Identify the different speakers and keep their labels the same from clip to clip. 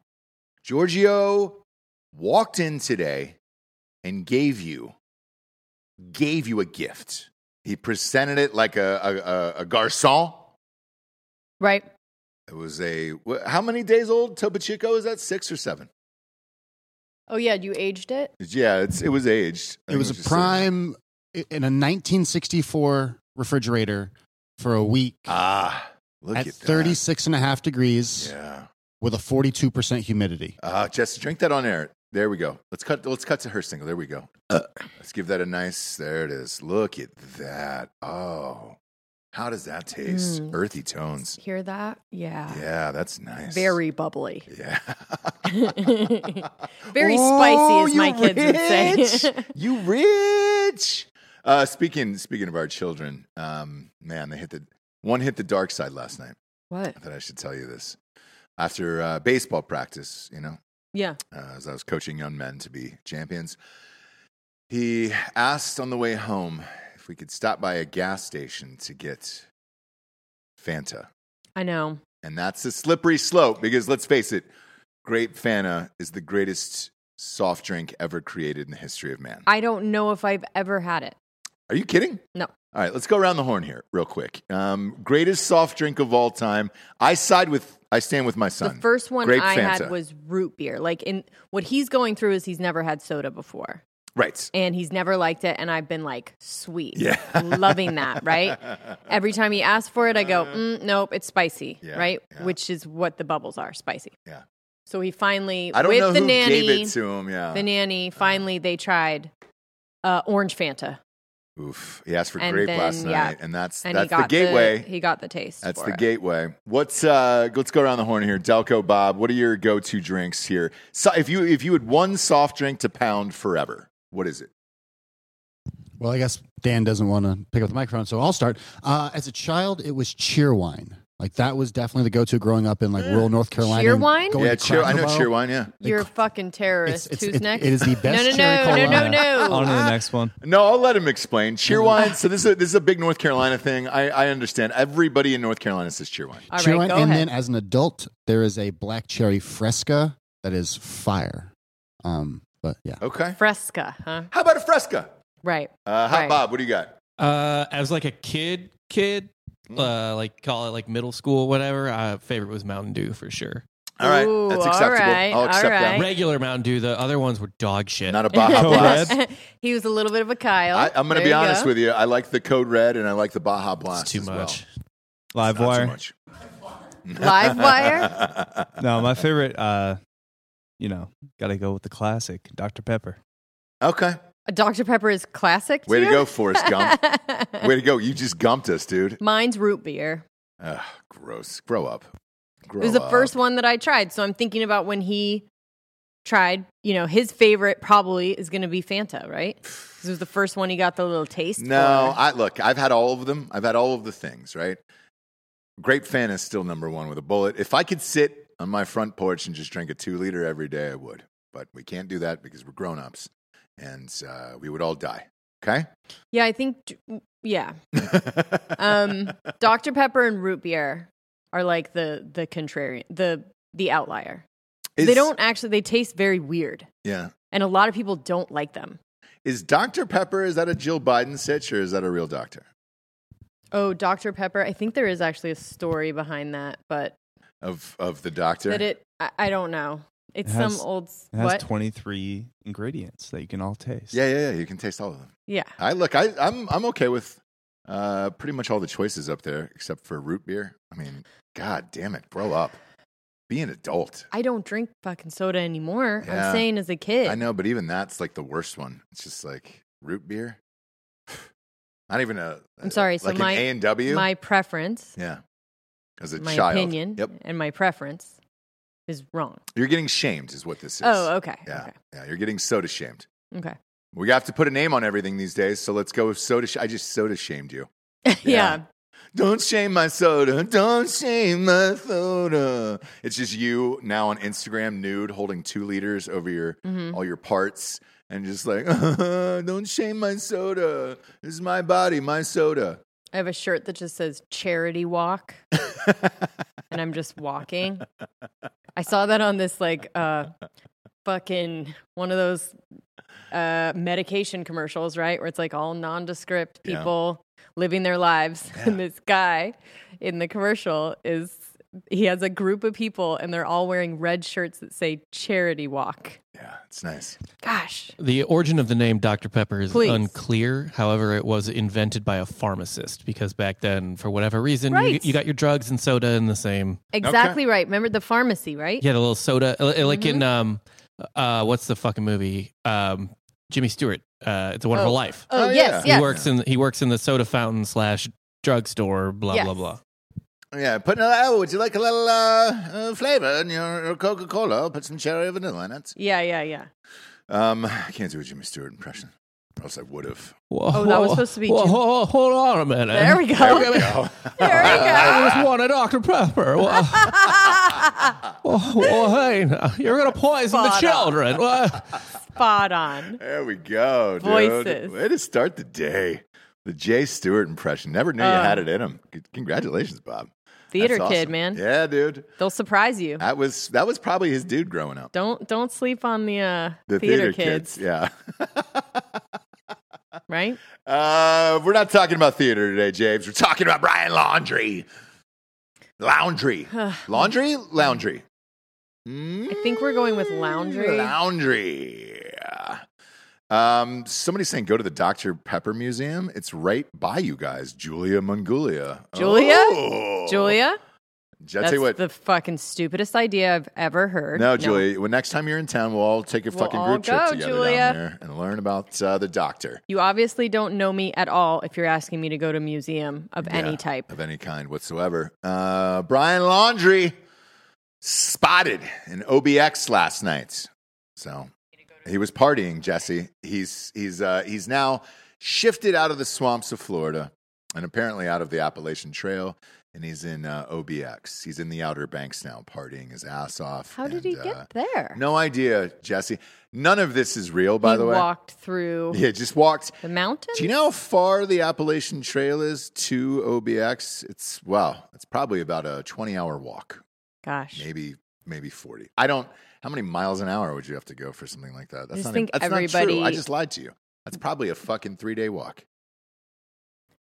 Speaker 1: Giorgio walked in today and gave you gave you a gift. He presented it like a a, a, a garçon.
Speaker 2: Right.
Speaker 1: It was a wh- how many days old Topo Chico is that? Six or seven?
Speaker 2: Oh, yeah, you aged it?
Speaker 1: Yeah, it's, it was aged. I
Speaker 3: It
Speaker 1: think
Speaker 3: was a
Speaker 1: just
Speaker 3: prime i- in a 1964 refrigerator for a week
Speaker 1: Ah, look
Speaker 3: at
Speaker 1: at that.
Speaker 3: 36 and a half degrees.
Speaker 1: Yeah,
Speaker 3: with a 42% humidity.
Speaker 1: Uh, Jess, drink that on air. There we go. Let's cut. Let's cut to her single. There we go.
Speaker 2: Uh.
Speaker 1: let's give that a nice. There it is. Look at that. Oh, how does that taste?
Speaker 2: Mm.
Speaker 1: Earthy tones.
Speaker 2: Hear that? Yeah.
Speaker 1: Yeah, that's nice.
Speaker 2: Very bubbly.
Speaker 1: Yeah.
Speaker 2: Very spicy, as my kids would say.
Speaker 1: Oh, rich. you rich. Uh, speaking speaking of our children, um, man, they hit the one hit the dark side last night.
Speaker 4: What?
Speaker 1: I thought I should tell you this after uh, baseball practice. You know,
Speaker 4: Yeah.
Speaker 1: uh, as I was coaching young men to be champions. He asked on the way home if we could stop by a gas station to get Fanta.
Speaker 4: I know.
Speaker 1: And that's a slippery slope because let's face it, grape Fanta is the greatest soft drink ever created in the history of man.
Speaker 4: I don't know if I've ever had it.
Speaker 1: Are you kidding?
Speaker 4: No.
Speaker 1: All right, let's go around the horn here real quick. Um, greatest soft drink of all time. I side with, I stand with my son.
Speaker 4: The first one
Speaker 1: Grape
Speaker 4: I
Speaker 1: Fanta.
Speaker 4: had was root beer. Like in what he's going through is he's never had soda before
Speaker 1: right.
Speaker 4: and he's never liked it and I've been like, "Sweet."
Speaker 1: Yeah.
Speaker 4: Loving that, right? Every time he asks for it, I go, mm, "Nope, it's spicy."
Speaker 1: Uh, Yeah,
Speaker 4: right?
Speaker 1: yeah.
Speaker 4: Which is what the bubbles are, spicy.
Speaker 1: Yeah.
Speaker 4: So he finally
Speaker 1: I don't
Speaker 4: with
Speaker 1: know
Speaker 4: the
Speaker 1: who
Speaker 4: nanny,
Speaker 1: gave it to uh, him. Yeah.
Speaker 4: the nanny, finally they tried uh, orange Fanta
Speaker 1: Oof. He asked for
Speaker 4: And
Speaker 1: grape
Speaker 4: then,
Speaker 1: last
Speaker 4: yeah.
Speaker 1: night, and that's
Speaker 4: and
Speaker 1: that's
Speaker 4: he got
Speaker 1: the gateway.
Speaker 4: he got the taste.
Speaker 1: that's
Speaker 4: for
Speaker 1: the
Speaker 4: it.
Speaker 1: gateway. What's uh? Let's go around the horn here. Delco Bob, what are your go-to drinks here? So if you if you had one soft drink to pound forever, what is it?
Speaker 3: Well, I guess Dan doesn't want to pick up the microphone, so I'll start. Uh, as a child, it was cheer wine. Like that was definitely the go-to growing up in like rural North Carolina.
Speaker 4: Mm. Cheer
Speaker 3: and
Speaker 4: wine?
Speaker 3: going
Speaker 1: yeah,
Speaker 3: to
Speaker 1: cheer. I
Speaker 3: Cracker
Speaker 1: know
Speaker 3: Barrel.
Speaker 1: cheer wine. Yeah.
Speaker 4: You're a fucking terrorist.
Speaker 3: It's- it's-
Speaker 4: Who's
Speaker 3: it-
Speaker 4: next?
Speaker 3: it is the best
Speaker 4: No, no,
Speaker 3: cherry
Speaker 4: no,
Speaker 3: cola.
Speaker 4: no, no, Ah.
Speaker 5: On to
Speaker 4: no.
Speaker 5: the next one.
Speaker 1: No, I'll let him explain.
Speaker 3: Mm-hmm.
Speaker 1: Cheer wine. So this is a, this is a big North Carolina thing. I, I understand. Everybody in North Carolina says cheer wine.
Speaker 4: All
Speaker 3: Cheer
Speaker 4: right,
Speaker 3: wine.
Speaker 4: go
Speaker 3: and
Speaker 4: ahead.
Speaker 3: then as an adult, there is a black cherry fresca that is fire. Um, but yeah,
Speaker 1: Okay.
Speaker 4: Fresca, huh?
Speaker 1: How about a fresca?
Speaker 4: Right.
Speaker 1: Uh, hot
Speaker 4: Right.
Speaker 1: Bob, what do you got?
Speaker 5: Uh, as like a kid, kid,
Speaker 4: Mm-hmm.
Speaker 5: uh, like call it like middle school, whatever. Uh, favorite was Mountain Dew for sure.
Speaker 1: All right,
Speaker 4: Ooh,
Speaker 1: that's
Speaker 4: all
Speaker 1: acceptable.
Speaker 4: right,
Speaker 1: I'll
Speaker 4: all
Speaker 1: accept that.
Speaker 4: right.
Speaker 5: Regular Mountain Dew. The other ones were dog shit.
Speaker 1: Not a Baja
Speaker 5: Code
Speaker 1: Blast.
Speaker 5: Red.
Speaker 4: he was a little bit of a Kyle.
Speaker 1: I, I'm going to be honest with you. I like the Code Red and I like the Baja Blast.
Speaker 5: It's too
Speaker 1: as well.
Speaker 5: much. Live
Speaker 1: Not too
Speaker 6: Livewire.
Speaker 1: much.
Speaker 4: you. Live wire.
Speaker 6: No, my favorite. Uh, you know, gotta go with the classic, Dr Pepper.
Speaker 1: Okay.
Speaker 4: A Dr. Pepper is classic.
Speaker 1: Way to
Speaker 4: you?
Speaker 1: go, Forrest Gump. Way to go. You just gumped us, dude.
Speaker 4: Mine's root beer.
Speaker 1: Ugh, gross. Grow up. Grow
Speaker 4: It was the
Speaker 1: up.
Speaker 4: first one that I tried. So I'm thinking about when he tried, you know, his favorite probably is going to be Fanta, right? 'Cause It was the first one he got the little taste.
Speaker 1: No,
Speaker 4: for.
Speaker 1: I look, I've had all of them. I've had all of the things, right? Grape fan is still number one with a bullet. If I could sit on my front porch and just drink a two liter every day, I would. But we can't do that because we're grown ups and uh, we would all die. Okay?
Speaker 4: yeah, I think, yeah. Um, Dr. Pepper and root beer are like the the contrarian, the the outlier. they
Speaker 1: Is-
Speaker 4: don't actually. They taste very weird,
Speaker 1: Yeah.
Speaker 4: and a lot of people don't like them.
Speaker 1: Is Dr. Pepper, is that a Jill Biden sitch or is that a real doctor?
Speaker 4: Oh, Dr. Pepper. I think there is actually a story behind that, but
Speaker 1: Of, of the doctor?
Speaker 4: that it. I, I don't know. It's
Speaker 6: It has-
Speaker 4: some old
Speaker 6: It has
Speaker 4: what?
Speaker 6: 23 ingredients that you can all taste.
Speaker 1: yeah, yeah, yeah. You can taste all of them.
Speaker 4: yeah.
Speaker 1: I look, I, I'm I'm okay with uh, pretty much all the choices up there except for root beer. I mean, god damn it, grow up, be an adult.
Speaker 4: I don't drink fucking soda anymore.
Speaker 1: Yeah.
Speaker 4: I'm saying as a kid.
Speaker 1: I know, but even that's like the worst one. It's just like root beer. Not even a.
Speaker 4: I'm sorry, so
Speaker 1: Like
Speaker 4: my-
Speaker 1: an A and W.
Speaker 4: My preference,
Speaker 1: Yeah. As a
Speaker 4: my
Speaker 1: child.
Speaker 4: opinion,
Speaker 1: Yep.
Speaker 4: and my preference is wrong.
Speaker 1: You're getting shamed, is what this is.
Speaker 4: Oh, okay.
Speaker 1: Yeah. Yeah. You're getting soda shamed.
Speaker 4: Okay.
Speaker 1: We have to put a name on everything these days, so let's go with soda. Sh- I just soda shamed you.
Speaker 4: Okay.
Speaker 1: Yeah.
Speaker 4: yeah.
Speaker 1: Don't shame my soda. Don't shame my soda. It's just you now on Instagram, nude, holding two liters over your
Speaker 4: Mhm.
Speaker 1: all your parts, and just like, don't shame my soda. This is my body, my soda.
Speaker 4: I have a shirt that just says charity walk and I'm just walking. I saw that on this like uh fucking one of those uh medication commercials, right? Where it's like all nondescript
Speaker 1: Yeah.
Speaker 4: people living their lives and this guy in the commercial is he has a group of people and they're all wearing red shirts that say charity walk.
Speaker 1: Yeah, it's nice.
Speaker 4: Gosh.
Speaker 5: The origin of the name Dr. Pepper is
Speaker 4: Please.
Speaker 5: unclear. However, it was invented by a pharmacist because back then, for whatever reason, you,
Speaker 4: Right.
Speaker 5: you got your drugs and soda in the same.
Speaker 4: Exactly right. Remember the pharmacy, right?
Speaker 5: You had a little soda, uh, like
Speaker 4: Mm-hmm.
Speaker 5: in um, uh, what's the fucking movie? Um, Jimmy Stewart. Uh, it's a Wonderful
Speaker 4: Oh.
Speaker 5: Life.
Speaker 4: Oh,
Speaker 1: Oh,
Speaker 4: yes,
Speaker 1: yeah.
Speaker 5: He
Speaker 4: yes.
Speaker 5: works in he works in the soda fountain slash drugstore. Blah
Speaker 4: Yes.
Speaker 5: blah blah.
Speaker 1: Yeah, put in a, oh, would you like a little uh, uh, flavor in your, your Coca Cola? Put some cherry or vanilla in it.
Speaker 4: Yeah, yeah, yeah.
Speaker 1: Um, I can't do a Jimmy Stewart impression, or else I would have.
Speaker 5: Whoa,
Speaker 4: Oh, that was supposed to be
Speaker 5: Whoa,
Speaker 4: Jim-
Speaker 5: whoa, hold on a minute.
Speaker 4: There we go. Oh, There we
Speaker 5: I
Speaker 4: go.
Speaker 5: just want a Dr. Pepper. Well, well, well, hey, now, you're going to poison
Speaker 4: Spot
Speaker 5: the
Speaker 4: on.
Speaker 5: children. Well,
Speaker 4: Spot on.
Speaker 1: There we go. Dude.
Speaker 4: Voices.
Speaker 1: Way to start the day. The Jay Stewart impression. Never knew you
Speaker 4: Uh.
Speaker 1: had it in him. C- Congratulations, Bob.
Speaker 4: Theater
Speaker 1: That's
Speaker 4: kid,
Speaker 1: awesome.
Speaker 4: man.
Speaker 1: Yeah, dude.
Speaker 4: They'll surprise you.
Speaker 1: That was that was probably his dude growing up.
Speaker 4: Don't don't sleep on the uh
Speaker 1: The theater,
Speaker 4: theater, kids,
Speaker 1: Yeah.
Speaker 4: right?
Speaker 1: Uh, we're not talking about theater today, James. We're talking about Brian Laundry. Laundry. Laundry? Laundry.
Speaker 4: Hmm. I think we're going with Laundry.
Speaker 1: Laundry. Um, somebody's saying go to the Dr. Pepper Museum. It's right by you guys. Julia Mongulia.
Speaker 4: Julia?
Speaker 1: Oh.
Speaker 4: Julia?
Speaker 1: I'll tell you what.
Speaker 4: the fucking stupidest idea I've ever heard.
Speaker 1: no, Julia. Well, next time you're in town, we'll all take a
Speaker 4: We'll
Speaker 1: fucking
Speaker 4: all
Speaker 1: group trip
Speaker 4: go,
Speaker 1: together
Speaker 4: Julia.
Speaker 1: down there and learn about uh, the doctor
Speaker 4: You obviously don't know me at all if you're asking me to go to a museum of
Speaker 1: Yeah,
Speaker 4: any type.
Speaker 1: of any kind whatsoever. Uh, Brian Laundry spotted in OBX last night. So he was partying, Jesse. He's he's uh, he's now shifted out of the swamps of Florida and apparently out of the Appalachian Trail, and he's in uh, OBX. He's in the Outer Banks now, partying his ass off.
Speaker 4: How
Speaker 1: and,
Speaker 4: did he
Speaker 1: uh,
Speaker 4: get there?
Speaker 1: No idea, Jesse. None of this is real, by
Speaker 4: he
Speaker 1: the way.
Speaker 4: walked through
Speaker 1: Yeah, just walked.
Speaker 4: the mountain.
Speaker 1: Do you know how far the Appalachian Trail is to OBX? It's wow, it's probably about a 20-hour walk,
Speaker 4: Gosh,
Speaker 1: maybe maybe 40. I don't. How many miles an hour would you have to go for something like that?
Speaker 4: just
Speaker 1: not, e,
Speaker 4: think
Speaker 1: that's not true. I
Speaker 4: everybody-
Speaker 1: just lied to you. That's probably a fucking three-day walk.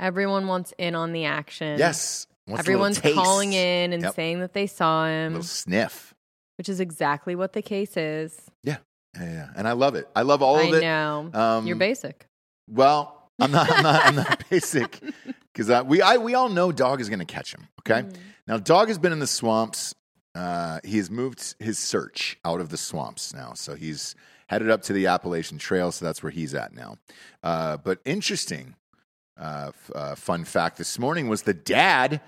Speaker 4: everyone wants in on the action.
Speaker 1: Yes, Wants a little
Speaker 4: everyone's
Speaker 1: taste,
Speaker 4: calling in and
Speaker 1: Yep.
Speaker 4: saying that they saw
Speaker 1: a
Speaker 4: him,
Speaker 1: little sniff.
Speaker 4: which is exactly what the case is.
Speaker 1: Yeah, yeah, and I love it. I love all
Speaker 4: I
Speaker 1: of it.
Speaker 4: know
Speaker 1: Um,
Speaker 4: you're basic.
Speaker 1: Well, I'm not. I'm not, I'm not basic because we I, we all know dog is going to catch him. Okay.
Speaker 4: Mm.
Speaker 1: Now dog has been in the swamps. Uh, he has moved his search out of the swamps now, so he's headed up to the Appalachian Trail. So that's where he's at now. Uh, but interesting, uh, f- uh, fun fact this morning was the dad.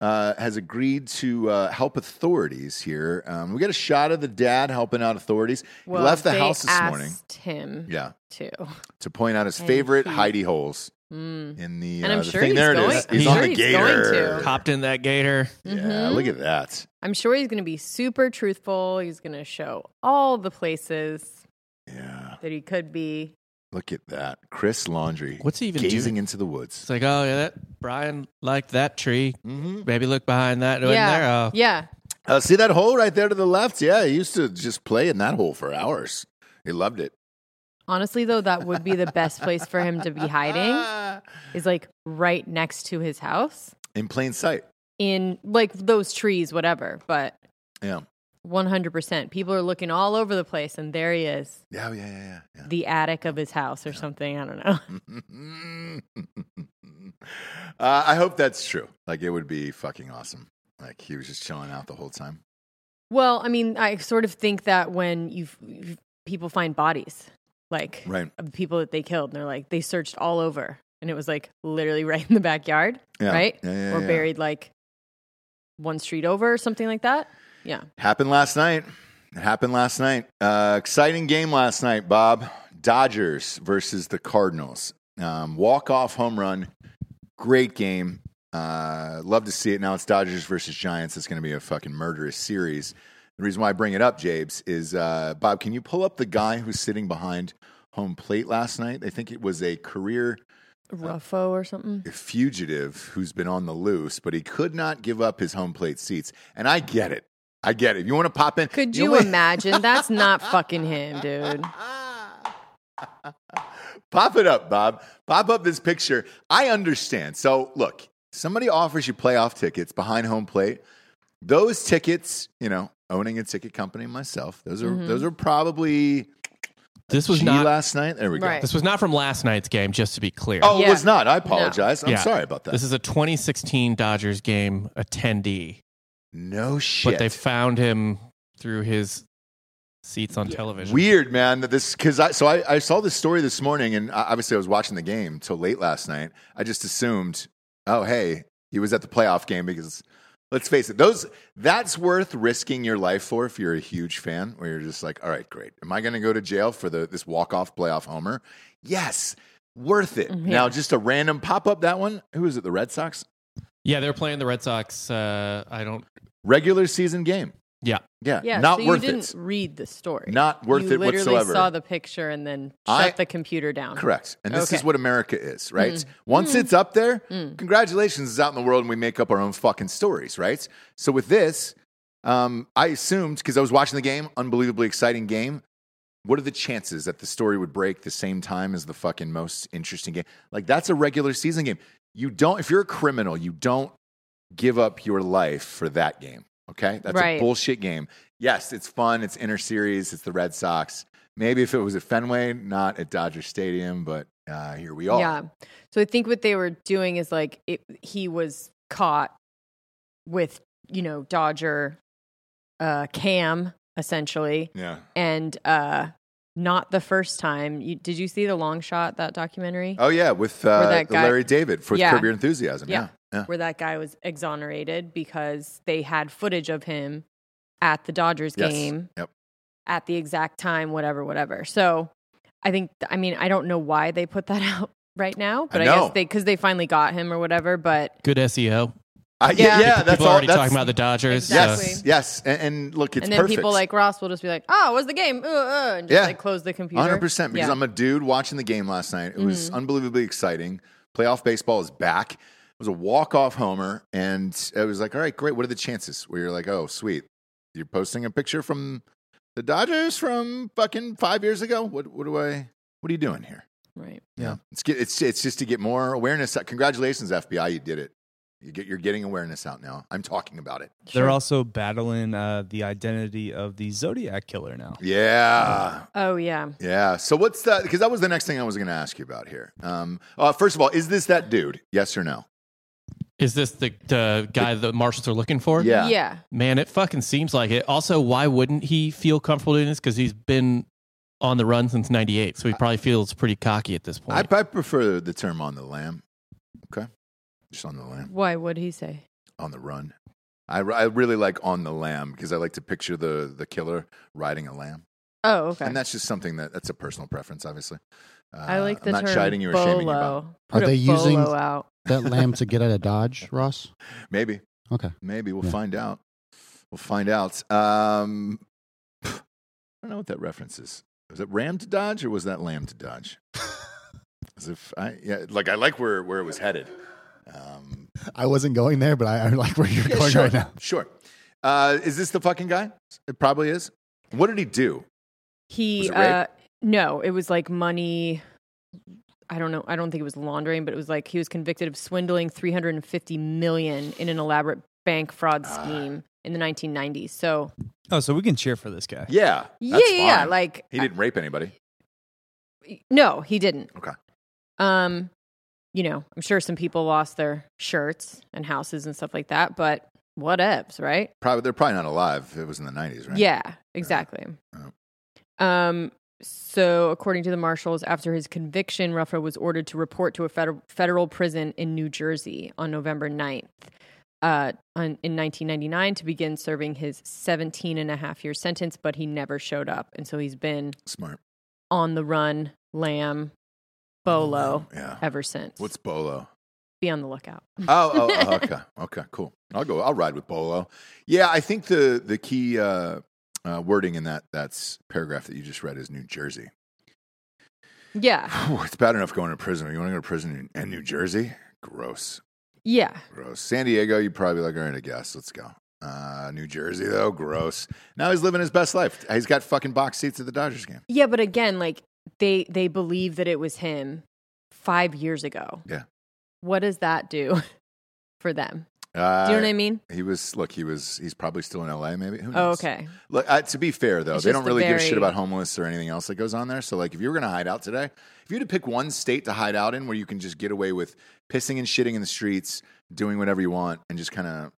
Speaker 1: Uh, has agreed to uh, help authorities here. Um, we got a shot of the dad helping out authorities.
Speaker 4: Well,
Speaker 1: he left the
Speaker 4: they
Speaker 1: house this morning.
Speaker 4: asked Him
Speaker 1: Yeah,
Speaker 4: too.
Speaker 1: to point out his
Speaker 4: And
Speaker 1: favorite
Speaker 4: he-
Speaker 1: hidey holes
Speaker 4: Mm.
Speaker 1: in the,
Speaker 4: And
Speaker 1: uh,
Speaker 4: I'm
Speaker 1: the
Speaker 4: sure
Speaker 1: thing.
Speaker 4: he's
Speaker 1: there it
Speaker 4: going-
Speaker 1: is.
Speaker 5: I'm
Speaker 1: He's on
Speaker 5: sure
Speaker 1: the
Speaker 4: he's going
Speaker 1: gator.
Speaker 4: to.
Speaker 5: hopped in that gator.
Speaker 1: Yeah,
Speaker 4: Mhm.
Speaker 1: look at that.
Speaker 4: I'm sure he's going to be super truthful. He's going to show all the places
Speaker 1: Yeah,
Speaker 4: that he could be.
Speaker 1: look at that. Chris Laundry
Speaker 5: What's he even
Speaker 1: gazing
Speaker 5: doing?
Speaker 1: into the woods.
Speaker 5: It's like, oh, yeah, that Brian liked that tree.
Speaker 1: Mm-hmm.
Speaker 5: Maybe look behind that. wasn't
Speaker 4: yeah,
Speaker 5: there? Oh,
Speaker 4: yeah.
Speaker 1: Uh, see that hole right there to the left? Yeah, he used to just play in that hole for hours. He loved it.
Speaker 4: Honestly, though, that would be the best place for him to be hiding is like right next to his house
Speaker 1: in plain sight.
Speaker 4: in like those trees, whatever. But
Speaker 1: Yeah.
Speaker 4: 100%. People are looking all over the place, and there he is,
Speaker 1: Yeah, yeah, yeah, yeah.
Speaker 4: the attic of his house or something. I don't know.
Speaker 1: yeah. uh, I hope that's true. Like, it would be fucking awesome. Like, he was just chilling out the whole time.
Speaker 4: Well, I mean, I sort of think that when you people find bodies, like
Speaker 1: Right.
Speaker 4: of the people that they killed, and they're like they searched all over, and it was like literally right in the backyard,
Speaker 1: Yeah.
Speaker 4: right?
Speaker 1: Yeah, yeah,
Speaker 4: or
Speaker 1: yeah.
Speaker 4: buried like one street over or something like that. Yeah.
Speaker 1: Happened last night. It happened last night. Uh, exciting game last night, Bob. Dodgers versus the Cardinals. Um, Walk off home run. Great game. Uh, love to see it. Now it's Dodgers versus Giants. It's going to be a fucking murderous series. The reason why I bring it up, Jabes, is uh, Bob, can you pull up the guy who's sitting behind home plate last night? They think it was a career Uh,
Speaker 4: Ruffo or something.
Speaker 1: fugitive who's been on the loose, but he could not give up his home plate seats. And I get it. I get it. If you want to pop in,
Speaker 4: Could
Speaker 1: the
Speaker 4: you
Speaker 1: only- Uh,
Speaker 4: imagine? That's not fucking him, dude.
Speaker 1: Pop it up, Bob. Pop up this picture. I understand. So, look, somebody offers you playoff tickets behind home plate. those tickets, you know, owning a ticket company myself, those are
Speaker 4: Mm-hmm.
Speaker 1: those are probably
Speaker 5: This was
Speaker 1: She
Speaker 5: not.
Speaker 1: last night. There we go.
Speaker 4: Right.
Speaker 5: this was not from last night's game. Just to be clear.
Speaker 1: Oh, it
Speaker 4: Yeah.
Speaker 1: was not. I apologize. I'm
Speaker 5: Yeah.
Speaker 1: sorry about that.
Speaker 5: This is a 2016 Dodgers game attendee,
Speaker 1: no shit.
Speaker 5: but they found him through his seats on television.
Speaker 1: Weird, man. That this because I so I, I saw this story this morning, and I, obviously I was watching the game till late last night. I just assumed, oh hey, he was at the playoff game because let's face it, those that's worth risking your life for if you're a huge fan, where you're just like, all right, great, am I going to go to jail for the this walk off playoff homer? Yes, worth it.
Speaker 4: Mhm.
Speaker 1: Now, just a random pop up that one. Who is it? The Red Sox
Speaker 5: yeah, they're playing the Red Sox. Uh, I don't.
Speaker 1: regular season game.
Speaker 5: Yeah.
Speaker 1: yeah,
Speaker 4: Yeah,
Speaker 1: not
Speaker 4: so
Speaker 1: worth
Speaker 4: you didn't
Speaker 1: it.
Speaker 4: read the story.
Speaker 1: Not worth
Speaker 4: you
Speaker 1: it
Speaker 4: literally
Speaker 1: whatsoever.
Speaker 4: saw the picture and then shut
Speaker 1: I-
Speaker 4: the computer down.
Speaker 1: Correct. And this
Speaker 4: Okay.
Speaker 1: is what America is, right? Once it's up there,
Speaker 4: Mm. Hmm.
Speaker 1: congratulations, it's out in the world and we make up our own fucking stories, right? So with this, um, I assumed, because I was watching the game, unbelievably exciting game. What are the chances that the story would break the same time as the fucking most interesting game? Like, that's a regular season game. You don't, if you're a criminal, you don't give up your life for that game, okay? That's a
Speaker 4: Right.
Speaker 1: bullshit game. Yes, it's fun. It's inner series. It's the Red Sox. Maybe if it was at Fenway, not at Dodger Stadium, but uh, here we are.
Speaker 4: Yeah. So I think what they were doing is like it, he was caught with, you know, Dodger uh, Cam essentially
Speaker 1: Yeah.
Speaker 4: and uh not the first time. You, did you see the long shot that documentary
Speaker 1: Oh yeah, with uh,
Speaker 4: that guy-
Speaker 1: Larry David for
Speaker 4: Yeah.
Speaker 1: Curb Your Enthusiasm. Yeah. yeah.
Speaker 4: where that guy was exonerated because they had footage of him at the Dodgers
Speaker 1: Yes.
Speaker 4: game
Speaker 1: Yep.
Speaker 4: at the exact time whatever whatever. So I think I mean I don't know why they put that out right now, but I,
Speaker 1: know.
Speaker 4: guess they cuz they finally got him or whatever, but
Speaker 5: Good SEO.
Speaker 1: I- yeah,
Speaker 4: Yeah.
Speaker 1: yeah, that's
Speaker 5: People
Speaker 1: all.
Speaker 5: are already
Speaker 1: that's,
Speaker 5: talking about uh, the Dodgers. so-
Speaker 1: yes,
Speaker 4: Exactly.
Speaker 1: yes, and, and look, it's
Speaker 4: and then
Speaker 1: perfect.
Speaker 4: people like Ross will just be like, "Oh, it was the game?" Uh, uh, and just
Speaker 1: Yeah.
Speaker 4: like close the computer.
Speaker 1: 100 percent because
Speaker 4: Yeah. Mm-hmm.
Speaker 1: I'm a dude watching the game last night. It was unbelievably exciting. Playoff baseball is back. It was a walk off homer, and it was like, all right, great. What are the chances? Where you're like, oh, sweet, you're posting a picture from the Dodgers from fucking five years ago. What? What do I? What are you doing here?
Speaker 4: right.
Speaker 1: Yeah, it's get, it's it's just to get more awareness. out. Congratulations, FBI, you did it. You get you're getting awareness out now. I'm talking about it.
Speaker 6: They're also battling uh, the identity of the Zodiac killer now.
Speaker 1: Yeah,
Speaker 4: Oh yeah.
Speaker 1: yeah. So what's that? Because that was the next thing I was going to ask you about here. Um, uh, first of all, is this that dude? Yes or no?
Speaker 5: Is this the, the guy the marshals are looking for?
Speaker 1: Yeah.
Speaker 4: Yeah.
Speaker 5: Man, it fucking seems like it. Also, why wouldn't he feel comfortable doing this? Because he's been on the run since '98, so he probably feels pretty cocky at this
Speaker 1: I,
Speaker 5: point.
Speaker 1: I prefer the term on the lamb. Okay, just on the lamb,
Speaker 4: Why would he say?
Speaker 1: on the run. I, I really like on the lamb because I like to picture the the killer riding a lamb,
Speaker 4: Oh, okay.
Speaker 1: and that's just something that that's a personal preference, obviously. Uh,
Speaker 4: I like the
Speaker 1: I'm not
Speaker 4: term
Speaker 1: chiding you or
Speaker 4: bolo.
Speaker 1: shaming you. About.
Speaker 3: Are
Speaker 4: Put a
Speaker 3: they using-
Speaker 4: bolo out?
Speaker 3: that lamb to get out of Dodge, Ross?
Speaker 1: Maybe.
Speaker 3: Okay.
Speaker 1: Maybe we'll
Speaker 3: Yeah.
Speaker 1: find out. We'll find out. Um, I don't know what that reference is. Was it Ram to Dodge or was that Lamb to Dodge? As if I yeah, like I like where where it was headed. Um,
Speaker 3: I wasn't going there, but I, I like where you're
Speaker 1: yeah,
Speaker 3: going
Speaker 1: sure,
Speaker 3: right now.
Speaker 1: sure. Uh, is this the fucking guy? It probably is. What did he do? Was
Speaker 4: He
Speaker 1: it rape?
Speaker 4: uh no, it was like money I don't know. I don't think it was laundering, but it was like he was convicted of swindling 350 million in an elaborate bank fraud
Speaker 1: Ah.
Speaker 4: scheme in the 1990s. So,
Speaker 6: Oh, so we can cheer for this guy.
Speaker 1: Yeah,
Speaker 4: yeah,
Speaker 1: that's
Speaker 4: yeah, yeah,
Speaker 1: fine.
Speaker 4: like
Speaker 1: he didn't rape anybody.
Speaker 4: No, he didn't.
Speaker 1: Okay.
Speaker 4: Um, you know, I'm sure some people lost their shirts and houses and stuff like that, but what whatevs, right?
Speaker 1: Probably they're probably not alive. If it was in the nineties, right?
Speaker 4: Yeah, exactly. Um, so according to the marshals, after his conviction, Ruffo was ordered to report to a federal federal prison in New Jersey on November 9th. Uh, on, in 1999 to begin serving his 17 and a half year sentence but he never showed up and so he's been
Speaker 1: smart.
Speaker 4: on the run lamb bolo
Speaker 1: Yeah.
Speaker 4: ever since
Speaker 1: What's Bolo?
Speaker 4: be on the lookout.
Speaker 1: oh, oh, oh, okay, okay, cool. I'll go. I'll ride with Bolo. Yeah, I think the the key uh, uh, wording in that that's paragraph that you just read is New Jersey.
Speaker 4: Yeah.
Speaker 1: Phew, it's bad enough going to prison. You want to go to prison in, in New Jersey? Gross,
Speaker 4: Yeah.
Speaker 1: gross. San Diego, you'd probably be like, all right, I guess let's go. Uh, New Jersey though, gross. Now he's living his best life. He's got fucking box seats at the Dodgers game.
Speaker 4: Yeah, but again, like they they believe that it was him 5 years ago.
Speaker 1: Yeah.
Speaker 4: What does that do for them?
Speaker 1: Uh,
Speaker 4: Do you know what I mean?
Speaker 1: He was look. He was. He's probably still in L.A. Maybe. Who
Speaker 4: Oh,
Speaker 1: knows?
Speaker 4: okay.
Speaker 1: Look, uh, to be fair though,
Speaker 4: It's
Speaker 1: they don't
Speaker 4: just a
Speaker 1: really give a
Speaker 4: very-
Speaker 1: shit about homeless or anything else that goes on there. So like, if you were gonna hide out today, if you had to pick one state to hide out in where you can just get away with pissing and shitting in the streets, doing whatever you want, and just kind of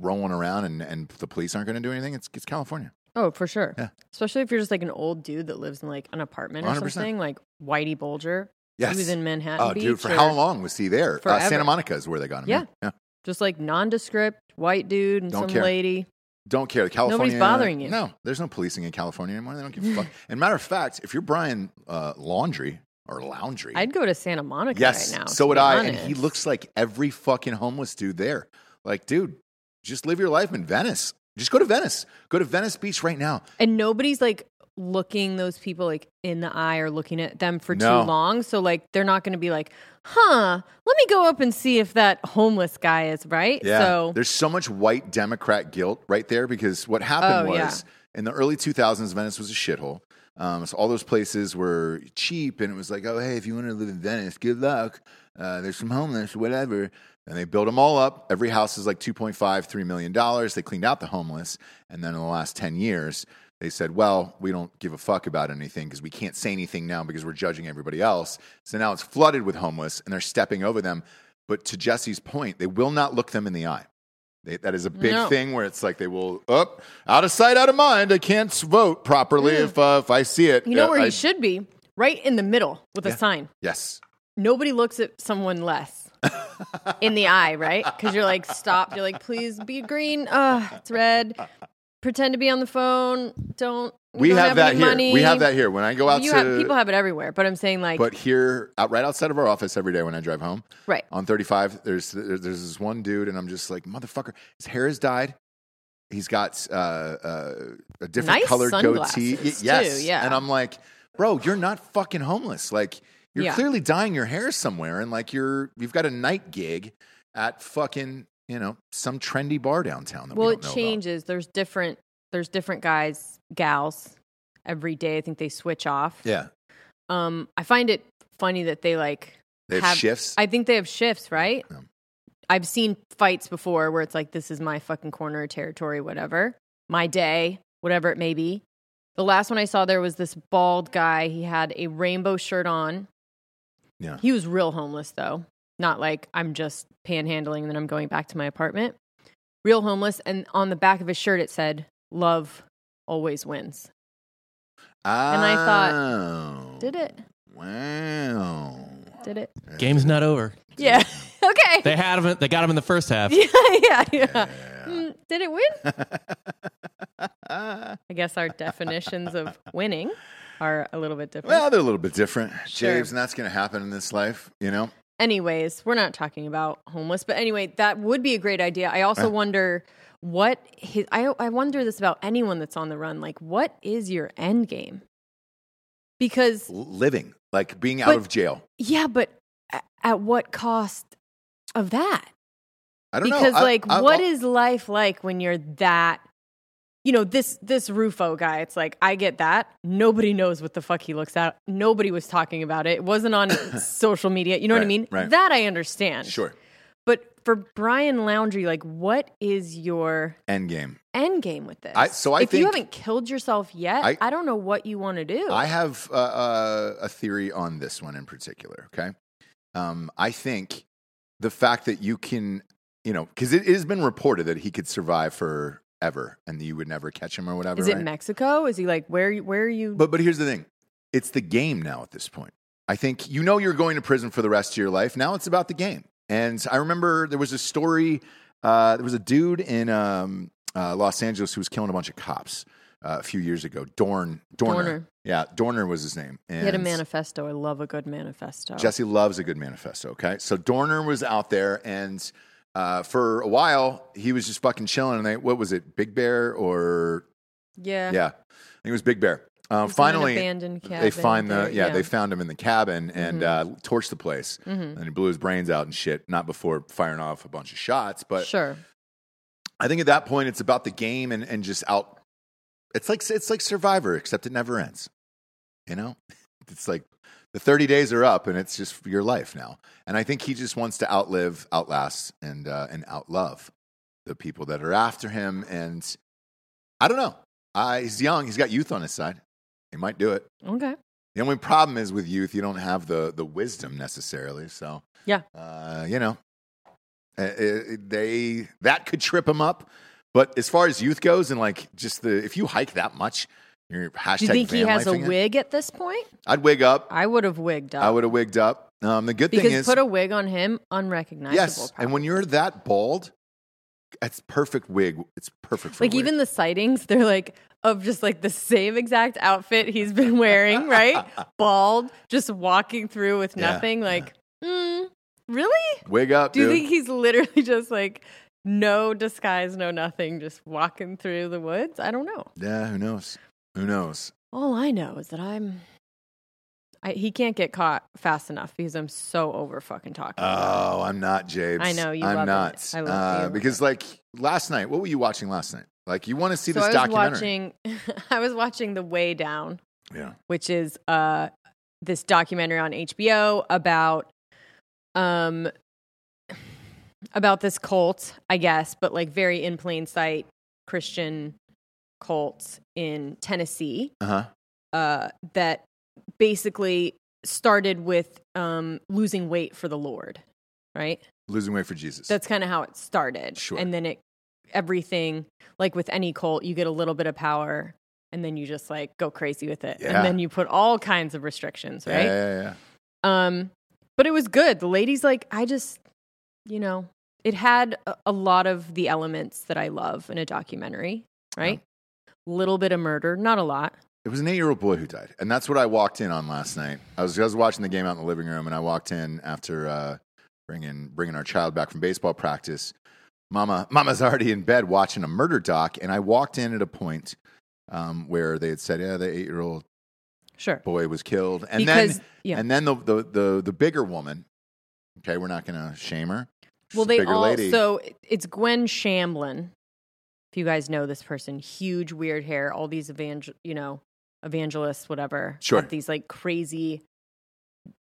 Speaker 1: rolling around, and, and the police aren't gonna do anything, it's it's California.
Speaker 4: Oh, for sure.
Speaker 1: Yeah.
Speaker 4: Especially if you're just like an old dude that lives in like an apartment or
Speaker 1: 100%.
Speaker 4: something, like Whitey Bulger.
Speaker 1: Yes.
Speaker 4: He was in Manhattan
Speaker 1: oh,
Speaker 4: Beach.
Speaker 1: dude, for
Speaker 4: or
Speaker 1: how long was he there? Uh, Santa
Speaker 4: Forever.
Speaker 1: Monica is where they got him.
Speaker 4: Yeah.
Speaker 1: yeah.
Speaker 4: Just like nondescript white dude and
Speaker 1: Don't
Speaker 4: some
Speaker 1: care.
Speaker 4: lady.
Speaker 1: Don't care. California.
Speaker 4: bothering you.
Speaker 1: No, there's no policing in California anymore. They don't give a fuck. And matter of fact, if you're Brian uh, Laundry or Laundry,
Speaker 4: I'd go to Santa Monica
Speaker 1: yes,
Speaker 4: right now.
Speaker 1: so
Speaker 4: to
Speaker 1: would
Speaker 4: be
Speaker 1: I. And he
Speaker 4: honest.
Speaker 1: looks like every fucking homeless dude there. Like, dude, just live your life in Venice. Just go to Venice. Go to Venice Beach right now.
Speaker 4: And nobody's like looking those people like in the eye or looking at them for
Speaker 1: No.
Speaker 4: too long. So like they're not going to be like, huh, let me go up and see if that homeless guy is right.
Speaker 1: Yeah.
Speaker 4: So
Speaker 1: There's so much white Democrat guilt right there because what happened
Speaker 4: Oh, yeah.
Speaker 1: was in the early 2000s, Venice was a shithole. Um, so all those places were cheap, and it was like, oh, hey, if you want to live in Venice, good luck. Uh, there's some homeless, whatever. And they built them all up. Every house is like 2.5, $3 million. They cleaned out the homeless. And then in the last 10 years, they said, well, we don't give a fuck about anything because we can't say anything now because we're judging everybody else. So now it's flooded with homeless, and they're stepping over them. But to Jesse's point, they will not look them in the eye. They, that is a big
Speaker 4: No.
Speaker 1: thing where it's like they will up out of sight, out of mind. I can't s- vote properly if uh, if I see it.
Speaker 4: Mm. you know
Speaker 1: Uh,
Speaker 4: where
Speaker 1: I-
Speaker 4: he should be? Right in the middle with a sign.
Speaker 1: Yes,
Speaker 4: Nobody looks at someone less in the eye, right? Because you're like stopped. You're like, please be green. Uh, it's red. Pretend to be on the phone. Don't. you
Speaker 1: we
Speaker 4: don't
Speaker 1: have, that
Speaker 4: any
Speaker 1: here.
Speaker 4: Money.
Speaker 1: We have that here. When I go out
Speaker 4: You
Speaker 1: to
Speaker 4: have, people have it everywhere, but I'm saying like,
Speaker 1: but here out right outside of our office every day when I drive home
Speaker 4: right?
Speaker 1: on 35, there's there's this one dude, and I'm just like motherfucker. His hair has dyed. He's got uh, uh, a different
Speaker 4: Nice
Speaker 1: colored goatee. Y-
Speaker 4: sunglasses,
Speaker 1: yes,
Speaker 4: too, yeah.
Speaker 1: And I'm like, bro, you're not fucking homeless. Like you're
Speaker 4: Yeah.
Speaker 1: clearly dyeing your hair somewhere, and like you're you've got a night gig at fucking you know some trendy bar downtown. That
Speaker 4: well
Speaker 1: we don't
Speaker 4: it
Speaker 1: know about.
Speaker 4: changes there's different there's different guys gals every day i think they switch off
Speaker 1: Yeah,
Speaker 4: um i find it funny that they like
Speaker 1: they have, shifts.
Speaker 4: i think they have shifts right
Speaker 1: Yeah.
Speaker 4: i've seen fights before where it's like this is my fucking corner of territory whatever my day whatever it may be the last one i saw there was this bald guy he had a rainbow shirt on
Speaker 1: Yeah.
Speaker 4: he was real homeless though not like i'm just panhandling and then i'm going back to my apartment real homeless and on the back of his shirt it said love always wins and I thought,
Speaker 1: Oh.
Speaker 4: did it
Speaker 1: Wow.
Speaker 4: did it
Speaker 5: Game's not over.
Speaker 4: yeah okay
Speaker 5: They had him. They got him in the first half.
Speaker 4: yeah yeah yeah
Speaker 1: Yeah.
Speaker 4: Mm, did it win I guess our definitions of winning are a little bit different.
Speaker 1: Well, they're a little bit different,
Speaker 4: Sure.
Speaker 1: James, and that's going to happen in this life, you know.
Speaker 4: Anyways, we're not talking about homeless, but anyway, that would be a great idea. I
Speaker 1: Eh.
Speaker 4: also wonder what his I I wonder this about anyone that's on the run. Like, what is your end game? Because
Speaker 1: L- Living, like being out
Speaker 4: But-
Speaker 1: of jail.
Speaker 4: yeah, but a- at what cost of that?
Speaker 1: I don't know.
Speaker 4: because
Speaker 1: I-
Speaker 4: like
Speaker 1: I-
Speaker 4: what
Speaker 1: I-
Speaker 4: is life like when you're that you know this this rufo guy it's like i get that nobody knows what the fuck he looks at nobody was talking about it it wasn't on social media you know what
Speaker 1: Right,
Speaker 4: i mean
Speaker 1: right.
Speaker 4: that i understand
Speaker 1: sure
Speaker 4: but for brian laundry like what is your
Speaker 1: end game?
Speaker 4: end game with this
Speaker 1: I- so I
Speaker 4: if you
Speaker 1: think-
Speaker 4: haven't killed yourself yet
Speaker 1: I-
Speaker 4: i, don't know what you want to do
Speaker 1: I have uh, uh, a theory on this one in particular. Okay, um, I think the fact that you can, you know, because it, it has been reported that he could survive forever and you would never catch him or whatever.
Speaker 4: is it
Speaker 1: right?
Speaker 4: mexico is he like where you- where are you
Speaker 1: But but here's the thing. It's the game now at this point. I think you know you're going to prison for the rest of your life. Now it's about the game. And I remember there was a story uh, there was a dude in um, uh, Los Angeles who was killing a bunch of cops uh, a few years ago. Dorn Dorner.
Speaker 4: Dorner.
Speaker 1: Yeah, Dorner was his name. And
Speaker 4: he had a manifesto i love a good manifesto
Speaker 1: Jesse loves a good manifesto. Okay, so Dorner was out there, and uh, for a while he was just fucking chilling. And they, what was it, Big Bear or
Speaker 4: yeah
Speaker 1: yeah, I think it was Big Bear. Uh,
Speaker 4: He's in an
Speaker 1: finally,
Speaker 4: abandoned
Speaker 1: they
Speaker 4: cabin
Speaker 1: find the
Speaker 4: there,
Speaker 1: yeah,
Speaker 4: yeah. Mm-hmm.
Speaker 1: they found him in the cabin and uh, torched the place, and he blew his brains out and shit. Not before firing off a bunch of shots, but
Speaker 4: sure
Speaker 1: I think at that point it's about the game and, and just out. It's like it's like Survivor, except it never ends. You know, it's like the 30 days are up and it's just your life now. And I think he just wants to outlive, outlast, and, uh, and outlove the people that are after him. And I don't know. Uh, he's young, he's got youth on his side. He might do it.
Speaker 4: Okay.
Speaker 1: The only problem is with youth, you don't have the the wisdom necessarily. So
Speaker 4: Yeah.
Speaker 1: uh, you know, uh, uh, they that could trip them up. But as far as youth goes, and like just the if you hike that much, you're hashtag.
Speaker 4: Do you think he
Speaker 1: van
Speaker 4: has a
Speaker 1: lifing it.
Speaker 4: wig at this point?
Speaker 1: I'd wig up.
Speaker 4: I would have wigged up.
Speaker 1: I would have wigged up. Um, the good
Speaker 4: because
Speaker 1: thing is,
Speaker 4: put a wig on him, unrecognizable.
Speaker 1: yes, and when
Speaker 4: probably.
Speaker 1: you're that bald, it's perfect wig. It's perfect for
Speaker 4: like
Speaker 1: a wig.
Speaker 4: even the sightings, they're like of just like the same exact outfit he's been wearing, right? Bald, just walking through with
Speaker 1: Yeah,
Speaker 4: nothing.
Speaker 1: yeah.
Speaker 4: Like, mm, really?
Speaker 1: wig up.
Speaker 4: Do you
Speaker 1: dude.
Speaker 4: think he's literally just like no disguise, no nothing, just walking through the woods? I don't know.
Speaker 1: yeah, who knows? Who knows?
Speaker 4: All I know is that I'm. I, he can't get caught fast enough because I'm so over fucking talking. about it.
Speaker 1: Oh, I'm not, James.
Speaker 4: I know, you
Speaker 1: I'm
Speaker 4: love it.
Speaker 1: not.
Speaker 4: I love
Speaker 1: uh,
Speaker 4: you.
Speaker 1: Because like last night, what were you watching last night? Like you want to see
Speaker 4: so
Speaker 1: this
Speaker 4: I was
Speaker 1: documentary?
Speaker 4: watching. I was watching The Way Down,
Speaker 1: Yeah.
Speaker 4: which is uh this documentary on HBO about um about this cult, I guess, but like very in plain sight Christian cults in Tennessee.
Speaker 1: Uh huh.
Speaker 4: uh, that basically started with um, losing weight for the Lord, right?
Speaker 1: Losing weight for Jesus.
Speaker 4: That's kind of how it started.
Speaker 1: Sure.
Speaker 4: And then it, everything, like with any cult, you get a little bit of power and then you just like go crazy with it.
Speaker 1: Yeah.
Speaker 4: And then you put all kinds of restrictions,
Speaker 1: Yeah,
Speaker 4: right?
Speaker 1: Yeah, yeah, yeah.
Speaker 4: Um, but it was good. The lady's like, I just, you know, it had a, a lot of the elements that I love in a documentary, right? Little bit of murder, not a lot.
Speaker 1: It was an eight-year-old boy who died, and that's what I walked in on last night. I was, I was watching the game out in the living room, and I walked in after uh, bringing bringing our child back from baseball practice. Mama, Mama's already in bed watching a murder doc, and I walked in at a point um, where they had said, "Yeah, the eight-year-old
Speaker 4: Sure.
Speaker 1: boy was killed," and
Speaker 4: because,
Speaker 1: then
Speaker 4: yeah.
Speaker 1: and then the, the the the bigger woman. Okay, we're not going to shame her. She's
Speaker 4: Well,
Speaker 1: a
Speaker 4: they
Speaker 1: bigger
Speaker 4: all
Speaker 1: lady.
Speaker 4: so it's Gwen Shamblin. If you guys know this person, huge weird hair, all these evangel, you know, evangelists, whatever. have
Speaker 1: Sure.
Speaker 4: These like crazy,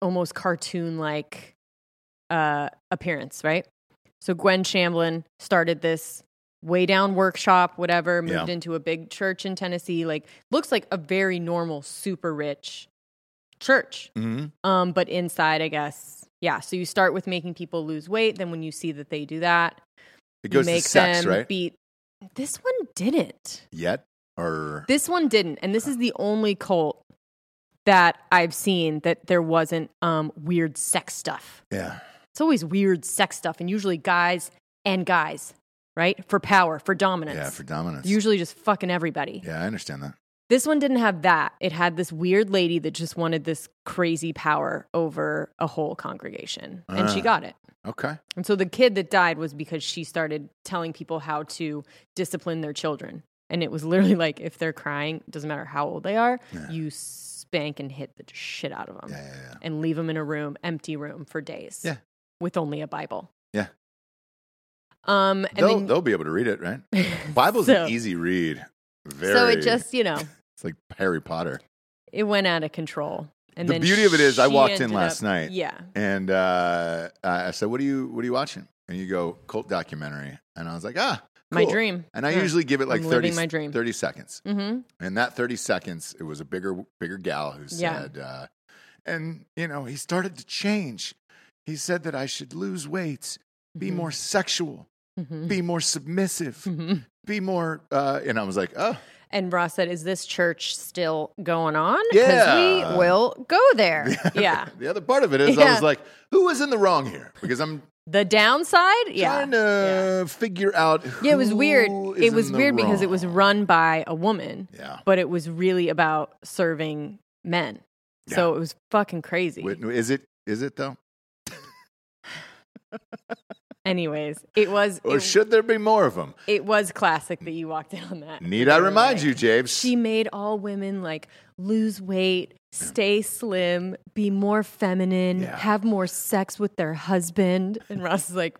Speaker 4: almost cartoon like uh, appearance, right? So Gwen Shamblin started this way down workshop, whatever. Moved
Speaker 1: Yeah.
Speaker 4: into a big church in Tennessee. Like looks like a very normal, super rich church.
Speaker 1: Mhm.
Speaker 4: Um, but inside, I guess, yeah. So you start with making people lose weight. Then when you see that they do that,
Speaker 1: it
Speaker 4: you
Speaker 1: goes
Speaker 4: make
Speaker 1: to sex,
Speaker 4: them
Speaker 1: right?
Speaker 4: beat. This one didn't.
Speaker 1: Yet or
Speaker 4: This one didn't, and this is the only cult that I've seen that there wasn't um, weird sex stuff.
Speaker 1: yeah,
Speaker 4: It's always weird sex stuff, and usually guys and guys, right? For power, for dominance.
Speaker 1: yeah, for dominance.
Speaker 4: usually just fucking everybody.
Speaker 1: yeah, I understand that.
Speaker 4: This one didn't have that. It had this weird lady that just wanted this crazy power over a whole congregation, and she
Speaker 1: Ah.
Speaker 4: got it.
Speaker 1: Okay.
Speaker 4: And so the kid that died was because she started telling people how to discipline their children. And it was literally like if they're crying, doesn't matter how old they are,
Speaker 1: Yeah.
Speaker 4: you spank and hit the shit out of them
Speaker 1: Yeah, yeah, yeah.
Speaker 4: Um, and leave them in a room, empty room for days.
Speaker 1: Yeah.
Speaker 4: With only a Bible.
Speaker 1: Yeah.
Speaker 4: Um and
Speaker 1: They'll,
Speaker 4: then,
Speaker 1: they'll be able to read it, right? Bible's
Speaker 4: so,
Speaker 1: an easy read. Very,
Speaker 4: So it just, you know,
Speaker 1: it's like Harry Potter.
Speaker 4: it went out of control. And
Speaker 1: The
Speaker 4: then
Speaker 1: beauty of it is I
Speaker 4: she
Speaker 1: walked in
Speaker 4: ended
Speaker 1: last
Speaker 4: up-
Speaker 1: night.
Speaker 4: Yeah.
Speaker 1: And uh, I I said, "What are you What are you watching?" And you go, "Cult documentary." And I was like, "Ah,
Speaker 4: My
Speaker 1: cool."
Speaker 4: dream.
Speaker 1: And I
Speaker 4: Yeah.
Speaker 1: usually give it like
Speaker 4: I'm
Speaker 1: 30,
Speaker 4: living my dream.
Speaker 1: 30 seconds.
Speaker 4: mm-hmm.
Speaker 1: And that 30 seconds, it was a bigger, bigger gal who
Speaker 4: Yeah.
Speaker 1: said, uh, and, you know, he started to change. He said that I should lose weight, be more sexual,
Speaker 4: hmm
Speaker 1: be more submissive,
Speaker 4: Mm-hmm. hmm
Speaker 1: be more. Uh, and I was like, oh,
Speaker 4: And Ross said, "Is this church still going on?
Speaker 1: Yeah.
Speaker 4: we will go there. yeah.
Speaker 1: the other part of it is I
Speaker 4: Yeah.
Speaker 1: was like, who is in the wrong here? Because I'm
Speaker 4: The downside, yeah,
Speaker 1: trying to figure out. Who
Speaker 4: yeah. It was weird.
Speaker 1: is
Speaker 4: It
Speaker 1: in
Speaker 4: was
Speaker 1: the
Speaker 4: weird because it was
Speaker 1: wrong.
Speaker 4: run by a woman,
Speaker 1: Yeah.
Speaker 4: but it was really about serving men. So it was fucking crazy.
Speaker 1: Wait, Is it? Is it though?
Speaker 4: Anyways, it was
Speaker 1: Or
Speaker 4: it,
Speaker 1: should there be more of them?
Speaker 4: it was classic that you walked in on that.
Speaker 1: Need I
Speaker 4: They were
Speaker 1: remind
Speaker 4: like-
Speaker 1: you, James?
Speaker 4: She made all women like lose weight, stay slim, be more feminine,
Speaker 1: Yeah.
Speaker 4: have more sex with their husband. And Ross is like,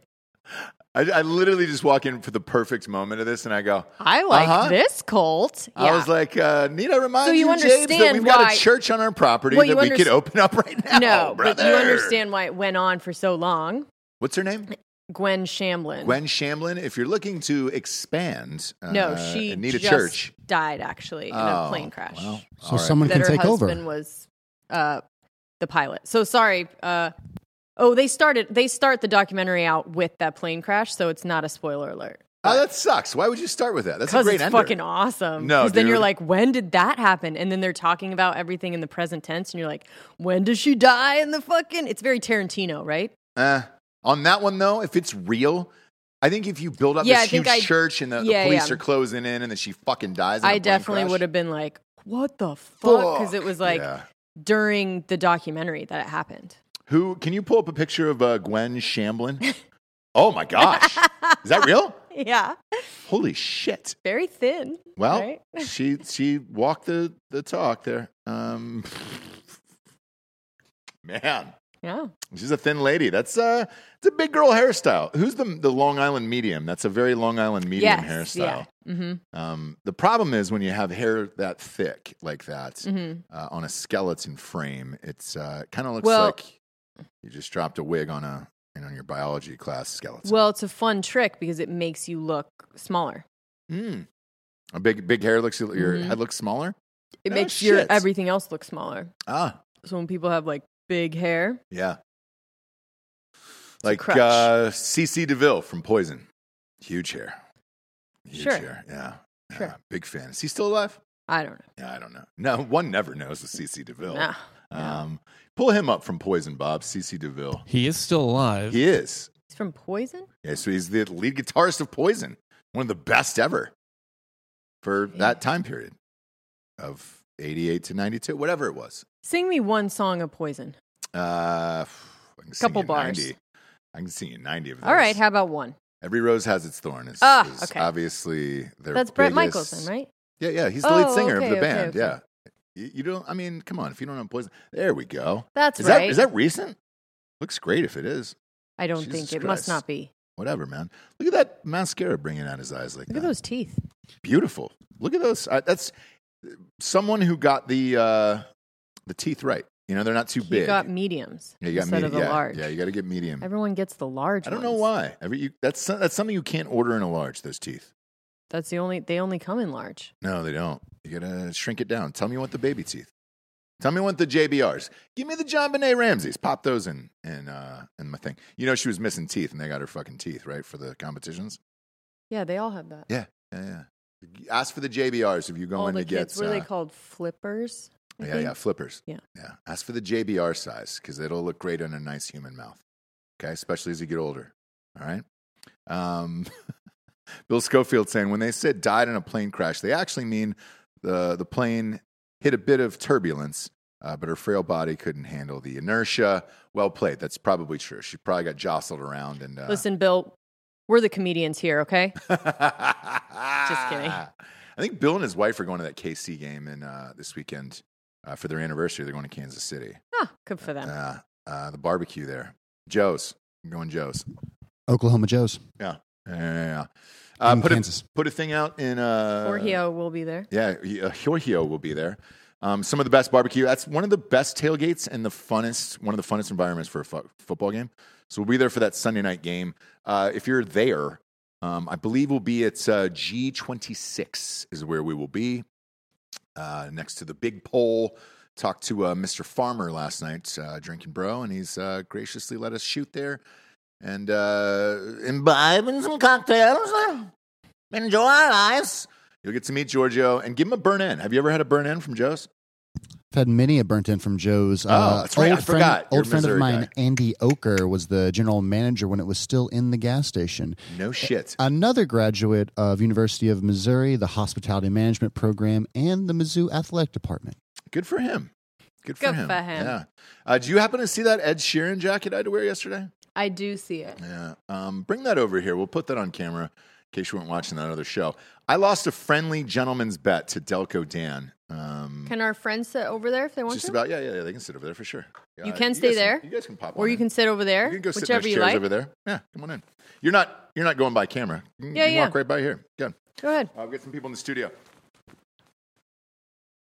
Speaker 1: I, I literally just walk in for the perfect moment of this, and I go.
Speaker 4: I like
Speaker 1: Uh-huh.
Speaker 4: this cult. Yeah.
Speaker 1: I was like, uh, need I remind
Speaker 4: So you
Speaker 1: you, James, that
Speaker 4: understand
Speaker 1: we've got
Speaker 4: why-
Speaker 1: a church on our property
Speaker 4: Well,
Speaker 1: that we
Speaker 4: you
Speaker 1: could
Speaker 4: underst-
Speaker 1: open up right now,
Speaker 4: no,
Speaker 1: brother.
Speaker 4: but you understand why it went on for so long.
Speaker 1: What's her name?
Speaker 4: Gwen Shamblin.
Speaker 1: Gwen Shamblin. If you're looking to expand, uh,
Speaker 4: no, she
Speaker 1: and need a
Speaker 4: just
Speaker 1: church
Speaker 4: died actually in
Speaker 1: Oh,
Speaker 4: a plane crash.
Speaker 1: well,
Speaker 3: So
Speaker 1: all right.
Speaker 3: someone
Speaker 4: that
Speaker 3: can
Speaker 4: her
Speaker 3: take over.
Speaker 4: husband was uh, the pilot. So sorry. Uh, oh, they started. They start the documentary out with that plane crash, so it's not a spoiler alert.
Speaker 1: Oh, that sucks. Why would you start with that? That's a
Speaker 4: Because
Speaker 1: great
Speaker 4: it's
Speaker 1: ender.
Speaker 4: fucking awesome.
Speaker 1: No,
Speaker 4: then you're
Speaker 1: dude.
Speaker 4: like, when did that happen? And then they're talking about everything in the present tense, and you're like, when does she die? In the fucking, it's very Tarantino, right?
Speaker 1: Uh, on that one though, if it's real, I think if you build up
Speaker 4: Yeah, I
Speaker 1: this huge
Speaker 4: think I-
Speaker 1: church and the, the
Speaker 4: Yeah,
Speaker 1: police
Speaker 4: yeah.
Speaker 1: are closing in and then she fucking dies, in a
Speaker 4: I
Speaker 1: plane
Speaker 4: definitely
Speaker 1: crash.
Speaker 4: would have been like, what the fuck? Because it
Speaker 1: Fuck.
Speaker 4: was like
Speaker 1: Yeah.
Speaker 4: during the documentary that it happened.
Speaker 1: Who can you pull up a picture of uh, Gwen Shamblin? oh my gosh, is that real?
Speaker 4: Yeah,
Speaker 1: Holy shit!
Speaker 4: very thin.
Speaker 1: Well,
Speaker 4: right?
Speaker 1: she she walked the the talk there. Um, man,
Speaker 4: yeah.
Speaker 1: she's a thin lady. That's uh, it's a big girl hairstyle. Who's the the Long Island medium? That's a very Long Island medium hairstyle.
Speaker 4: Yeah. hmm
Speaker 1: Um, the problem is when you have hair that thick like that
Speaker 4: hmm
Speaker 1: uh, on a skeleton frame, it's uh, kind of looks
Speaker 4: Well-
Speaker 1: like you just dropped a wig on a and on your biology class skeleton.
Speaker 4: Well, it's a fun trick because it makes you look smaller.
Speaker 1: Mm. a big big hair looks your
Speaker 4: Mhm.
Speaker 1: head looks smaller.
Speaker 4: It
Speaker 1: Oh,
Speaker 4: makes your
Speaker 1: shit.
Speaker 4: everything else look smaller.
Speaker 1: Ah,
Speaker 4: So when people have like big hair,
Speaker 1: yeah. Like
Speaker 4: crutch.
Speaker 1: uh, CC DeVille from Poison, huge hair, huge
Speaker 4: Sure.
Speaker 1: hair. Yeah, yeah,
Speaker 4: Sure.
Speaker 1: big fan. Is he still alive?
Speaker 4: I don't
Speaker 1: Yeah, I don't know. No, one never knows with CC
Speaker 4: know.
Speaker 1: DeVille.
Speaker 4: Nah.
Speaker 1: Um, pull him up from Poison, Bob. CC DeVille.
Speaker 5: He is still alive.
Speaker 1: He is.
Speaker 4: He's from Poison?
Speaker 1: Yeah, so he's the lead guitarist of Poison, one of the best ever for that time period of 88 to 92, whatever it was.
Speaker 4: Sing me one song of Poison.
Speaker 1: Uh, I can sing
Speaker 4: Couple
Speaker 1: you
Speaker 4: bars.
Speaker 1: 90. I can sing you 90 of those.
Speaker 4: All right, how about one?
Speaker 1: Every Rose Has Its Thorn is,
Speaker 4: Ah,
Speaker 1: is
Speaker 4: okay.
Speaker 1: obviously their
Speaker 4: That's Brett
Speaker 1: biggest-
Speaker 4: Michaels, then, right?
Speaker 1: Yeah, yeah. He's the lead
Speaker 4: Oh,
Speaker 1: singer of
Speaker 4: okay,
Speaker 1: the
Speaker 4: okay,
Speaker 1: band.
Speaker 4: okay.
Speaker 1: Yeah. You, you don't, I mean, come on. If you don't know Poison, there we go.
Speaker 4: That's
Speaker 1: is,
Speaker 4: right.
Speaker 1: that, is that recent? Looks great if it is.
Speaker 4: I don't
Speaker 1: Jesus
Speaker 4: think it
Speaker 1: Christ.
Speaker 4: must not be.
Speaker 1: Whatever, man. Look at that mascara bringing out his eyes like
Speaker 4: Look
Speaker 1: that.
Speaker 4: at those teeth.
Speaker 1: Beautiful. Look at those. I, that's someone who got the uh, the teeth right. You know, they're not too
Speaker 4: You
Speaker 1: big.
Speaker 4: got mediums
Speaker 1: yeah, you got
Speaker 4: instead
Speaker 1: medium.
Speaker 4: of the
Speaker 1: yeah,
Speaker 4: large.
Speaker 1: yeah, you got to get medium.
Speaker 4: Everyone gets the large.
Speaker 1: I don't
Speaker 4: ones.
Speaker 1: know why. Every you, that's some- that's something you can't order in a large. Those teeth.
Speaker 4: That's the only. They only come in large.
Speaker 1: No, they don't. You gotta shrink it down. Tell me what the baby teeth. Tell me what the JBRs. Give me the John Benet Ramses. Pop those in in uh, in my thing. You know she was missing teeth, and they got her fucking teeth right for the competitions.
Speaker 4: Yeah, they all have that.
Speaker 1: Yeah, yeah. yeah. Ask for the JBRs if you go
Speaker 4: all
Speaker 1: in
Speaker 4: Oh, the
Speaker 1: to get.
Speaker 4: kids. What are they
Speaker 1: uh,
Speaker 4: called? Flippers. I
Speaker 1: Yeah,
Speaker 4: think?
Speaker 1: yeah, flippers.
Speaker 4: Yeah.
Speaker 1: Yeah. Ask for the JBR size because it'll look great on a nice human mouth. Okay. Especially as you get older. All right. Um, Bill Schofield saying when they said died in a plane crash, they actually mean the, the plane hit a bit of turbulence, uh, but her frail body couldn't handle the inertia. Well played. That's probably true. She probably got jostled around and. Uh,
Speaker 4: Listen, Bill, we're the comedians here, okay?
Speaker 1: Just
Speaker 4: kidding.
Speaker 1: I think Bill and his wife are going to that KC game in, uh, this weekend uh, for their anniversary. They're going to Kansas City.
Speaker 4: Ah, good for them.
Speaker 1: Uh, uh, the barbecue there. Joe's. I'm going Joe's.
Speaker 3: Oklahoma Joe's.
Speaker 1: Yeah. Yeah. yeah, yeah. Uh,
Speaker 3: In
Speaker 1: put, a,
Speaker 3: Kansas.
Speaker 1: put a thing out in. Uh,
Speaker 4: Orheo will be there.
Speaker 1: Yeah. he- Uh, Jorgio will be there. Um, some of the best barbecue. That's one of the best tailgates and the funnest, one of the funnest environments for a fu- football game. So we'll be there for that Sunday night game. Uh, if you're there, um, I believe we'll be at uh, G26 is where we will be uh, next to the big pole. Talked to uh, Mr. Farmer last night, uh, drinking bro, and he's uh, graciously let us shoot there and uh, imbibe in some cocktails, uh, enjoy our lives. You'll get to meet Giorgio and give him a burn in. Have you ever had a burn in from Joe's?
Speaker 3: I've had many a burnt in from Joe's. Oh,
Speaker 1: that's right. I
Speaker 3: friend,
Speaker 1: forgot. You're
Speaker 3: Old
Speaker 1: a
Speaker 3: friend of
Speaker 1: Missouri
Speaker 3: mine,
Speaker 1: guy.
Speaker 3: Andy Oker, was the general manager when it was still in the gas station.
Speaker 1: No shit.
Speaker 3: Another graduate of University of Missouri, the hospitality management program, and the Mizzou athletic department.
Speaker 1: Good for him. Good for
Speaker 4: Good
Speaker 1: him.
Speaker 4: for him.
Speaker 1: Yeah. Uh, do you happen to see that Ed Sheeran jacket I had to wear yesterday?
Speaker 4: I do see it.
Speaker 1: Yeah. Um, bring that over here. We'll put that on camera in case you weren't watching that other show. I lost a friendly gentleman's bet to Delco Dan. Um,
Speaker 4: Can our friends sit over there if they want
Speaker 1: just
Speaker 4: to?
Speaker 1: about, yeah, yeah, yeah. They can sit over there for sure.
Speaker 4: You
Speaker 1: Uh,
Speaker 4: can stay
Speaker 1: guys
Speaker 4: there.
Speaker 1: you guys can pop
Speaker 4: or
Speaker 1: on
Speaker 4: you
Speaker 1: in.
Speaker 4: can sit over there,
Speaker 1: You can go sit in
Speaker 4: whichever
Speaker 1: those
Speaker 4: you
Speaker 1: chairs
Speaker 4: like.
Speaker 1: over there. Yeah, come on in. You're not You're not going by camera. Mm,
Speaker 4: Yeah,
Speaker 1: you
Speaker 4: yeah.
Speaker 1: Walk right by here. Good.
Speaker 4: Go ahead.
Speaker 1: I'll get some people in the studio.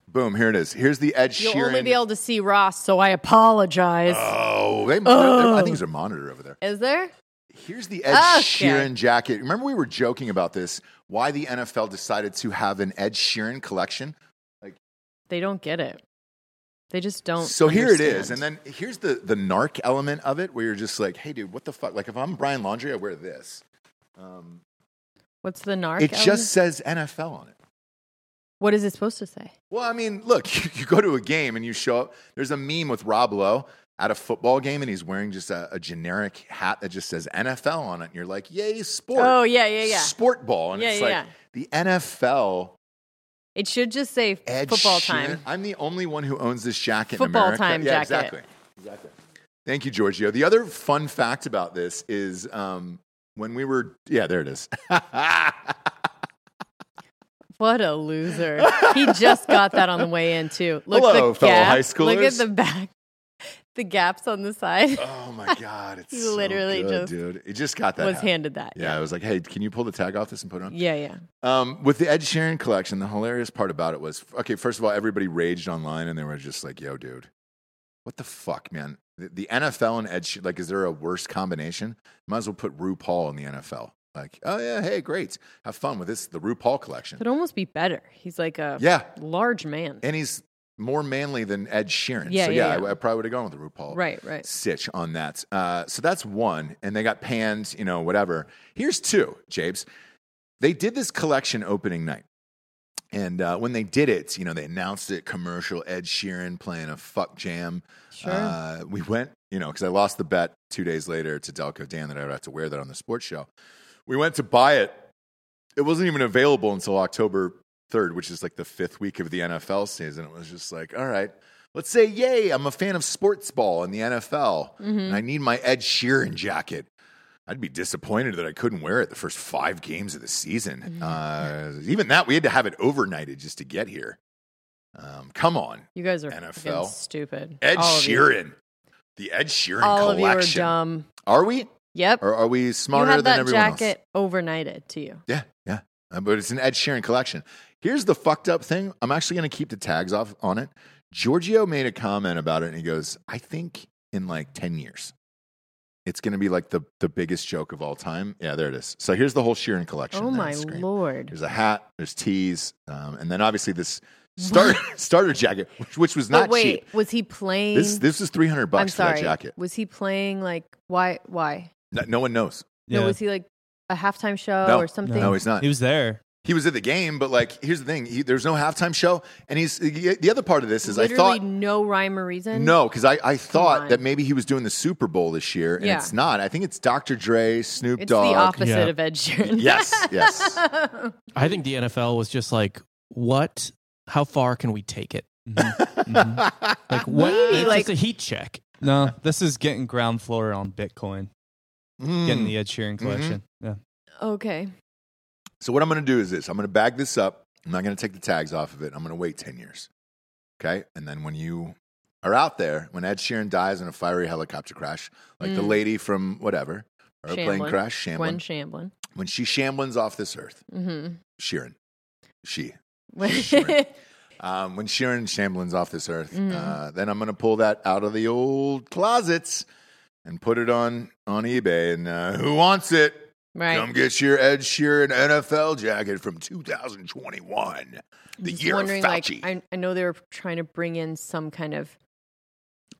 Speaker 1: Boom! Here it is. Here's the Ed
Speaker 4: You'll
Speaker 1: Sheeran.
Speaker 4: only be able to see Ross, so I apologize.
Speaker 1: oh, they, I think there's a monitor over there.
Speaker 4: Is there?
Speaker 1: Here's the Ed
Speaker 4: Okay.
Speaker 1: Sheeran jacket. Remember, we were joking about this. Why the NFL decided to have an Ed Sheeran collection?
Speaker 4: They don't get it. They just don't.
Speaker 1: so here it is, and
Speaker 4: understand.
Speaker 1: then here's the the narc element of it, where you're just like, "Hey, dude, what the fuck?" Like, if I'm Brian Laundry, I wear this. Um,
Speaker 4: what's the narc?
Speaker 1: it
Speaker 4: element?
Speaker 1: just says NFL on it.
Speaker 4: What is it supposed to say?
Speaker 1: Well, I mean, look, you, you go to a game and you show up. There's a meme with Rob Lowe at a football game, and he's wearing just a, a generic hat that just says NFL on it. And you're like, "Yay, sport!"
Speaker 4: Oh yeah, yeah, yeah.
Speaker 1: Sport ball, and
Speaker 4: Yeah,
Speaker 1: it's
Speaker 4: yeah,
Speaker 1: like
Speaker 4: yeah.
Speaker 1: the NFL
Speaker 4: It should just say
Speaker 1: Ed
Speaker 4: football
Speaker 1: Sheeran-
Speaker 4: time.
Speaker 1: I'm the only one who owns this jacket. in
Speaker 4: Football
Speaker 1: America.
Speaker 4: time
Speaker 1: yeah,
Speaker 4: jacket.
Speaker 1: Exactly. Exactly. Thank you, Giorgio. The other fun fact about this is um, when we were, yeah, there it is.
Speaker 4: What a loser! he just got that on the way in too. Look at
Speaker 1: Hello,
Speaker 4: the
Speaker 1: fellow
Speaker 4: gap.
Speaker 1: high
Speaker 4: Look at
Speaker 1: schoolers.
Speaker 4: the back, the gaps on the side.
Speaker 1: oh my god, it's
Speaker 4: He
Speaker 1: so
Speaker 4: literally
Speaker 1: good,
Speaker 4: just
Speaker 1: dude. It just got that.
Speaker 4: was
Speaker 1: out.
Speaker 4: handed that.
Speaker 1: Yeah, I was like, hey, can you pull the tag off this and put it on?
Speaker 4: yeah, yeah.
Speaker 1: Um, with the Ed Sheeran collection, the hilarious part about it was okay, first of all, everybody raged online and they were just like, yo, dude, what the fuck, man? The, the NFL and Ed Sheeran, like, is there a worse combination? Might as well put RuPaul in the NFL. Like, oh, yeah, hey, great. Have fun with this, the RuPaul collection.
Speaker 4: It'd almost be better. He's like a
Speaker 1: Yeah.
Speaker 4: large man.
Speaker 1: And he's more manly than Ed Sheeran.
Speaker 4: Yeah,
Speaker 1: so,
Speaker 4: yeah,
Speaker 1: yeah,
Speaker 4: yeah.
Speaker 1: I, I probably would have gone with the RuPaul
Speaker 4: Right, right.
Speaker 1: sitch on that. Uh, so that's one, and they got panned, you know, whatever. Here's two, Japes. They did this collection opening night. And uh, when they did it, you know, they announced it commercial, Ed Sheeran playing a fuck jam.
Speaker 4: Sure.
Speaker 1: Uh, we went, you know, because I lost the bet two days later to Delco Dan that I would have to wear that on the sports show. We went to buy it. It wasn't even available until October 3rd, which is like the fifth week of the NFL season. It was just like, all right, let's say, yay, I'm a fan of sports ball in the NFL, and I need my Ed Sheeran jacket. I'd be disappointed that I couldn't wear it the first five games of the season. Uh, even that, we had to have it overnighted just to get here. Um, come on,
Speaker 4: you guys are
Speaker 1: NFL.
Speaker 4: fucking stupid.
Speaker 1: Ed
Speaker 4: All of you.
Speaker 1: Sheeran, the Ed Sheeran
Speaker 4: All of you are
Speaker 1: collection.
Speaker 4: dumb.
Speaker 1: Are we?
Speaker 4: Yep.
Speaker 1: Or are we
Speaker 4: You
Speaker 1: smarter
Speaker 4: had
Speaker 1: than
Speaker 4: that
Speaker 1: everyone else?
Speaker 4: jacket overnighted to you.
Speaker 1: Yeah, yeah. Uh, But it's an Ed Sheeran collection. Here's the fucked up thing. I'm actually going to keep the tags off on it. Giorgio made a comment about it, and he goes, "I think in like ten years, it's going to be like the the biggest joke of all time." Yeah, there it is. So here's the whole Sheeran collection.
Speaker 4: Oh
Speaker 1: on
Speaker 4: my
Speaker 1: the screen.
Speaker 4: lord.
Speaker 1: There's a hat. There's tees, um, and then obviously this starter starter jacket, which, which was not
Speaker 4: but wait,
Speaker 1: cheap.
Speaker 4: was he playing?
Speaker 1: This this is 300 bucks
Speaker 4: I'm
Speaker 1: for
Speaker 4: sorry.
Speaker 1: that jacket.
Speaker 4: Was he playing like why? Why?
Speaker 1: No, no one knows.
Speaker 4: No, was he like a halftime show
Speaker 1: No.
Speaker 4: or something?
Speaker 1: No, he's not.
Speaker 6: he was there.
Speaker 1: He was at the game, but like, here's the thing: he, there's no halftime show, and he's the other part of this is
Speaker 4: Literally
Speaker 1: I thought
Speaker 4: no rhyme or reason.
Speaker 1: no, because I, I
Speaker 4: on.
Speaker 1: thought that maybe he was doing the Super Bowl this year, and
Speaker 4: Yeah.
Speaker 1: it's not. I think it's Dr. Dre, Snoop
Speaker 4: it's
Speaker 1: Dogg.
Speaker 4: the opposite
Speaker 5: Yeah.
Speaker 4: of Ed Sheeran.
Speaker 1: Yes, yes.
Speaker 5: I think the NFL was just like, what? How far can we take it?
Speaker 6: Mm-hmm.
Speaker 1: Mm-hmm.
Speaker 5: Like what?
Speaker 4: Uh, Maybe,
Speaker 5: it's
Speaker 4: like-
Speaker 5: just a heat check.
Speaker 6: No, this is getting ground floor on Bitcoin,
Speaker 1: Mm.
Speaker 6: getting the Ed Sheeran collection. Yeah.
Speaker 4: okay.
Speaker 1: So what I'm going to do is this: I'm going to bag this up. I'm not going to take the tags off of it. I'm going to wait ten years, okay? And then when you are out there, when Ed Sheeran dies in a fiery helicopter crash, like the
Speaker 4: Mm.
Speaker 1: lady from whatever or a plane
Speaker 4: Shamblin.
Speaker 1: crash, Shamblin,
Speaker 4: Gwen Shamblin.
Speaker 1: when she shamblins off this earth,
Speaker 4: Mm-hmm.
Speaker 1: Sheeran, she, Sheeran. Um, when Sharon Shamblin's off this earth,
Speaker 4: Mm.
Speaker 1: uh, then I'm going to pull that out of the old closets and put it on on eBay. And uh, who wants it?
Speaker 4: right.
Speaker 1: Come get your Ed Sheeran NFL jacket from 2021, the
Speaker 4: Just
Speaker 1: year of
Speaker 4: wondering,
Speaker 1: Fauci.
Speaker 4: like, I, I know they were trying to bring in some kind of,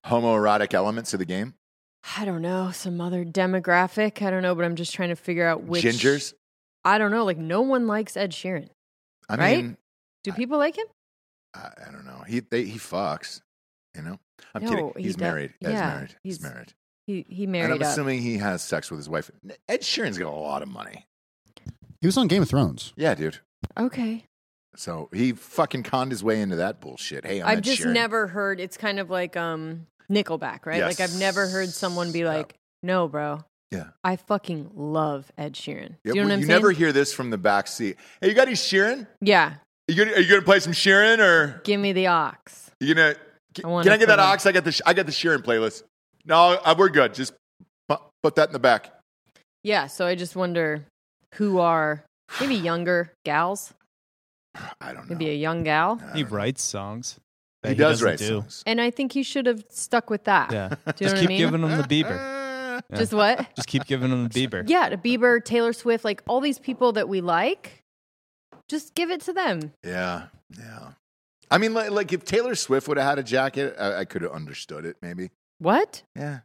Speaker 1: Homoerotic elements of the game.
Speaker 4: I don't know, some other demographic. I don't know, but I'm just trying to figure out which
Speaker 1: Gingers.
Speaker 4: I don't know. Like, no one likes Ed Sheeran.
Speaker 1: I
Speaker 4: right?
Speaker 1: mean,
Speaker 4: Do people like him?
Speaker 1: I, I don't know. He they, he fucks. You know, I'm
Speaker 4: No,
Speaker 1: kidding.
Speaker 4: he
Speaker 1: He's
Speaker 4: does-
Speaker 1: married. He's
Speaker 4: yeah,
Speaker 1: married. He's,
Speaker 4: he's
Speaker 1: married.
Speaker 4: He he
Speaker 1: And
Speaker 4: married
Speaker 1: I'm
Speaker 4: up.
Speaker 1: assuming he has sex with his wife. Ed Sheeran's got a lot of money.
Speaker 3: He was on Game of Thrones.
Speaker 1: Yeah, dude.
Speaker 4: okay.
Speaker 1: So he fucking conned his way into that bullshit. Hey, I'm
Speaker 4: I've
Speaker 1: Ed
Speaker 4: just
Speaker 1: Sheeran.
Speaker 4: never heard. It's kind of like um Nickelback, right? Like I've never heard someone be
Speaker 1: Yes.
Speaker 4: like, "No, bro,
Speaker 1: Yeah.
Speaker 4: I fucking love Ed Sheeran." Do
Speaker 1: Yeah,
Speaker 4: you know
Speaker 1: well,
Speaker 4: what I'm
Speaker 1: you
Speaker 4: saying?
Speaker 1: never hear this from the back seat. Hey, you got any Sheeran?
Speaker 4: yeah,
Speaker 1: Are you gonna, are you gonna play some Sheeran or
Speaker 4: give me the ox.
Speaker 1: you gonna? Can,
Speaker 4: I wanna
Speaker 1: can I get that
Speaker 4: play-
Speaker 1: ox? uh, I got the Sh- I got the Sheeran playlist. No, I, we're good. Just pu- put that in the back.
Speaker 4: Yeah, so I just wonder who are maybe younger gals,
Speaker 1: I don't know.
Speaker 4: maybe a young gal.
Speaker 1: I
Speaker 6: He
Speaker 1: don't know.
Speaker 6: writes songs. that
Speaker 1: He does
Speaker 6: doesn't
Speaker 1: write
Speaker 6: do.
Speaker 1: songs.
Speaker 4: And I think he should have stuck with that.
Speaker 6: Yeah.
Speaker 4: Do you know
Speaker 6: Just
Speaker 4: what I
Speaker 6: keep
Speaker 4: mean?
Speaker 6: giving
Speaker 1: Eh,
Speaker 6: him the Bieber. yeah.
Speaker 4: Just what?
Speaker 6: Just keep giving him the Bieber.
Speaker 4: Yeah, to Bieber, Taylor Swift, like all these people that we like, just give it to them.
Speaker 1: Yeah, yeah. I mean, like, like if Taylor Swift would have had a jacket, I, I could have understood it. Maybe.
Speaker 4: What?
Speaker 1: Yeah.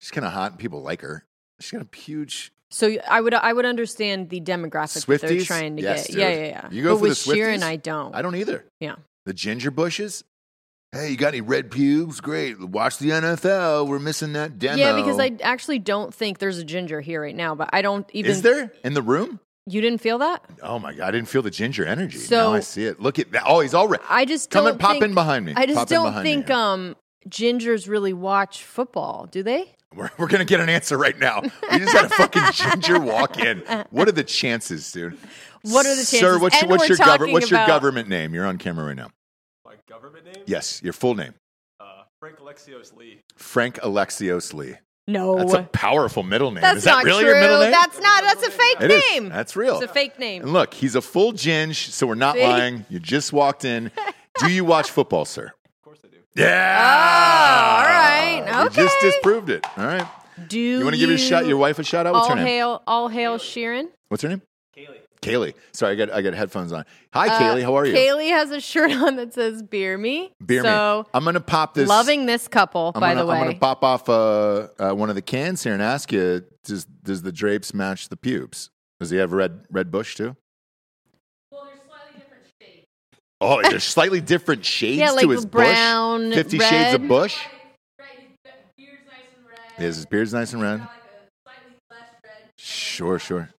Speaker 1: She's kind of hot, and people like her. She's got a huge.
Speaker 4: So y- I would I would understand the demographic that they're
Speaker 1: Swifties?
Speaker 4: trying to
Speaker 1: Yes,
Speaker 4: get.
Speaker 1: dude.
Speaker 4: Yeah, yeah, yeah.
Speaker 1: You go
Speaker 4: but
Speaker 1: for the
Speaker 4: with Sheeran,
Speaker 1: Swifties?
Speaker 4: I don't.
Speaker 1: I don't either.
Speaker 4: Yeah.
Speaker 1: The ginger bushes. Hey, you got any red pubes? Great. Watch the NFL. We're missing that demo.
Speaker 4: Yeah, because I actually don't think there's a ginger here right now. But I don't even.
Speaker 1: Is there in the room?
Speaker 4: You didn't feel that?
Speaker 1: Oh my god, I didn't feel the ginger energy.
Speaker 4: So-
Speaker 1: now I see it. Look at that. Oh, he's all red.
Speaker 4: I just
Speaker 1: Come
Speaker 4: don't
Speaker 1: and pop
Speaker 4: think,
Speaker 1: in behind me.
Speaker 4: I just
Speaker 1: Pop in
Speaker 4: don't
Speaker 1: behind
Speaker 4: think
Speaker 1: me.
Speaker 4: um gingers really watch football, do they?
Speaker 1: We're, we're gonna get an answer right now. We just had a fucking ginger walk in. What are the chances, dude?
Speaker 4: What are the chances?
Speaker 1: Sir, what's,
Speaker 4: And
Speaker 1: your what's your
Speaker 4: we're
Speaker 1: government?
Speaker 4: talking
Speaker 1: What's your
Speaker 4: about-
Speaker 1: government name? You're on camera right now.
Speaker 7: My government name?
Speaker 1: Yes, your full name,
Speaker 7: Uh, Frank Alexios Lee.
Speaker 1: Frank Alexios Lee.
Speaker 2: No.
Speaker 1: That's a powerful middle name.
Speaker 4: That's
Speaker 1: is that
Speaker 4: not
Speaker 1: really
Speaker 4: true.
Speaker 1: your middle name?
Speaker 4: That's not. That's a fake
Speaker 1: It is.
Speaker 4: name.
Speaker 1: That's real.
Speaker 4: It's a fake name.
Speaker 1: And look, he's a full ginge, so we're not
Speaker 4: See?
Speaker 1: lying. You just walked in. Do you watch football, sir?
Speaker 7: Of course I do.
Speaker 1: Yeah.
Speaker 4: Oh, all right.
Speaker 1: You just
Speaker 4: Okay.
Speaker 1: disproved it. All right.
Speaker 4: Do
Speaker 1: You want to give your shot, your wife a shout out? What's her
Speaker 4: all
Speaker 1: name?
Speaker 4: hail, all hail, Sheeran.
Speaker 1: What's her name? Kaylee. Kaylee. Sorry, I got I got headphones on. Hi,
Speaker 4: Uh,
Speaker 1: Kaylee. How are you?
Speaker 4: Kaylee has a shirt on that says "Beer Me."
Speaker 1: Beer
Speaker 4: so,
Speaker 1: me. I'm gonna pop this.
Speaker 4: loving this couple,
Speaker 1: I'm
Speaker 4: by
Speaker 1: gonna,
Speaker 4: the way.
Speaker 1: I'm gonna pop off uh, uh, one of the cans here and ask you: Does does the drapes match the pubes? Does he have red red bush too? Well, Oh, they're slightly different shades.
Speaker 4: yeah,
Speaker 1: Oh, there's slightly different shades
Speaker 4: like
Speaker 1: to his
Speaker 4: brown,
Speaker 1: bush. Fifty
Speaker 4: red.
Speaker 1: Shades of Bush. Yes, his beard's nice and red. Sure, sure.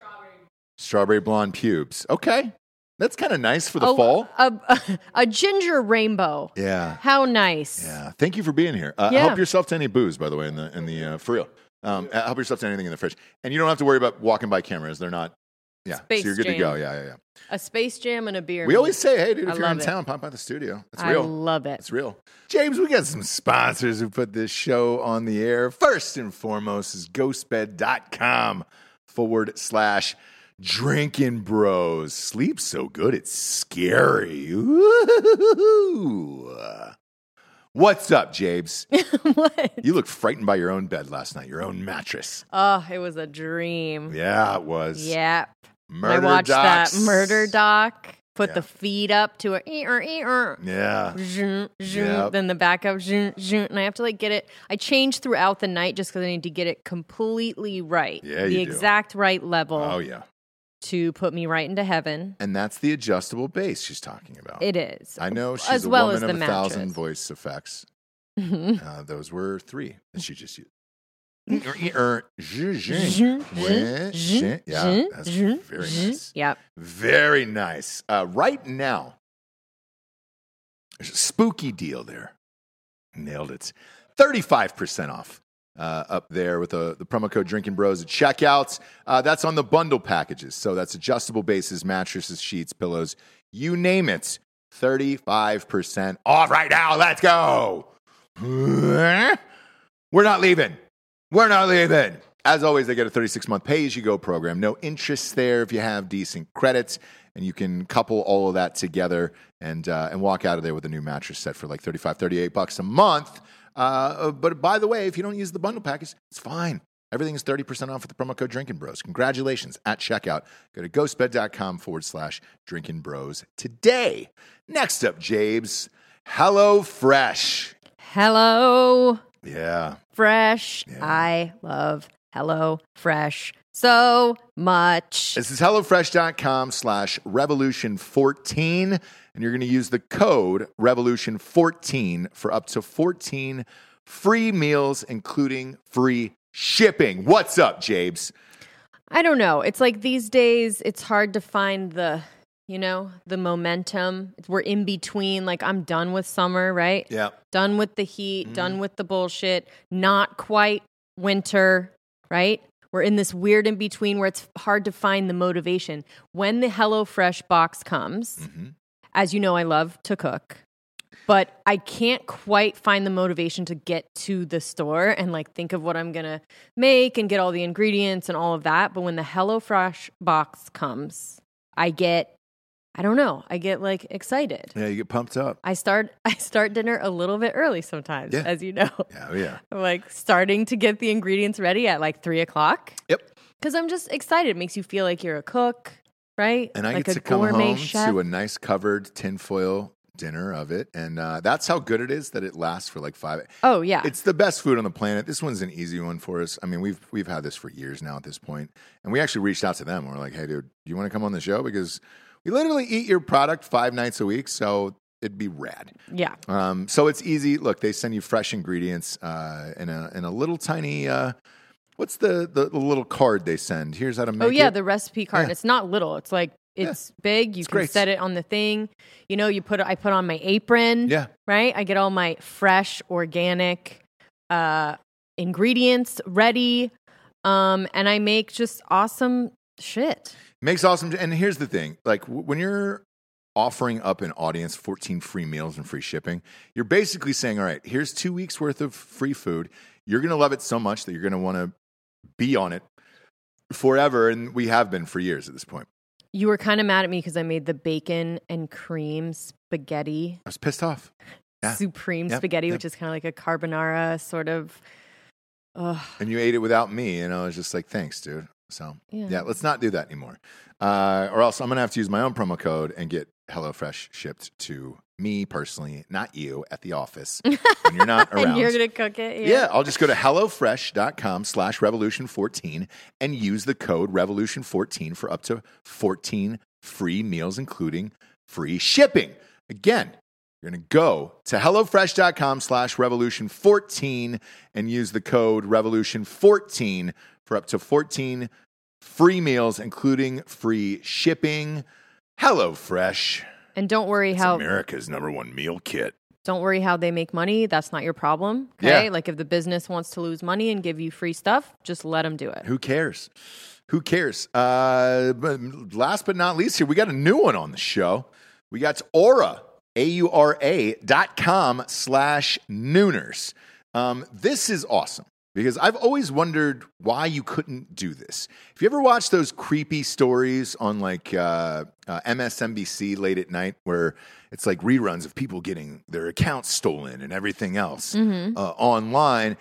Speaker 1: Strawberry blonde pubes. Okay, that's kind of nice for the
Speaker 4: Oh,
Speaker 1: fall.
Speaker 4: a, a ginger rainbow.
Speaker 1: Yeah.
Speaker 4: How nice.
Speaker 1: Yeah, thank you for being here. Uh,
Speaker 4: Yeah.
Speaker 1: Help yourself to any booze, by the way, in the in the uh, for real. Um, uh, help yourself to anything in the fridge, and you don't have to worry about walking by cameras. They're not. Yeah,
Speaker 4: Space
Speaker 1: so you're good to
Speaker 4: Jam.
Speaker 1: go. Yeah, yeah, yeah.
Speaker 4: A space jam and a beer.
Speaker 1: We
Speaker 4: me.
Speaker 1: always say, hey, dude,
Speaker 4: I
Speaker 1: if you're in
Speaker 4: love it.
Speaker 1: town, pop by the studio. It's
Speaker 4: I
Speaker 1: real.
Speaker 4: love it.
Speaker 1: It's real. James, we got some sponsors who put this show on the air. First and foremost is ghostbed.com forward slash drinking bros. Sleep so good, it's scary. Ooh. What's up, James?
Speaker 4: what?
Speaker 1: You look frightened by your own bed last night, your own mattress.
Speaker 4: Oh, it was a dream.
Speaker 1: Yeah, it was.
Speaker 4: Yeah.
Speaker 1: Murder
Speaker 4: I watched
Speaker 1: docs.
Speaker 4: that murder doc. Put
Speaker 1: Yeah.
Speaker 4: the feet up to a eer eer.
Speaker 1: Yeah.
Speaker 4: Zoom, zoom,
Speaker 1: Yep.
Speaker 4: Then the backup, zoom, zoom, and I have to like get it. I change throughout the night just because I need to get it completely right,
Speaker 1: Yeah,
Speaker 4: the
Speaker 1: you do.
Speaker 4: exact right level
Speaker 1: Oh, yeah.
Speaker 4: to put me right into heaven.
Speaker 1: And that's the adjustable base she's talking about.
Speaker 4: It is.
Speaker 1: Oh. I know she's
Speaker 4: as
Speaker 1: a
Speaker 4: well
Speaker 1: woman
Speaker 4: as
Speaker 1: of
Speaker 4: the
Speaker 1: a thousand
Speaker 4: mattress.
Speaker 1: voice effects.
Speaker 4: Mhm.
Speaker 1: Uh, those were three that she just used. Er, zh,
Speaker 4: Zh,
Speaker 1: zh.
Speaker 4: zh,
Speaker 1: Weh,
Speaker 4: zh,
Speaker 1: zh. Yeah,
Speaker 4: zh,
Speaker 1: that's
Speaker 4: zh,
Speaker 1: very
Speaker 4: zh.
Speaker 1: nice.
Speaker 4: Yep.
Speaker 1: Very nice. Uh, right now, there's a spooky deal there. Nailed it. 35% off uh, up there with the, the promo code Drinking Bros at checkouts. Uh, that's on the bundle packages. So that's adjustable bases, mattresses, sheets, pillows, you name it. 35% off right now. Let's go. We're not leaving. We're not leaving. As always, they get a 36 month pay as you go program. No interest there if you have decent credits, and you can couple all of that together and uh, and walk out of there with a new mattress set for like 35, 38 bucks a month. Uh, but by the way, if you don't use the bundle package, it's fine. Everything is 30% off with the promo code Drinking Bros. Congratulations at checkout. Go to ghostbed.com forward slash Drinking Bros today. Next up, Jabes, Hello Fresh.
Speaker 4: Hello,
Speaker 1: Yeah.
Speaker 4: fresh.
Speaker 1: Yeah.
Speaker 4: I love Hello Fresh so much.
Speaker 1: This is HelloFresh.com slash Revolution14, and you're going to use the code Revolution14 for up to 14 free meals, including free shipping. What's up, Jabes?
Speaker 4: I don't know. It's like these days, it's hard to find the, you know, the momentum. We're in between. Like I'm done with summer, right?
Speaker 1: Yeah.
Speaker 4: Done with the heat. Done with the bullshit. Not quite winter, right? We're in this weird in between where it's hard to find the motivation. When the HelloFresh box comes,
Speaker 1: Mhm.
Speaker 4: as you know, I love to cook. but I can't quite find the motivation to get to the store and like think of what I'm gonna make and get all the ingredients and all of that. But when the HelloFresh box comes, I get, I don't know, I get like excited.
Speaker 1: Yeah, you get pumped up.
Speaker 4: I start I start dinner a little bit early sometimes,
Speaker 1: Yeah.
Speaker 4: as you know.
Speaker 1: Yeah, oh, yeah.
Speaker 4: I'm like starting to get the ingredients ready at like three o'clock.
Speaker 1: Yep.
Speaker 4: Because I'm just excited. It makes you feel like you're a cook, right?
Speaker 1: And I
Speaker 4: like
Speaker 1: get to come home to a nice covered tinfoil dinner of it. And uh, that's how good it is that it lasts for like five.
Speaker 4: oh yeah.
Speaker 1: It's the best food on the planet. This one's an easy one for us. I mean, we've we've had this for years now at this point, and we actually reached out to them. We're like, "Hey, dude, do you want to come on the show? Because we literally eat your product five nights a week, so it'd be rad."
Speaker 4: yeah.
Speaker 1: Um, so it's easy. Look, they send you fresh ingredients uh, in a in a little tiny. Uh, what's the, the the little card they send? Here's how to make.
Speaker 4: Oh yeah,
Speaker 1: it.
Speaker 4: the recipe card.
Speaker 1: Yeah.
Speaker 4: It's not little. It's like
Speaker 1: Yeah.
Speaker 4: it's big. You
Speaker 1: It's
Speaker 4: can
Speaker 1: great.
Speaker 4: set it on the thing. You know, you put I put on my apron.
Speaker 1: yeah.
Speaker 4: Right. I get all my fresh organic uh, ingredients ready, um, and I make just awesome shit.
Speaker 1: Makes awesome. And here's the thing: like w- when you're offering up an audience 14 free meals and free shipping, you're basically saying, "All right, here's two weeks worth of free food. You're gonna love it so much that you're gonna want to be on it forever." And we have been for years at this point.
Speaker 4: You were kind of mad at me because I made the bacon and cream spaghetti,
Speaker 1: I was pissed off. Yeah.
Speaker 4: supreme
Speaker 1: Yep,
Speaker 4: spaghetti,
Speaker 1: yep.
Speaker 4: which is kind of like a carbonara sort of. Ugh,
Speaker 1: and you ate it without me and i was just like thanks dude so yeah,
Speaker 4: Yeah.
Speaker 1: let's not do that anymore uh, or else i'm gonna have to use my own promo code and get hellofresh shipped to me personally not you at the office when you're not around
Speaker 4: and you're gonna cook it.
Speaker 1: yeah. I'll just go to HelloFresh.com slash Revolution14 and use the code Revolution14 for up to 14 free meals, including free shipping. Again, you're going to go to HelloFresh.com slash Revolution14 and use the code Revolution14 for up to 14 free meals, including free shipping. HelloFresh,
Speaker 4: And don't worry
Speaker 1: it's
Speaker 4: how
Speaker 1: America's number one meal kit.
Speaker 4: don't worry how they make money. That's not your problem. Okay.
Speaker 1: Yeah.
Speaker 4: Like if the business wants to lose money and give you free stuff, just let them do it.
Speaker 1: Who cares? Who cares? Uh, but last but not least, here we got a new one on the show. We got Aura A U R A dot com slash Nooners. Um, this is awesome because I've always wondered why you couldn't do this. If you ever watch those creepy stories on like uh, uh, MSNBC late at night, where it's like reruns of people getting their accounts stolen and everything else uh, online.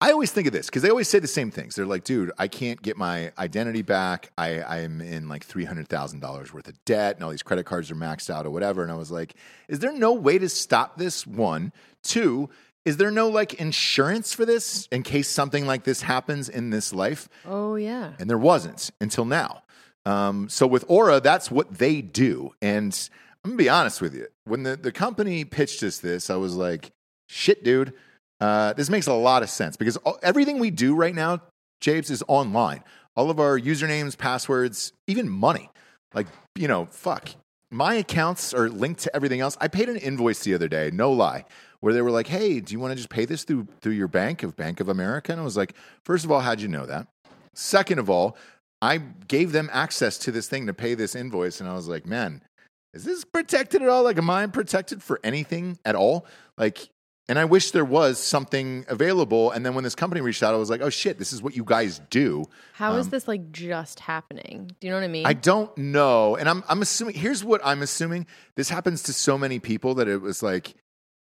Speaker 1: I always think of this because they always say the same things. They're like, dude, I can't get my identity back. I, I'm in like $300,000 worth of debt and all these credit cards are maxed out or whatever. And I was like, is there no way to stop this? One. Two, is there no like insurance for this in case something like this happens in this life?
Speaker 4: Oh yeah.
Speaker 1: and there wasn't until now. Um, so with Aura, that's what they do. And I'm gonna be honest with you. When the, the company pitched us this, I was like, shit, dude, uh, this makes a lot of sense because all, everything we do right now, Japes, is online. All of our usernames, passwords, even money. Like, you know, fuck. My accounts are linked to everything else. I paid an invoice the other day, no lie, where they were like, "Hey, do you want to just pay this through through your bank of Bank of America?" And I was like, first of all, how'd you know that?" Second of all, I gave them access to this thing to pay this invoice, and I was like, man, is this protected at all? Like, am I protected for anything at all? Like, and I wish there was something available. And then when this company reached out, I was like, oh shit, this is what you guys do.
Speaker 4: How is this like just happening? Do you know what I mean?
Speaker 1: Um. I don't know. And I'm, I'm assuming, here's what I'm assuming this happens to so many people that it was like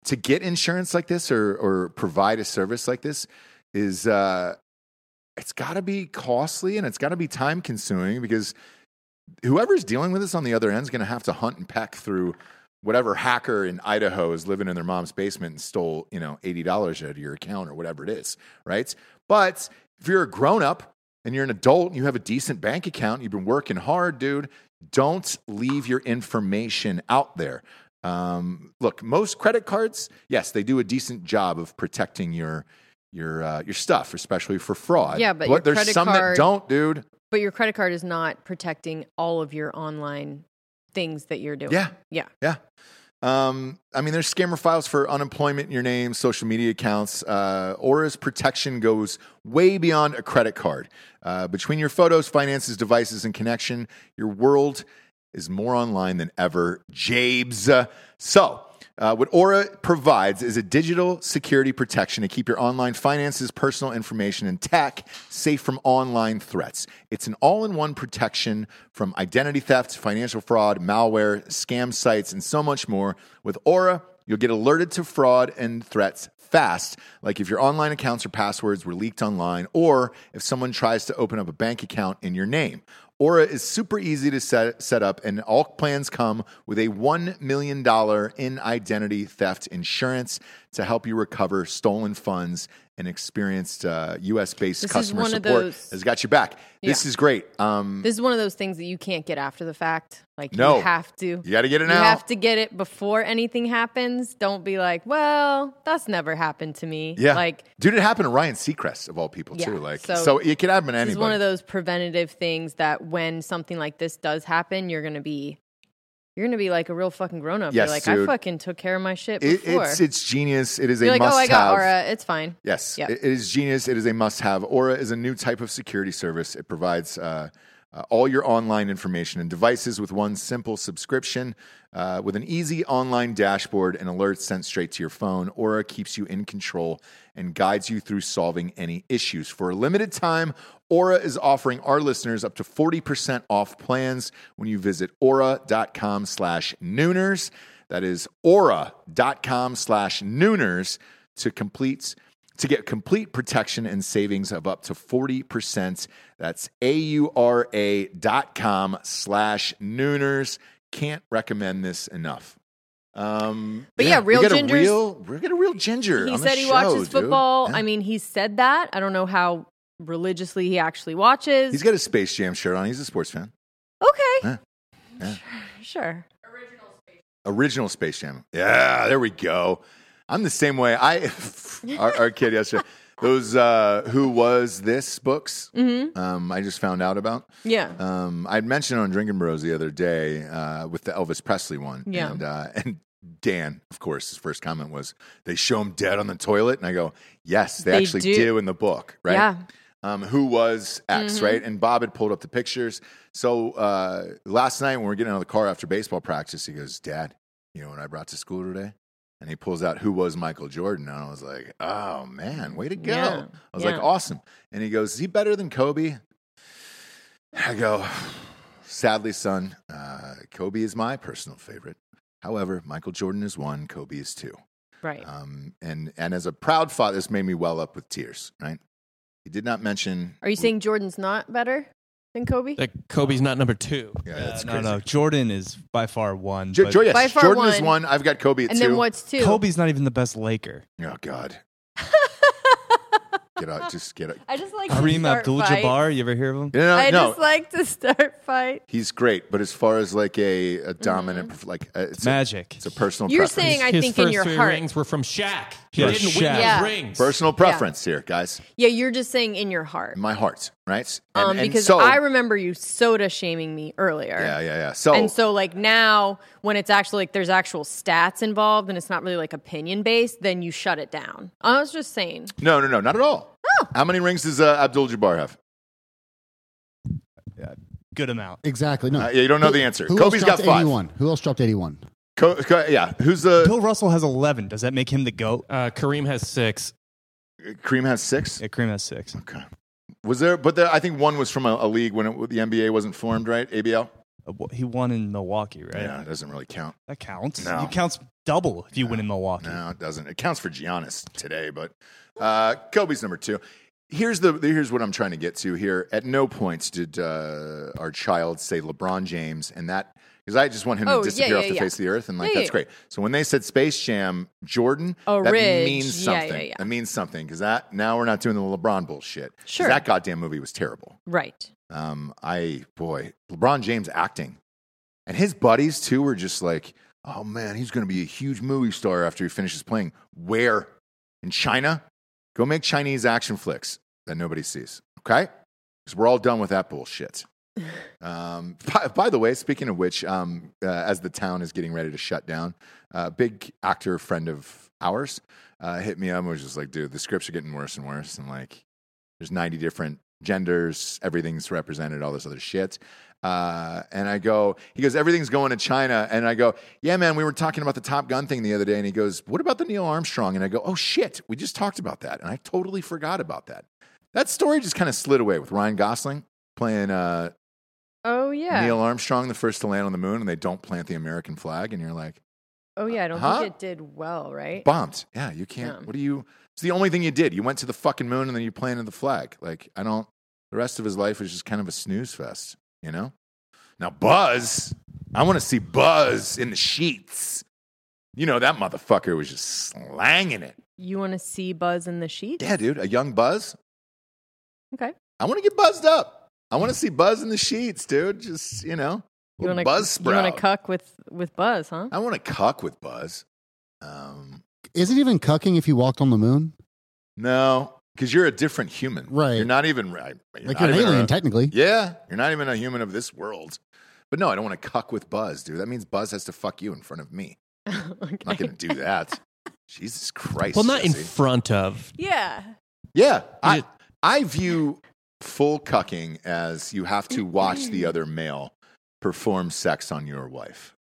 Speaker 1: to get insurance like this or, or provide a service like this is, uh, it's got to be costly and it's got to be time consuming because whoever's dealing with this on the other end is going to have to hunt and peck through whatever hacker in Idaho is living in their mom's basement and stole, you know, $80 out of your account or whatever it is, right? But if you're a grown up and you're an adult and you have a decent bank account, you've been working hard, dude, don't leave your information out there. Um, look, most credit cards, yes, they do a decent job of protecting your your uh, your stuff, especially for fraud.
Speaker 4: Yeah, but your
Speaker 1: there's
Speaker 4: credit
Speaker 1: some that
Speaker 4: card-
Speaker 1: don't, dude.
Speaker 4: but your credit card is not protecting all of your online things that you're doing.
Speaker 1: Yeah.
Speaker 4: Yeah.
Speaker 1: Yeah. Um, I mean, there's scammer files for unemployment in your name, social media accounts. Uh, Aura's protection goes way beyond a credit card. Uh, between your photos, finances, devices, and connection, your world is more online than ever, Jabes. Uh, So, Uh, what Aura provides is a digital security protection to keep your online finances, personal information, and tech safe from online threats. It's an all in one protection from identity theft, financial fraud, malware, scam sites, and so much more. With Aura, you'll get alerted to fraud and threats fast, like if your online accounts or passwords were leaked online, or if someone tries to open up a bank account in your name. Aura is super easy to set, set up, and all plans come with a $1 million in identity theft insurance to help you recover stolen funds and experienced uh, US based
Speaker 4: This is
Speaker 1: customer
Speaker 4: one of
Speaker 1: support
Speaker 4: those-
Speaker 1: has got you back. This is great. Um,
Speaker 4: This is one of those things that you can't get after the fact. Like
Speaker 1: No.
Speaker 4: you have to.
Speaker 1: you got to get it
Speaker 4: You
Speaker 1: now.
Speaker 4: have to get it before anything happens. Don't be like, well, that's never happened to me.
Speaker 1: yeah.
Speaker 4: Like
Speaker 1: Dude, it happened to Ryan Seacrest, of all people,
Speaker 4: Yeah,
Speaker 1: too. Like, so,
Speaker 4: so
Speaker 1: it could happen to
Speaker 4: this
Speaker 1: anybody.
Speaker 4: is one of those preventative things that when something like this does happen, you're gonna be you're gonna be like a real fucking grown up.
Speaker 1: Yes,
Speaker 4: you're like,
Speaker 1: dude.
Speaker 4: I fucking took care of my shit
Speaker 1: It-
Speaker 4: before.
Speaker 1: it's it's genius. It is
Speaker 4: you're
Speaker 1: a
Speaker 4: like,
Speaker 1: must
Speaker 4: oh, I got
Speaker 1: have.
Speaker 4: Aura. It's fine.
Speaker 1: Yes,
Speaker 4: Yeah.
Speaker 1: it- it is genius. It is a must have. Aura is a new type of security service. It provides uh, uh, all your online information and devices with one simple subscription. Uh, with an easy online dashboard and alerts sent straight to your phone, Aura keeps you in control and guides you through solving any issues. For a limited time, Aura is offering our listeners up to 40% off plans when you visit aura.com slash nooners. That is aura.com slash nooners to complete to get complete protection and savings of up to 40%. That's A-U-R-A dot com slash nooners. Can't recommend this enough. Um,
Speaker 4: But yeah, real
Speaker 1: we got A
Speaker 4: gingers-
Speaker 1: real, we got a real ginger.
Speaker 4: He
Speaker 1: on
Speaker 4: said
Speaker 1: the
Speaker 4: he
Speaker 1: show,
Speaker 4: watches
Speaker 1: dude.
Speaker 4: football.
Speaker 1: Yeah.
Speaker 4: I mean, he said that. I don't know how religiously he actually watches.
Speaker 1: he's got a Space Jam shirt on. He's a sports fan.
Speaker 4: okay.
Speaker 1: Yeah. Yeah.
Speaker 4: Sure.
Speaker 1: Original Space Jam. Yeah, there we go. I'm the same way. I our, our kid yesterday. Those uh, who was this books?
Speaker 4: hmm
Speaker 1: Um, I just found out about.
Speaker 4: Yeah.
Speaker 1: Um, I'd mentioned on Drinking Bros the other day uh, with the Elvis Presley one.
Speaker 4: Yeah.
Speaker 1: And, uh, and Dan, of course, his first comment was, "They show him dead on the toilet," and I go, "Yes, they,
Speaker 4: They
Speaker 1: actually do.
Speaker 4: do.
Speaker 1: in the book, right?"
Speaker 4: Yeah.
Speaker 1: um, who was X,
Speaker 4: Mm-hmm.
Speaker 1: right? And Bob had pulled up the pictures. So uh, last night when we were getting out of the car after baseball practice, he goes, Dad, you know what I brought to school today? And he pulls out who was Michael Jordan. And I was like, oh man, way to go.
Speaker 4: Yeah,
Speaker 1: I was like,
Speaker 4: yeah.
Speaker 1: awesome. And he goes, is he better than Kobe? I go, sadly, son, uh, Kobe is my personal favorite. However, Michael Jordan is one, Kobe is two.
Speaker 4: Right.
Speaker 1: Um, and, and as a proud father, this made me well up with tears, right? He did not mention.
Speaker 4: Are you saying Jordan's not better than Kobe?
Speaker 5: Like Kobe's not number two.
Speaker 1: Yeah, that's
Speaker 6: Uh, no,
Speaker 1: crazy.
Speaker 6: no. Jordan is by far one.
Speaker 1: Jo-
Speaker 6: but
Speaker 1: Jo- yes,
Speaker 4: By far
Speaker 1: Jordan is
Speaker 4: one.
Speaker 1: one. I've got Kobe at
Speaker 4: and
Speaker 1: two.
Speaker 4: then what's two?
Speaker 6: Kobe's not even the best Laker.
Speaker 1: Oh God, get out! Just get out.
Speaker 4: I just like to
Speaker 6: Kareem
Speaker 4: start fights.
Speaker 6: Abdul-Jabbar. You ever hear of him?
Speaker 1: No, no,
Speaker 4: I
Speaker 1: no.
Speaker 4: just like to start fight.
Speaker 1: he's great, but as far as like a, a dominant, perf- like uh, it's, a,
Speaker 6: Magic.
Speaker 1: it's a personal.
Speaker 4: Mm-hmm. You're
Speaker 1: preference.
Speaker 4: saying I
Speaker 5: His
Speaker 4: think
Speaker 5: first
Speaker 4: in your
Speaker 5: three
Speaker 4: heart.
Speaker 5: rings were from Shaq. He
Speaker 6: Yeah,
Speaker 5: didn't
Speaker 6: Shaq.
Speaker 5: win those
Speaker 4: Yeah.
Speaker 5: rings.
Speaker 1: personal preference here, guys.
Speaker 4: Yeah, you're just saying in your heart.
Speaker 1: In my heart, right? And,
Speaker 4: Um,
Speaker 1: and
Speaker 4: because
Speaker 1: so,
Speaker 4: I remember you soda shaming me earlier.
Speaker 1: yeah, yeah, yeah. So,
Speaker 4: And so like now when it's actually like there's actual stats involved and it's not really like opinion based, then you shut it down. I was just saying.
Speaker 1: no, no, no, not at all.
Speaker 4: Oh.
Speaker 1: How many rings does uh, Abdul Jabbar have?
Speaker 6: Good amount.
Speaker 3: Exactly. No.
Speaker 1: Uh, yeah, you don't know the answer. Kobe's
Speaker 3: else dropped
Speaker 1: got five.
Speaker 3: 81? Who else dropped 81?
Speaker 1: Co- co- yeah, who's the
Speaker 6: Bill Russell has 11. Does that make him the GOAT?
Speaker 5: Uh, Kareem has six.
Speaker 1: Kareem has six?
Speaker 6: Yeah, Kareem has six.
Speaker 1: Okay. Was there? But there, I think one was from a, a league when it, the NBA wasn't formed, right? ABL.
Speaker 6: Uh, wh- He won in Milwaukee, right?
Speaker 1: Yeah, it doesn't really count.
Speaker 6: That counts.
Speaker 1: No.
Speaker 6: You counts double if you win in Milwaukee.
Speaker 1: No, it doesn't. It counts for Giannis today, but uh, Kobe's number two. Here's the here's what I'm trying to get to here. At no points did uh, our child say LeBron James, and that because I just want him
Speaker 4: Oh,
Speaker 1: to
Speaker 4: yeah,
Speaker 1: disappear off
Speaker 4: yeah,
Speaker 1: the
Speaker 4: yeah.
Speaker 1: face of the earth, and like
Speaker 4: Yeah, yeah,
Speaker 1: that's great. So when they said Space Jam Jordan,
Speaker 4: Oh,
Speaker 1: that
Speaker 4: Ridge.
Speaker 1: means
Speaker 4: Yeah, yeah,
Speaker 1: something.
Speaker 4: yeah.
Speaker 1: That means something because that now we're not doing the LeBron bullshit. 'Cause
Speaker 4: Sure.
Speaker 1: that goddamn movie was terrible.
Speaker 4: Right.
Speaker 1: Um, I boy, LeBron James acting, and his buddies too were just like, "Oh man, he's going to be a huge movie star after he finishes playing." Where in China? Go make Chinese action flicks that nobody sees. Okay, because we're all done with that bullshit. Um, by, by the way, speaking of which, um, uh, as the town is getting ready to shut down, a big actor friend of ours uh, hit me up and was just like, dude, the scripts are getting worse and worse. And like, there's 90 different genders, everything's represented, all this other shit. Uh, and I go, he goes, everything's going to China. And I go, yeah, man, we were talking about the Top Gun thing the other day. And he goes, what about the Neil Armstrong? And I go, oh shit, we just talked about that. And I totally forgot about that. That story just kind of slid away with Ryan Gosling playing uh,
Speaker 4: Oh yeah.
Speaker 1: Neil Armstrong, the first to land on the moon, and they don't plant the American flag. And you're like,
Speaker 4: oh yeah. I don't
Speaker 1: Huh?
Speaker 4: think it did well, right?
Speaker 1: bombed. Yeah, you can't.
Speaker 4: Yeah.
Speaker 1: What do you? It's the only thing you did. You went to the fucking moon and then you planted the flag. Like I don't. The rest of his life was just kind of a snooze fest, you know. Now Buzz, I want to see Buzz in the sheets. You know that motherfucker was just slanging it.
Speaker 4: you want to see Buzz in the sheets?
Speaker 1: Yeah, dude, a young Buzz.
Speaker 4: Okay.
Speaker 1: I want to get buzzed up. I want to see Buzz in the sheets, dude. Just you know,
Speaker 4: You
Speaker 1: little
Speaker 4: want to
Speaker 1: Buzz
Speaker 4: You
Speaker 1: sprout.
Speaker 4: want to cuck with with Buzz, huh?
Speaker 1: I want to cuck with Buzz. Um,
Speaker 3: Is it even cucking if you walked on the moon?
Speaker 1: No, because you're a different human.
Speaker 3: Right.
Speaker 1: You're not even right. You're
Speaker 3: Like
Speaker 1: not
Speaker 3: you're an
Speaker 1: even
Speaker 3: alien,
Speaker 1: a-
Speaker 3: technically.
Speaker 1: yeah, you're not even a human of this world. But no, I don't want to cuck with Buzz, dude. That means Buzz has to fuck you in front of me.
Speaker 4: okay.
Speaker 1: I'm not going to do that. Jesus Christ.
Speaker 5: Well, not in
Speaker 1: Jesse.
Speaker 5: front of.
Speaker 4: Yeah.
Speaker 1: Yeah, I,
Speaker 5: Yeah.
Speaker 1: I view full cucking as you have to watch the other male perform sex on your wife.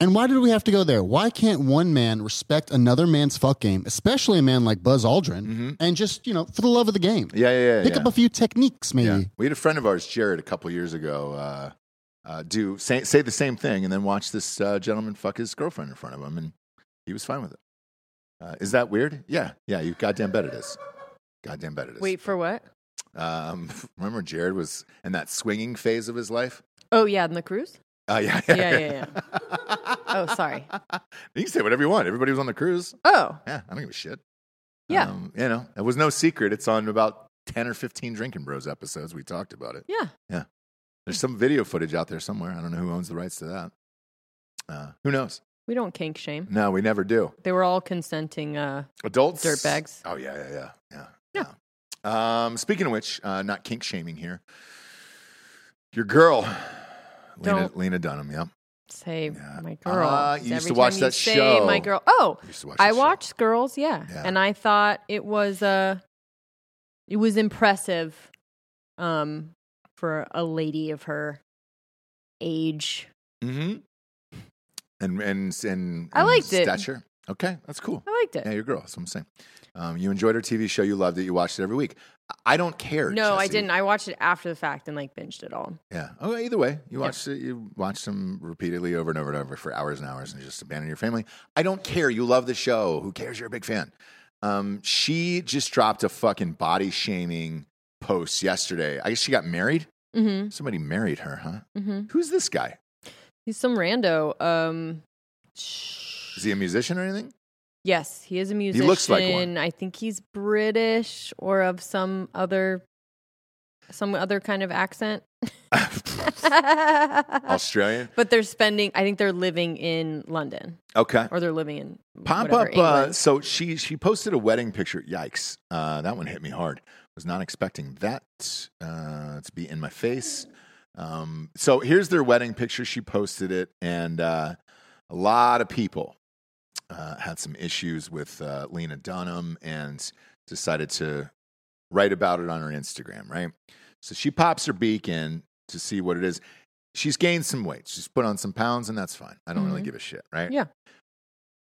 Speaker 3: And why did we have to go there? Why can't one man respect another man's fuck game, especially a man like Buzz Aldrin,
Speaker 1: Mhm.
Speaker 3: and just, you know, for the love of the game?
Speaker 1: Yeah, yeah, yeah.
Speaker 3: Pick
Speaker 1: yeah.
Speaker 3: up a few techniques, maybe.
Speaker 1: Yeah. We had a friend of ours, Jared, a couple years ago, uh, uh, do say, say the same thing and then watch this uh, gentleman fuck his girlfriend in front of him, and he was fine with it. Uh, is that weird? Yeah, yeah. You goddamn bet it is. Goddamn bet it is.
Speaker 4: Wait for what?
Speaker 1: Um, remember, Jared was in that swinging phase of his life.
Speaker 4: Oh yeah, in the cruise.
Speaker 1: Uh, yeah,
Speaker 4: Yeah, yeah,
Speaker 1: yeah.
Speaker 4: Oh, sorry.
Speaker 1: you can say whatever you want. Everybody was on the cruise.
Speaker 4: Oh
Speaker 1: Yeah, I don't give a shit.
Speaker 4: Yeah.
Speaker 1: Um, you know, it was no secret. It's on about ten or fifteen Drinking Bros episodes. We talked about it.
Speaker 4: yeah.
Speaker 1: There's some video footage out there somewhere. I don't know who owns the rights to that. Uh, who knows?
Speaker 4: We don't kink shame.
Speaker 1: No, we never do.
Speaker 4: They were all consenting. Uh,
Speaker 1: Adults,
Speaker 4: Dirtbags.
Speaker 1: Oh yeah, yeah, yeah, yeah. yeah. Um, speaking of which, uh, not kink shaming here. Your girl, Lena,
Speaker 4: Don't.
Speaker 1: Lena Dunham. Yeah,
Speaker 4: say
Speaker 1: Yeah.
Speaker 4: my girl.
Speaker 1: Ah, you
Speaker 4: 'Cause
Speaker 1: used
Speaker 4: every
Speaker 1: to watch
Speaker 4: time
Speaker 1: that
Speaker 4: say
Speaker 1: show.
Speaker 4: My girl. Oh,
Speaker 1: I used to watch
Speaker 4: I
Speaker 1: this show.
Speaker 4: watched Girls. Yeah.
Speaker 1: Yeah.
Speaker 4: and I thought it was uh, it was impressive, um, for a lady of her age.
Speaker 1: Mm-hmm. And and and
Speaker 4: I
Speaker 1: and
Speaker 4: liked it.
Speaker 1: stature. Okay, that's cool.
Speaker 4: I liked it.
Speaker 1: Yeah, your girl. That's what I'm saying. Um, you enjoyed her TV show. You loved it. You watched it every week. I- I don't care.
Speaker 4: no, I
Speaker 1: Jesse.
Speaker 4: didn't. I watched it after the fact and like binged it all.
Speaker 1: Yeah. Oh, either way, you
Speaker 4: Yeah.
Speaker 1: watch it. You watch them repeatedly over and over and over for hours and hours, and just abandon your family. I don't care. You love the show. Who cares? You're a big fan. Um, she just dropped a fucking body shaming post yesterday. I guess she got married.
Speaker 4: Mm-hmm.
Speaker 1: Somebody married her, huh?
Speaker 4: Mm-hmm.
Speaker 1: Who's this guy?
Speaker 4: He's some rando. Um, sh-
Speaker 1: Is he a musician or anything?
Speaker 4: yes, he is a musician.
Speaker 1: looks like one.
Speaker 4: I think he's British or of some other, some other kind of accent. but
Speaker 1: Australian.
Speaker 4: they're spending. I think they're living in London
Speaker 1: Okay.
Speaker 4: or they're living in
Speaker 1: Pop
Speaker 4: whatever,
Speaker 1: up. Uh,
Speaker 4: England.
Speaker 1: so she she posted a wedding picture. Yikes! Uh, that one hit me hard. Was not expecting that uh, to be in my face. Um, so here's their wedding picture. She posted it, and uh, a lot of people uh, had some issues with uh, Lena Dunham, and decided to write about it on her Instagram. Right. So she pops her beak in to see what it is. She's gained some weight. She's put on some pounds, and that's fine. I don't really
Speaker 4: Mhm.
Speaker 1: give a shit. Right.
Speaker 4: Yeah.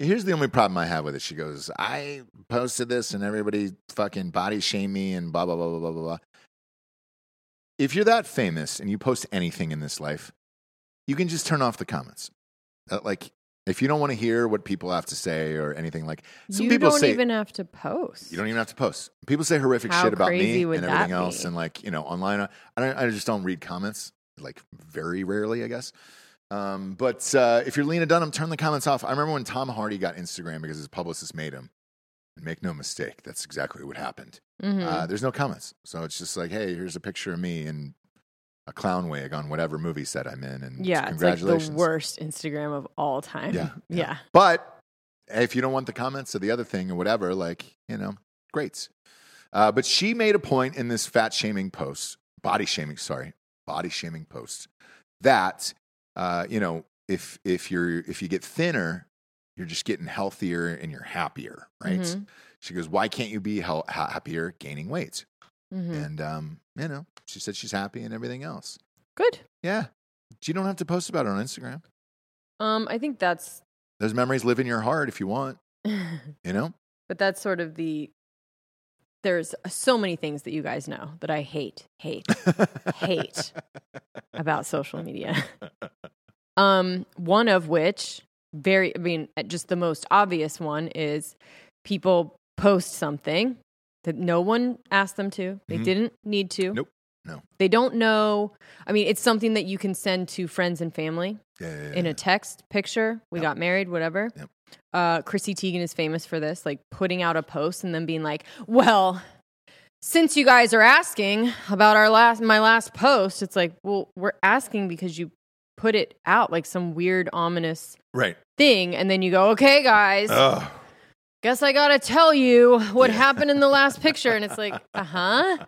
Speaker 1: Here's the only problem I have with it. She goes, I posted this and everybody fucking body shame me and blah, blah, blah, blah, blah, blah, blah. If you're that famous and you post anything in this life, you can just turn off the comments. Uh, like, if you don't want to hear what people have to say or anything like, some
Speaker 4: you
Speaker 1: people
Speaker 4: don't
Speaker 1: say
Speaker 4: even have to post.
Speaker 1: you don't even have to post. People say horrific
Speaker 4: How
Speaker 1: shit about me
Speaker 4: crazy
Speaker 1: and
Speaker 4: would that
Speaker 1: everything else,
Speaker 4: be?
Speaker 1: and like you know, online. I I don't. I just don't read comments. Like very rarely, I guess. Um, but uh, if you're Lena Dunham, turn the comments off. I remember when Tom Hardy got Instagram because his publicist made him. And make no mistake, that's exactly what happened.
Speaker 4: Mhm.
Speaker 1: Uh, there's no comments, so it's just like, hey, here's a picture of me in a clown wig on whatever movie set I'm in, and
Speaker 4: yeah, it's like
Speaker 1: congratulations.
Speaker 4: the worst Instagram of all time.
Speaker 1: Yeah, yeah.
Speaker 4: yeah.
Speaker 1: But if you don't want the comments or the other thing or whatever, like, you know, great. Uh, but she made a point in this fat shaming post, body shaming, sorry, body shaming post, that, uh, you know, if, if, you're, if you get thinner, you're just getting healthier and you're happier, right?
Speaker 4: Mhm.
Speaker 1: She goes, Why can't you be hel- ha- happier gaining weight?
Speaker 4: Mhm.
Speaker 1: and um, you know, she said she's happy and everything else.
Speaker 4: Good.
Speaker 1: Yeah, you don't have to post about it on Instagram.
Speaker 4: Um, I think that's,
Speaker 1: Those memories live in your heart if you want.
Speaker 4: but
Speaker 1: You know,
Speaker 4: that's sort of the. There's so many things that you guys know that I hate, hate Hate. about social media. Um, one of which, very, I mean, uh, just the most obvious one is people post something that no one asked them to. They
Speaker 1: Mhm.
Speaker 4: didn't need to.
Speaker 1: Nope. No.
Speaker 4: They don't know. I mean, it's something that you can send to friends and family
Speaker 1: Yeah, yeah, yeah,
Speaker 4: in
Speaker 1: yeah.
Speaker 4: a text, picture. We
Speaker 1: Yep.
Speaker 4: got married, whatever.
Speaker 1: Yep.
Speaker 4: Uh, Chrissy Teigen is famous for this, like putting out a post and then being like, well, since you guys are asking about our last my last post, it's like, well, we're asking because you put it out like some weird ominous
Speaker 1: right.
Speaker 4: thing and then you go, "Okay, guys,
Speaker 1: Ugh.
Speaker 4: guess I got to tell you what
Speaker 1: Oh. Yeah.
Speaker 4: happened in the last picture." And it's like, "Uh-huh."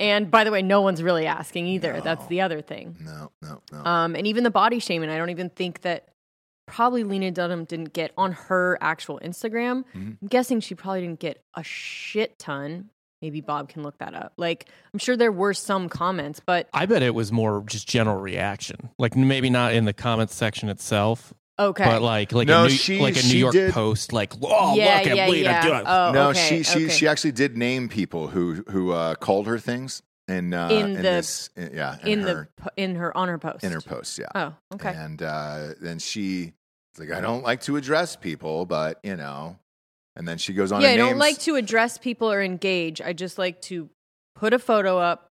Speaker 4: And by the way, no one's really asking either. That's
Speaker 1: No.
Speaker 4: the other thing.
Speaker 1: No, no, no.
Speaker 4: Um and even the body shaming, I don't even think that probably Lena Dunham didn't get on her actual Instagram.
Speaker 5: Mm-hmm.
Speaker 1: Mhm.
Speaker 4: I'm guessing she probably didn't get a shit ton. Maybe Bob can look that up. Like, I'm sure there were some comments, but
Speaker 5: I bet it was more just general reaction. Like maybe not in the comments section itself,
Speaker 4: okay.
Speaker 5: but like like
Speaker 1: No,
Speaker 5: a New,
Speaker 1: she-
Speaker 5: like a New
Speaker 1: she
Speaker 5: York
Speaker 1: did-
Speaker 5: Post, like oh
Speaker 4: yeah,
Speaker 5: look at
Speaker 4: yeah,
Speaker 5: Lena
Speaker 4: yeah.
Speaker 5: Dunham."
Speaker 4: Oh,
Speaker 1: no,
Speaker 4: okay,
Speaker 1: she she
Speaker 4: okay.
Speaker 1: she actually did name people who who uh, called her things and uh,
Speaker 4: In the-
Speaker 1: this, yeah
Speaker 4: in
Speaker 1: her,
Speaker 4: the po- in her on her post.
Speaker 1: in her posts yeah
Speaker 4: Oh, okay.
Speaker 1: and uh, then she it's like I don't like to address people but you know and then she goes on
Speaker 4: yeah,
Speaker 1: and
Speaker 4: I don't
Speaker 1: names-
Speaker 4: like to address people or engage. I just like to put a photo up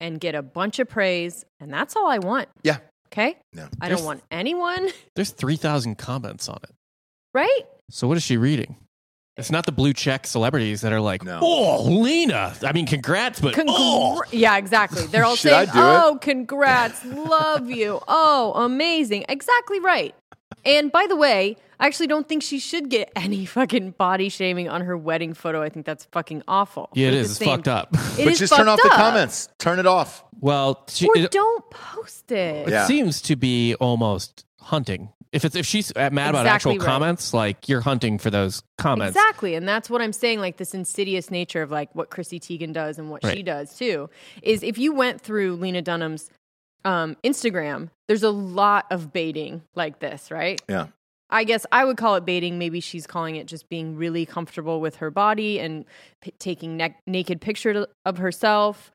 Speaker 4: and get a bunch of praise, and that's all I want.
Speaker 1: Yeah.
Speaker 4: Okay.
Speaker 1: No.
Speaker 4: I
Speaker 5: There's-
Speaker 4: don't want anyone.
Speaker 5: There's three thousand comments on it.
Speaker 4: Right.
Speaker 5: So what is she reading? It's not the blue check celebrities that are like,
Speaker 1: No.
Speaker 5: oh, Lena. I mean, congrats, but
Speaker 4: Congr-
Speaker 5: oh,
Speaker 4: Yeah, exactly. They're all
Speaker 1: Should I
Speaker 4: saying,
Speaker 1: do it?
Speaker 4: "Oh, congrats, love you. Oh, amazing." Exactly right. And by the way, I actually don't think she should get any fucking body shaming on her wedding photo. I think that's fucking awful.
Speaker 5: yeah, it
Speaker 4: But at
Speaker 5: is.
Speaker 4: the
Speaker 5: It's
Speaker 4: same-
Speaker 5: fucked up.
Speaker 4: It
Speaker 1: but
Speaker 4: is
Speaker 1: just turn off
Speaker 4: fucked
Speaker 1: the
Speaker 4: up.
Speaker 1: comments turn it off
Speaker 5: well, she,
Speaker 4: Or
Speaker 5: it,
Speaker 4: don't post it.
Speaker 5: it
Speaker 1: Yeah.
Speaker 5: seems to be almost hunting. If it's if she's mad about actual
Speaker 4: Exactly right.
Speaker 5: comments, like you're hunting for those comments.
Speaker 4: Exactly. And that's what I'm saying. Like this insidious nature of like what Chrissy Teigen does and what she
Speaker 5: Right.
Speaker 4: does too is if you went through Lena Dunham's um, Instagram, there's a lot of baiting like this, right?
Speaker 1: Yeah.
Speaker 4: I guess I would call it baiting. Maybe she's calling it just being really comfortable with her body and p- taking na- naked pictures of herself,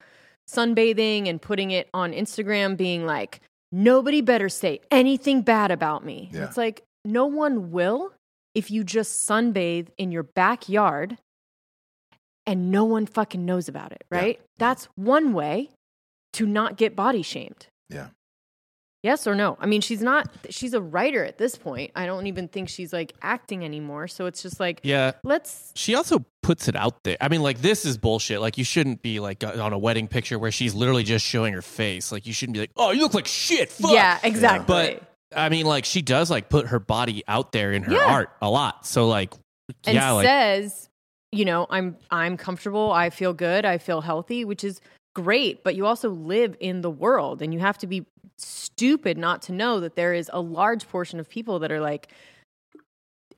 Speaker 4: sunbathing, and putting it on Instagram, being like, nobody better say anything bad about me.
Speaker 1: Yeah.
Speaker 4: It's like, no one will if you just sunbathe in your backyard and no one fucking knows about it,
Speaker 1: Yeah.
Speaker 4: right? That's one way to not get body shamed.
Speaker 1: Yeah.
Speaker 4: Yes or no? I mean, she's not, she's a writer at this point. I don't even think she's like acting anymore. So it's just like,
Speaker 5: Yeah.
Speaker 4: let's,
Speaker 5: She also puts it out there. I mean, like this is bullshit. Like you shouldn't be like on a wedding picture where she's literally just showing her face. Like you shouldn't be like, oh, you look like shit. Fuck.
Speaker 4: yeah, exactly.
Speaker 5: But I mean, like she does like put her body out there in her
Speaker 4: Yeah.
Speaker 5: art a lot. So like,
Speaker 4: and
Speaker 5: yeah, like
Speaker 4: says, you know, I'm I'm comfortable, I feel good, I feel healthy, which is great, but you also live in the world and you have to be stupid not to know that there is a large portion of people that are like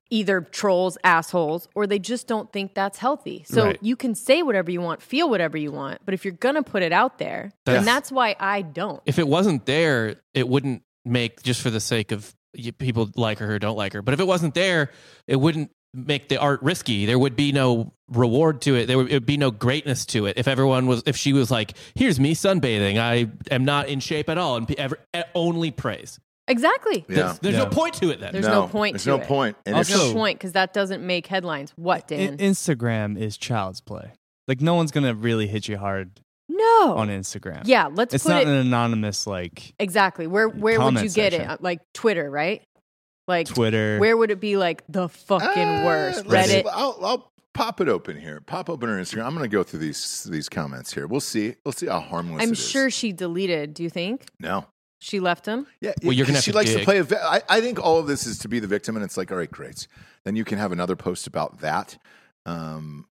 Speaker 4: either trolls, assholes, or they just don't think that's healthy. So
Speaker 5: Right.
Speaker 4: you can say whatever you want, feel whatever you want, but if you're going to put it out there,
Speaker 5: That's-
Speaker 4: and that's why I don't.
Speaker 5: if it wasn't there, it wouldn't make just for the sake of y- people like her or don't like her. But if it wasn't there, it wouldn't make the art risky. There would be no reward to it. There would it'd be no greatness to it. If everyone was, if she was like, "Here's me sunbathing. I am not in shape at all," and pe- ever, eh, only praise.
Speaker 4: Exactly.
Speaker 1: Yeah.
Speaker 5: There's, there's
Speaker 6: Yeah.
Speaker 5: no point to it then.
Speaker 4: There's no point
Speaker 1: there's
Speaker 4: to
Speaker 1: no
Speaker 4: it.
Speaker 1: point and
Speaker 4: There's
Speaker 1: if
Speaker 4: no
Speaker 5: Also-
Speaker 4: point because that doesn't make headlines. What, Dan?
Speaker 6: In- Instagram is child's play. Like no one's gonna really hit you hard
Speaker 4: no.
Speaker 6: on Instagram.
Speaker 4: Oh. Yeah, let's
Speaker 6: it's
Speaker 4: put
Speaker 6: not
Speaker 4: it
Speaker 6: an anonymous like
Speaker 4: Exactly. Where where would
Speaker 6: comment
Speaker 4: you get
Speaker 6: section.
Speaker 4: it? Uh, Like Twitter, right? Like
Speaker 6: Twitter.
Speaker 4: Where would it be like the fucking
Speaker 1: Uh,
Speaker 4: worst?
Speaker 1: let's-
Speaker 4: Reddit.
Speaker 1: I'll, I'll pop it open here. Pop open her Instagram. I'm going to go through these these comments here. We'll see. We'll see how harmless.
Speaker 4: I'm
Speaker 1: it is.
Speaker 4: sure she deleted. Do you think
Speaker 1: No.
Speaker 4: she left him?
Speaker 1: Yeah.
Speaker 5: Well, you're gonna
Speaker 1: 'cause
Speaker 5: have
Speaker 1: She
Speaker 5: to
Speaker 1: likes to
Speaker 5: dig.
Speaker 1: play. A vi- I, I think all of this is to be the victim, and it's like, all right, great. Then you can have another post about that. Um,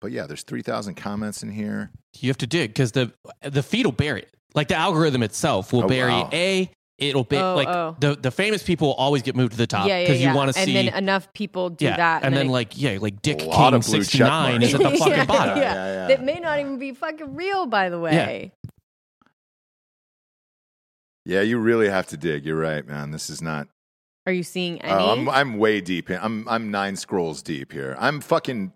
Speaker 1: but yeah, there's three thousand comments in here.
Speaker 5: you have to dig because the the feed will bury it. Like the algorithm itself will
Speaker 1: Oh,
Speaker 5: bury
Speaker 1: wow.
Speaker 5: a it'll be
Speaker 4: Oh,
Speaker 5: like
Speaker 4: oh.
Speaker 5: the the famous people will always get moved to the top
Speaker 4: yeah, yeah,
Speaker 5: because
Speaker 4: yeah.
Speaker 5: you want to see
Speaker 4: and then enough people do
Speaker 5: yeah,
Speaker 4: that,
Speaker 5: and, then, like yeah, like Dick
Speaker 1: A lot
Speaker 5: King
Speaker 1: of blue check
Speaker 5: sixty nine
Speaker 1: marks.
Speaker 5: is at the fucking
Speaker 4: Yeah,
Speaker 5: bottom.
Speaker 4: yeah.
Speaker 1: yeah,
Speaker 4: that may not even be fucking real, by the way.
Speaker 1: Yeah, you really have to dig. You're right, man. This is not.
Speaker 4: Are you seeing any?
Speaker 1: Oh, I'm I'm way deep in. I'm I'm nine scrolls deep here. I'm fucking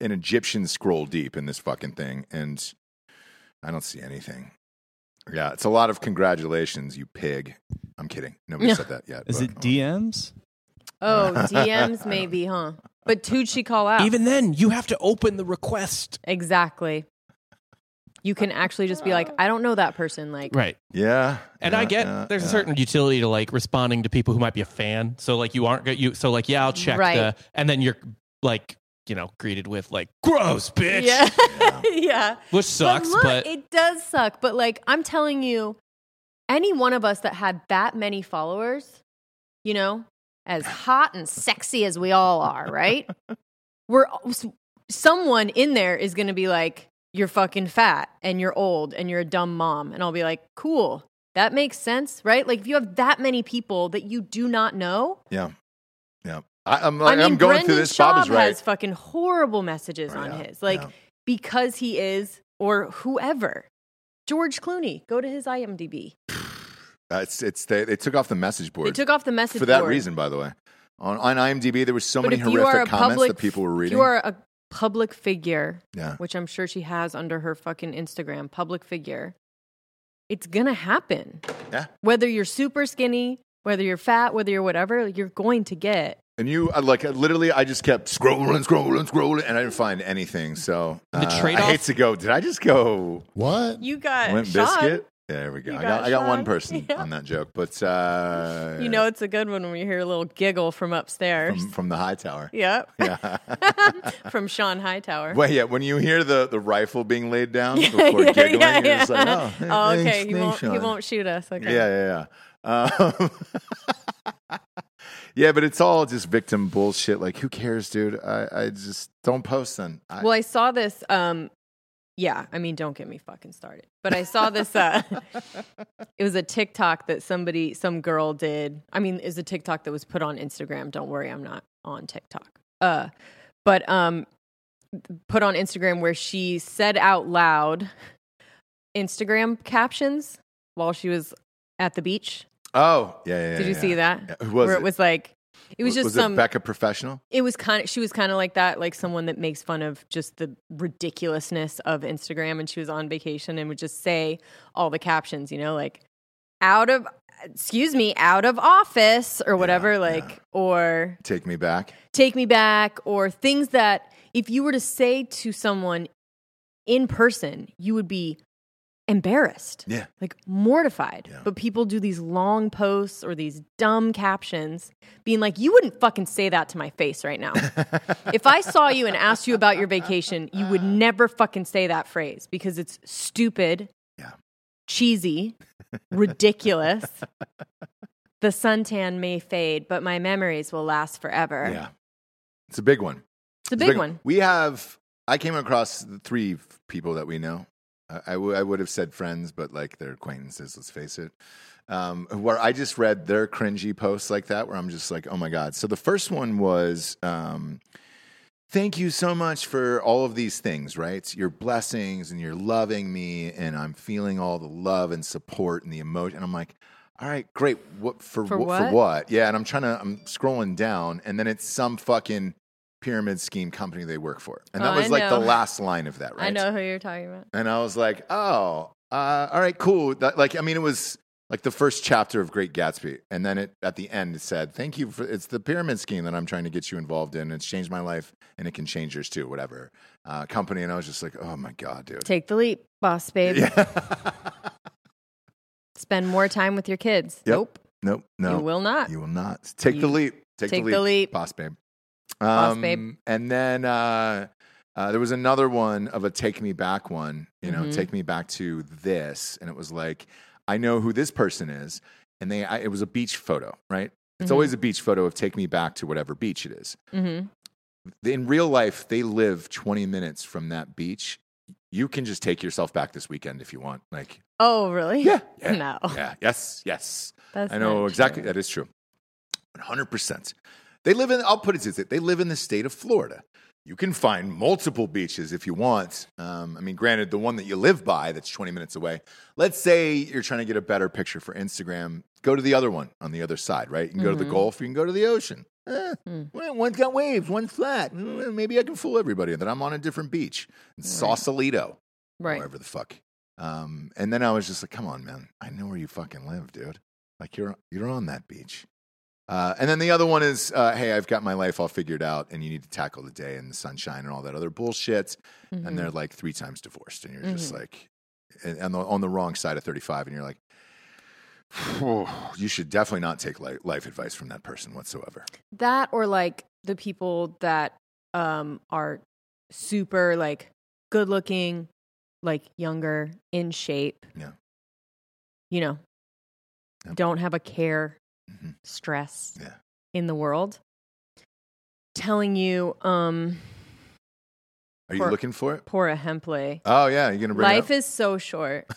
Speaker 1: an Egyptian scroll deep in this fucking thing, and I don't see anything. Yeah, it's a lot of congratulations, you pig. I'm kidding. Nobody said that yet.
Speaker 6: Is
Speaker 1: but-
Speaker 6: it DMs?
Speaker 4: oh, DMs maybe, huh? But who'd she call out?
Speaker 5: Even then, you have to open the request.
Speaker 4: exactly. You can actually just be like, I don't know that person. Like,
Speaker 5: Right.
Speaker 1: Yeah,
Speaker 5: And
Speaker 1: yeah,
Speaker 5: I get
Speaker 1: yeah,
Speaker 5: there's a
Speaker 1: yeah.
Speaker 5: certain utility to like responding to people who might be a fan. So like you aren't go- you so like yeah, I'll check
Speaker 4: Right.
Speaker 5: the and then you're like, you know, greeted with like gross bitch,
Speaker 4: yeah, yeah.
Speaker 5: which sucks,
Speaker 4: but, look,
Speaker 5: but,
Speaker 4: it does suck. But like I'm telling you, any one of us that had that many followers, you know, as hot and sexy as we all are, right? We're someone in there is going to be like, "You're fucking fat and you're old and you're a dumb mom," and I'll be like, "Cool." That makes sense, right? Like if you have that many people that you do not know,
Speaker 1: Yeah, I, am like,
Speaker 4: I mean,
Speaker 1: I'm going
Speaker 4: Brendan
Speaker 1: through this.
Speaker 4: Schaub
Speaker 1: Bob is right.
Speaker 4: has fucking horrible messages
Speaker 1: Oh,
Speaker 4: on
Speaker 1: yeah,
Speaker 4: his, like
Speaker 1: yeah.
Speaker 4: because he is or whoever. George Clooney, go to his IMDb.
Speaker 1: Uh, it's it's they, they took off the message board
Speaker 4: They took off the message
Speaker 1: for that
Speaker 4: board.
Speaker 1: reason, by the way. On on IMDb, there were so
Speaker 4: But
Speaker 1: many
Speaker 4: if you are
Speaker 1: horrific
Speaker 4: a
Speaker 1: comments
Speaker 4: public-
Speaker 1: that people were
Speaker 4: If
Speaker 1: reading.
Speaker 4: you are a public figure,
Speaker 1: yeah,
Speaker 4: which I'm sure she has under her fucking Instagram, public figure. It's gonna happen.
Speaker 1: Yeah.
Speaker 4: Whether you're super skinny, whether you're fat, whether you're whatever, you're going to get.
Speaker 1: and you I, like I literally, I just kept scrolling, scrolling, scrolling, and I didn't find anything. So
Speaker 5: And the
Speaker 1: uh,
Speaker 5: trade-off-
Speaker 1: I hate to go. Did I just go
Speaker 3: What?
Speaker 4: You got
Speaker 1: Limp
Speaker 4: Uh, Sean.
Speaker 1: Biscuit? There we go.
Speaker 4: You
Speaker 1: I got
Speaker 4: got
Speaker 1: I got one
Speaker 4: Sean.
Speaker 1: person
Speaker 4: Yeah.
Speaker 1: on that joke, but uh,
Speaker 4: You know it's a good one when you hear a little giggle from upstairs.
Speaker 1: from, from the high tower.
Speaker 4: yep.
Speaker 1: Yeah.
Speaker 4: from Sean Hightower.
Speaker 1: Well, yeah, when you hear the, the rifle being laid down before giggling, you're just like, oh, hey,
Speaker 4: Oh, okay.
Speaker 1: thanks,
Speaker 4: he, won't,
Speaker 1: thanks,
Speaker 4: he
Speaker 1: Sean.
Speaker 4: won't shoot us. Okay.
Speaker 1: Yeah, yeah, yeah. Um, yeah, but it's all just victim bullshit. Like, who cares, dude? I, I just don't post then. I,
Speaker 4: Well, I saw this. Um, yeah, I mean, don't get me fucking started. But I saw this. Uh, it was a TikTok that somebody, some girl did. I mean, it's a TikTok that was put on Instagram. Don't worry, I'm not on TikTok. Uh, but um, put on Instagram where she said out loud Instagram captions while she was at the beach.
Speaker 1: oh, yeah, yeah.
Speaker 4: Did you
Speaker 1: yeah,
Speaker 4: see
Speaker 1: yeah.
Speaker 4: that?
Speaker 1: Yeah, Who was
Speaker 4: where
Speaker 1: it?
Speaker 4: it? was like it was
Speaker 1: W-
Speaker 4: just some
Speaker 1: it Becca professional.
Speaker 4: it was kind of she was kind of like that like someone that makes fun of just the ridiculousness of instagram and she was on vacation and would just say all the captions you know like out of excuse me out of office or whatever
Speaker 1: yeah.
Speaker 4: like or
Speaker 1: Take me back.
Speaker 4: take me back or things that if you were to say to someone in person you would be embarrassed
Speaker 1: Yeah.
Speaker 4: like mortified
Speaker 1: Yeah.
Speaker 4: but people do these long posts or these dumb captions being like you wouldn't fucking say that to my face right now if i saw you and asked you about your vacation you would never fucking say that phrase because it's stupid
Speaker 1: Yeah.
Speaker 4: cheesy ridiculous the suntan may fade but my memories will last forever
Speaker 1: Yeah. It's a big one.
Speaker 4: it's a big one
Speaker 1: We have. I came across the three f- people that we know. I I wou- I would have said friends, but like they're acquaintances. Let's face it. Um, where I just read their cringy posts like that, where I'm just like, oh my god. So the first one was. Um, Thank you so much for all of these things, right? Your blessings and you're loving me, and I'm feeling all the love and support and the emotion. And I'm like, all right, great. What for?
Speaker 4: For
Speaker 1: what? For
Speaker 4: what?
Speaker 1: what? Yeah. And I'm trying to. I'm scrolling down, and then it's some fucking pyramid scheme company they work for. And that
Speaker 4: Oh,
Speaker 1: was
Speaker 4: I
Speaker 1: like the
Speaker 4: know.
Speaker 1: last line of that, right?
Speaker 4: i know who you're talking about
Speaker 1: And I was like, oh, uh, all right, cool. That, like, I mean, it was like the first chapter of Great Gatsby. And then it, at the end, it said, thank you for it's the pyramid scheme that I'm trying to get you involved in. It's changed my life and it can change yours too, whatever uh, company. And I was just like, oh my God, dude.
Speaker 4: take the leap boss babe
Speaker 1: Yeah.
Speaker 4: spend more time with your kids
Speaker 1: Yep.
Speaker 4: nope
Speaker 1: nope, no.
Speaker 4: you will not
Speaker 1: You will not. Take the
Speaker 4: You-
Speaker 1: leap. Take,
Speaker 4: take
Speaker 1: the, leap.
Speaker 4: the leap.
Speaker 1: Boss babe. Um,
Speaker 4: Boss babe.
Speaker 1: And then uh, uh, there was another one of a take me back one, you know,
Speaker 4: Mhm.
Speaker 1: take me back to this. And it was like, I know who this person is. And they, I, it was a beach photo, right? It's
Speaker 4: Mhm.
Speaker 1: always a beach photo of take me back to whatever beach it is.
Speaker 4: mm-hmm.
Speaker 1: In real life, they live 20 minutes from that beach. You can just take yourself back this weekend if you want. Like,
Speaker 4: Oh, really?
Speaker 1: yeah, yeah,
Speaker 4: No.
Speaker 1: yeah, yes, yes.
Speaker 4: That's
Speaker 1: I know
Speaker 4: not
Speaker 1: exactly.
Speaker 4: true.
Speaker 1: That is true. 100%. They live in, I'll put it this way they live in the state of Florida. You can find multiple beaches if you want. Um, I mean, granted, the one that you live by that's 20 minutes away, let's say you're trying to get a better picture for Instagram, go to the other one on the other side, right? You can go to the
Speaker 4: Mhm.
Speaker 1: Gulf, you can go to the ocean. Eh,
Speaker 4: Mm.
Speaker 1: well, one's got waves, one's flat. Mm, Maybe I can fool everybody that I'm on a different beach. Sausalito,
Speaker 4: Right.
Speaker 1: wherever the fuck. Um, and then I was just like, come on, man. I know where you fucking live, dude. Like you're you're on that beach. Uh, and then the other one is, uh, hey, I've got my life all figured out, and you need to tackle the day and the sunshine and all that other bullshit.
Speaker 4: Mm-hmm.
Speaker 1: And they're like three times divorced, and you're just like, and, and the, on the wrong side of 35, and you're like, "Phew, you should definitely not take li- life advice from that person whatsoever.
Speaker 4: That or like the people that um are super like good looking, like younger, in shape.
Speaker 1: Yeah.
Speaker 4: You know,
Speaker 1: Yep.
Speaker 4: don't have a care,
Speaker 1: Mhm.
Speaker 4: stress
Speaker 1: Yeah.
Speaker 4: in the world. Telling you, um,
Speaker 1: Are you
Speaker 4: For-
Speaker 1: looking for it?
Speaker 4: pour a hempley.
Speaker 1: Oh yeah, you're gonna bring
Speaker 4: Life
Speaker 1: it
Speaker 4: is so short.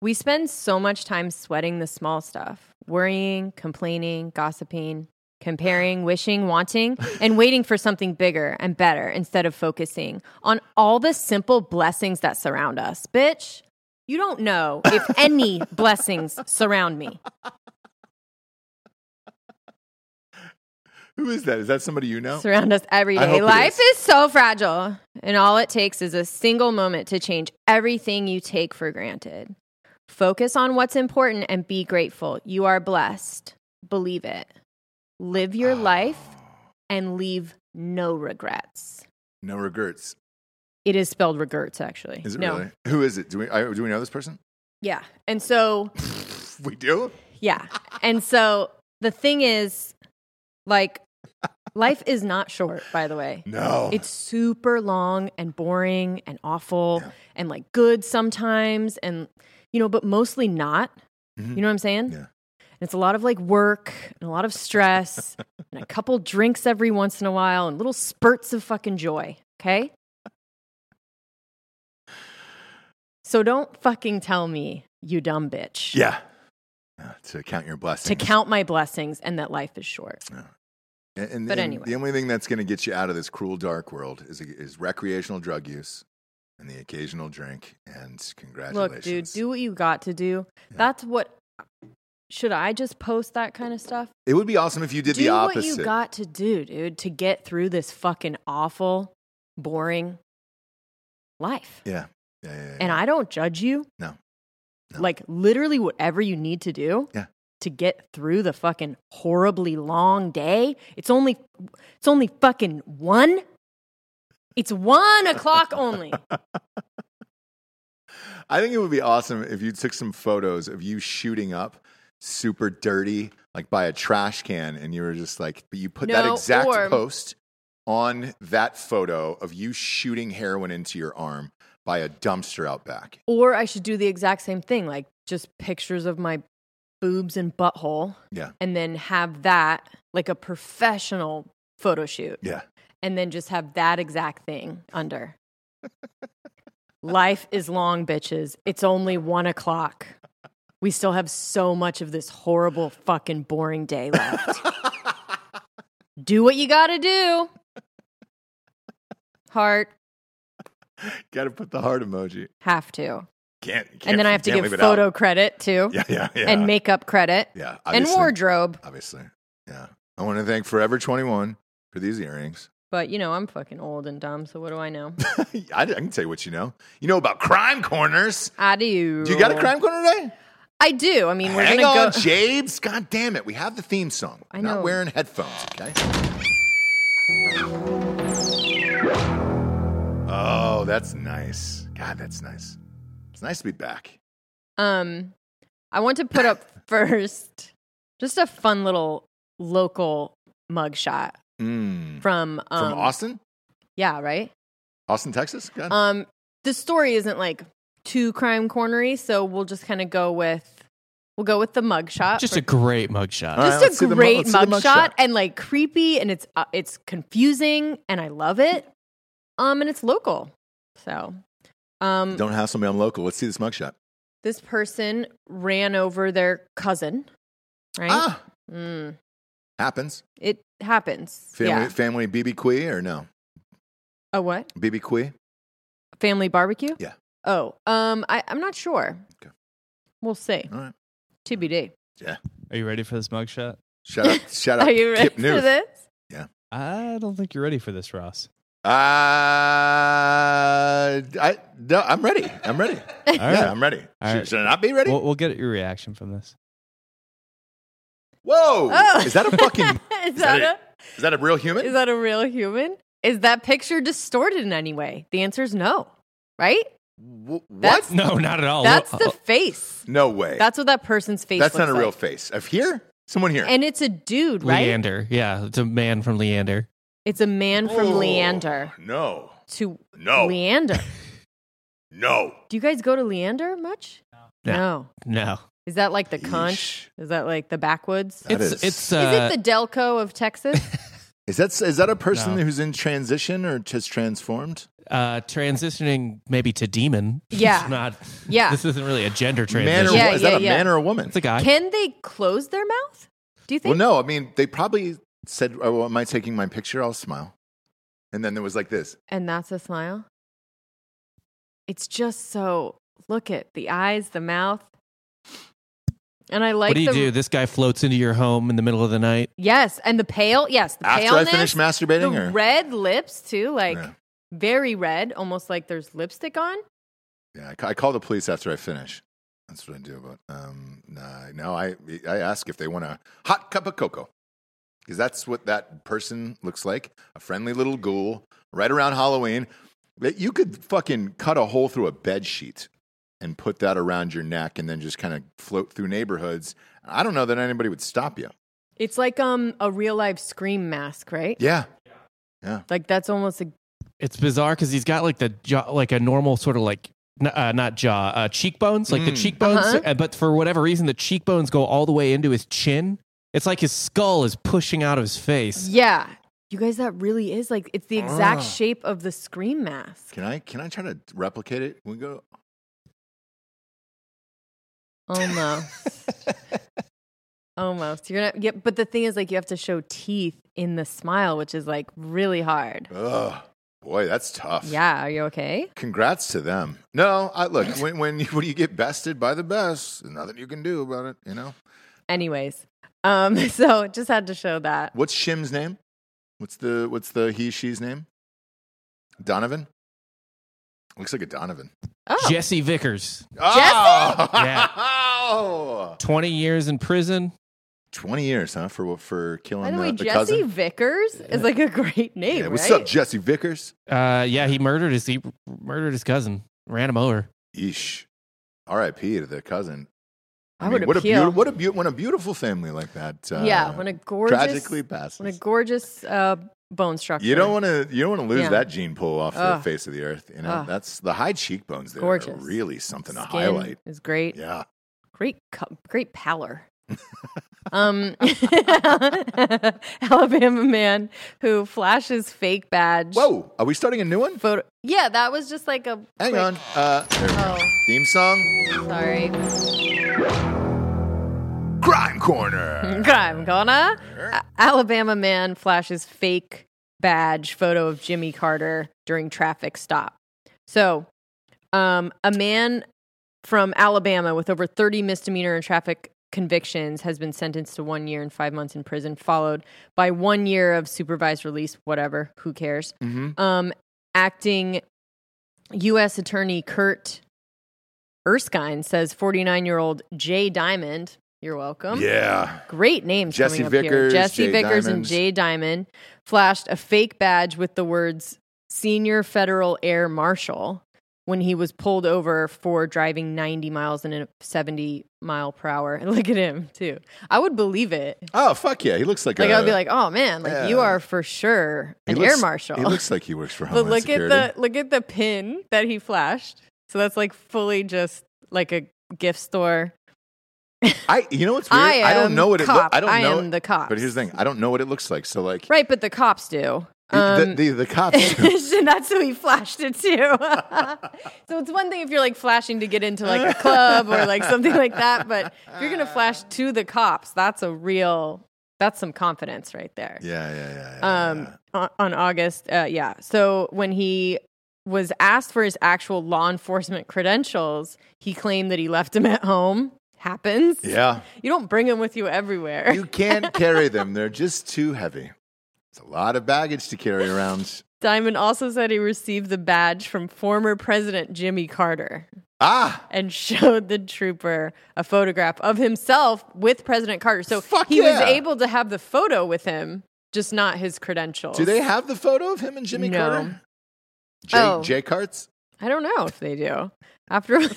Speaker 4: we spend so much time sweating the small stuff, worrying, complaining, gossiping, comparing, wishing, wanting, and waiting for something bigger and better instead of focusing on all the simple blessings that surround us. Bitch, you don't know if any blessings surround me.
Speaker 1: up. Who is that? Is that somebody you know?
Speaker 4: surround us every
Speaker 1: I hope
Speaker 4: day.
Speaker 1: it
Speaker 4: Life
Speaker 1: is.
Speaker 4: is. so fragile, and all it takes is a single moment to change everything you take for granted. Focus on what's important and be grateful. You are blessed. Believe it. Live your
Speaker 1: Ah.
Speaker 4: life and leave no regrets.
Speaker 1: No regrets.
Speaker 4: It is spelled regrets, actually.
Speaker 1: Is it
Speaker 4: no.
Speaker 1: really? Who is it? Do we I, do we know this person?
Speaker 4: Yeah. And so
Speaker 1: We do.
Speaker 4: Yeah. And so the thing is, like, life is not short, by the way.
Speaker 1: No.
Speaker 4: It's super long and boring and awful
Speaker 1: Yeah.
Speaker 4: and like good sometimes and, you know, but mostly not.
Speaker 1: Mhm.
Speaker 4: You know what I'm saying?
Speaker 1: Yeah.
Speaker 4: And it's a lot of like work and a lot of stress and a couple drinks every once in a while and little spurts of fucking joy. Okay. So don't fucking tell me, you dumb bitch
Speaker 1: Yeah. Yeah, to count your blessings.
Speaker 4: to count my blessings and that life is short.
Speaker 1: And, and-
Speaker 4: but
Speaker 1: and
Speaker 4: anyway.
Speaker 1: the only thing that's going to get you out of this cruel, dark world is is recreational drug use and the occasional drink. And congratulations,
Speaker 4: Look, dude, do what you got to do.
Speaker 1: Yeah.
Speaker 4: That's what should I just post that kind of stuff?
Speaker 1: It would be awesome if you did
Speaker 4: do
Speaker 1: the
Speaker 4: what you
Speaker 1: opposite.
Speaker 4: got to do, dude, to get through this fucking awful, boring life.
Speaker 1: yeah. Yeah. yeah, yeah,
Speaker 4: And
Speaker 1: yeah.
Speaker 4: I don't judge you.
Speaker 1: No. No.
Speaker 4: Like literally whatever you need to do
Speaker 1: Yeah.
Speaker 4: to get through the fucking horribly long day. It's only it's only fucking one. It's one o'clock only.
Speaker 1: I think it would be awesome if you took some photos of you shooting up super dirty, like by a trash can, and you were just like, but you put that
Speaker 4: No,
Speaker 1: exact
Speaker 4: or-
Speaker 1: post on that photo of you shooting heroin into your arm by a dumpster out back.
Speaker 4: Or I should do the exact same thing, like just pictures of my boobs and butthole.
Speaker 1: Yeah.
Speaker 4: And then have that like a professional photo shoot.
Speaker 1: Yeah.
Speaker 4: And then just have that exact thing under. Life is long, bitches. It's only one o'clock. We still have so much of this horrible, fucking boring day left. do what you gotta do. Heart,
Speaker 1: Got to put the heart emoji.
Speaker 4: have to.
Speaker 1: Can't. can't
Speaker 4: and then I have to
Speaker 1: can't
Speaker 4: give
Speaker 1: leave it out.
Speaker 4: photo credit too.
Speaker 1: Yeah, yeah, yeah.
Speaker 4: and makeup credit
Speaker 1: yeah,
Speaker 4: and
Speaker 1: obviously,
Speaker 4: wardrobe.
Speaker 1: Obviously, yeah. I want to thank Forever Twenty One for these earrings.
Speaker 4: But you know, I'm fucking old and dumb, so what do I know?
Speaker 1: I, I can tell you what you know. You know about crime corners.
Speaker 4: I do.
Speaker 1: Do you got a crime corner today?
Speaker 4: I do. I mean, we're
Speaker 1: Hang
Speaker 4: gonna
Speaker 1: on,
Speaker 4: go.
Speaker 1: Jabe's. God damn it. We have the theme song.
Speaker 4: I
Speaker 1: We're Not
Speaker 4: know.
Speaker 1: wearing headphones, okay? Oh, that's nice. God, that's nice. It's nice to be back.
Speaker 4: Um, I want to put up first just a fun little local mugshot
Speaker 1: Mm.
Speaker 4: from um,
Speaker 1: From Austin?
Speaker 4: Yeah, right.
Speaker 1: Austin, Texas? God.
Speaker 4: Um, the story isn't like too crime cornery, so we'll just kind of go with we'll go with the mugshot.
Speaker 5: Just
Speaker 4: for-
Speaker 5: a great mugshot.
Speaker 1: All right, let's
Speaker 4: just
Speaker 1: see
Speaker 4: a
Speaker 1: the mu-
Speaker 4: great
Speaker 1: let's see the
Speaker 4: mugshot
Speaker 1: mugshot.
Speaker 4: and like creepy and it's uh, it's confusing and I love it. Um, and it's local. So, um,
Speaker 1: Don't hassle me. I'm local. Let's see this mugshot.
Speaker 4: this person ran over their cousin, right?
Speaker 1: Ah,
Speaker 4: Mm,
Speaker 1: happens.
Speaker 4: it happens.
Speaker 1: Family,
Speaker 4: yeah.
Speaker 1: family BB Quee or no?
Speaker 4: A what?
Speaker 1: BB Quee?
Speaker 4: Family barbecue?
Speaker 1: Yeah.
Speaker 4: Oh, um, I, I'm not sure.
Speaker 1: Okay.
Speaker 4: We'll see.
Speaker 1: All right.
Speaker 4: TBD.
Speaker 6: Are you ready for this mugshot?
Speaker 1: Shout out, shout out
Speaker 4: Are you ready
Speaker 1: Kip
Speaker 4: for
Speaker 1: Newth.
Speaker 4: this?
Speaker 6: I don't think you're ready for this, Ross.
Speaker 1: Uh, I, no, I'm ready. I'm ready.
Speaker 6: All
Speaker 1: yeah,
Speaker 6: right.
Speaker 1: I'm ready.
Speaker 6: All
Speaker 1: should,
Speaker 6: right.
Speaker 1: should I not be ready?
Speaker 6: We'll, we'll get your reaction from this.
Speaker 1: Whoa!
Speaker 4: Oh.
Speaker 1: Is that a fucking?
Speaker 4: is,
Speaker 1: that
Speaker 4: that
Speaker 1: it? is that a real human?
Speaker 4: a, is that a real human? Is that picture distorted in any way? The answer is no, right?
Speaker 1: Wh- what?
Speaker 4: That's-
Speaker 5: No, not at all. uh,
Speaker 4: That's
Speaker 5: Lo-
Speaker 4: the face.
Speaker 1: No way.
Speaker 4: That's what that person's face
Speaker 1: That's
Speaker 4: looks
Speaker 1: not a real
Speaker 4: like.
Speaker 1: face. Of here, someone here.
Speaker 4: And it's a dude, right?
Speaker 5: Leander. Yeah, it's a man from Leander.
Speaker 4: It's a man from
Speaker 1: Oh,
Speaker 4: Leander
Speaker 1: No,
Speaker 4: to
Speaker 1: no,
Speaker 4: Leander.
Speaker 1: no.
Speaker 4: Do you guys go to Leander much?
Speaker 5: No.
Speaker 4: no.
Speaker 5: No,
Speaker 4: Is that like the conch?
Speaker 1: Yeesh.
Speaker 4: Is that like the backwoods?
Speaker 1: That
Speaker 5: it's
Speaker 1: is-
Speaker 5: it's uh,
Speaker 4: is it the Delco of Texas?
Speaker 1: Is that is that a person
Speaker 5: No.
Speaker 1: who's in transition or has transformed?
Speaker 5: uh, transitioning maybe to demon.
Speaker 4: Yeah.
Speaker 5: it's not.
Speaker 4: Yeah.
Speaker 5: this isn't really a gender
Speaker 1: Man or
Speaker 5: transition.
Speaker 4: Yeah,
Speaker 1: is
Speaker 4: yeah,
Speaker 1: that a
Speaker 4: yeah.
Speaker 1: man or a woman?
Speaker 5: it's a guy.
Speaker 4: Can they close their mouth? Do you think?
Speaker 1: well, no. I mean, they probably said, "Oh, am I taking my picture? I'll smile." And then there was like this.
Speaker 4: And that's a smile. It's just so. Look at the eyes, the mouth, and I like.
Speaker 5: what do you
Speaker 4: the,
Speaker 5: do? This guy floats into your home in the middle of the night.
Speaker 4: Yes, and the pale. Yes, the
Speaker 1: After I
Speaker 4: paleness.
Speaker 1: finish masturbating,
Speaker 4: the
Speaker 1: or
Speaker 4: red lips too, like
Speaker 1: Yeah.
Speaker 4: very red, almost like there's lipstick on.
Speaker 1: yeah, I ca- I call the police after I finish. That's what I do. But um, nah, no, I I ask if they want a hot cup of cocoa because that's what that person looks like—a friendly little ghoul. Right around Halloween, that you could fucking cut a hole through a bed sheet and put that around your neck, and then just kind of float through neighborhoods. I don't know that anybody would stop you.
Speaker 4: It's like um a real life scream mask, right?
Speaker 1: Yeah,
Speaker 4: Like that's almost a
Speaker 5: It's bizarre because he's got like the jaw, like a normal sort of like n- uh, not jaw, uh, cheekbones, like the
Speaker 1: Mm.
Speaker 5: cheekbones.
Speaker 4: Uh-huh.
Speaker 5: uh, But for whatever reason, the cheekbones go all the way into his chin. It's like his skull is pushing out of his face.
Speaker 4: yeah. You guys, that really is like it's the exact
Speaker 1: Ah.
Speaker 4: shape of the scream mask.
Speaker 1: Can I can I try to replicate it? Can we go.
Speaker 4: Almost. Almost. You're gonna yeah, but the thing is like you have to show teeth in the smile, which is like really hard.
Speaker 1: Ugh, boy, that's tough.
Speaker 4: Yeah, are you okay?
Speaker 1: Congrats to them. No, I look when when you, when you get bested by the best, there's nothing you can do about it. You know
Speaker 4: Anyways. Um, so just had to show that.
Speaker 1: what's Shim's name? What's the what's the he she's name? Donovan. Looks like a Donovan.
Speaker 4: Oh
Speaker 5: Jesse Vickers,
Speaker 1: Oh!
Speaker 5: twenty years in prison.
Speaker 1: Twenty years, huh? For what? For killing
Speaker 4: by the
Speaker 1: the,
Speaker 4: way,
Speaker 1: uh, the
Speaker 4: Jesse
Speaker 1: cousin.
Speaker 4: Vickers is like a great name,
Speaker 1: yeah, what's
Speaker 4: right?
Speaker 1: up, Jesse Vickers?
Speaker 5: Uh, yeah, he murdered his he murdered his cousin, ran him over.
Speaker 1: Eesh. R.I.P. to the cousin.
Speaker 4: I would
Speaker 1: what a
Speaker 4: appeal.
Speaker 1: beautiful, what a beautiful, when a beautiful family like that. Uh,
Speaker 4: yeah, when a gorgeous
Speaker 1: tragically passes.
Speaker 4: when a gorgeous uh, bone structure.
Speaker 1: you don't want to you don't want to lose
Speaker 4: Yeah.
Speaker 1: that gene pull off the
Speaker 4: Ugh.
Speaker 1: face of the earth. You know
Speaker 4: Ugh.
Speaker 1: that's the high cheekbones. There are
Speaker 4: Gorgeous.
Speaker 1: really something to
Speaker 4: Skin
Speaker 1: highlight.
Speaker 4: is great.
Speaker 1: Yeah,
Speaker 4: Great, co- great pallor. um, Alabama man who flashes fake badge.
Speaker 1: Whoa, are we starting a new one?
Speaker 4: Photo. Yeah, that was just like a.
Speaker 1: Hang
Speaker 4: quick-
Speaker 1: on. Uh, there we go.
Speaker 4: Oh,
Speaker 1: Theme song,
Speaker 4: sorry.
Speaker 1: Crime Corner.
Speaker 4: I'm gonna. A- Alabama man flashes fake badge photo of Jimmy Carter during traffic stop. So, um, a man from Alabama with over 30 misdemeanor and traffic convictions has been sentenced to one year and five months in prison, followed by one year of supervised release, whatever, who cares.
Speaker 1: Mhm.
Speaker 4: Um, acting U.S. Attorney Kurt Erskine says 49 year old Jay Diamond, you're welcome
Speaker 1: Yeah,
Speaker 4: great names
Speaker 1: Jesse
Speaker 4: coming up here.
Speaker 1: Vickers,
Speaker 4: Jesse
Speaker 1: Jay
Speaker 4: Vickers and
Speaker 1: Diamond.
Speaker 4: Jay Diamond flashed a fake badge with the words "Senior Federal Air Marshal" when he was pulled over for driving 90 miles in a 70 mile per hour. And look at him too. I would believe it.
Speaker 1: Oh fuck yeah, he looks like
Speaker 4: Like
Speaker 1: a.
Speaker 4: I would be like, "Oh man, like you
Speaker 1: Yeah.
Speaker 4: are for sure
Speaker 1: he
Speaker 4: an
Speaker 1: looks-
Speaker 4: air marshal."
Speaker 1: He looks like he works for
Speaker 4: but
Speaker 1: Homeland
Speaker 4: look
Speaker 1: Security.
Speaker 4: at the look at the pin that he flashed. So that's like fully just like a gift store.
Speaker 1: I, you know what's weird?
Speaker 4: I am
Speaker 1: don't know what it.
Speaker 4: cop.
Speaker 1: I don't
Speaker 4: I
Speaker 1: know.
Speaker 4: am the cops.
Speaker 1: But here's the thing: I don't know what it looks like. So like,
Speaker 4: Right, but the cops do.
Speaker 1: The-
Speaker 4: Um,
Speaker 1: the, the, the cops. do.
Speaker 4: and that's who he flashed it to. so it's one thing if you're like flashing to get into like a club or like something like that, but if you're gonna flash to the cops, that's a real that's some confidence right there.
Speaker 1: yeah, yeah, yeah. yeah,
Speaker 4: Um,
Speaker 1: yeah.
Speaker 4: on, on August, uh, yeah. So when he was asked for his actual law enforcement credentials, he claimed that he left them at home. Happens.
Speaker 1: yeah.
Speaker 4: You don't bring them with you everywhere.
Speaker 1: You can't carry them. They're just too heavy. It's a lot of baggage to carry around.
Speaker 4: Diamond also said he received the badge from former President Jimmy Carter.
Speaker 1: Ah,
Speaker 4: and showed the trooper a photograph of himself with President Carter. So
Speaker 1: Fuck
Speaker 4: he was
Speaker 1: yeah.
Speaker 4: able to have the photo with him, just not his credentials.
Speaker 1: do they have the photo of him and Jimmy
Speaker 4: No.
Speaker 1: Carter? J,
Speaker 4: Oh.
Speaker 1: J Carts?
Speaker 4: I don't know if they do. After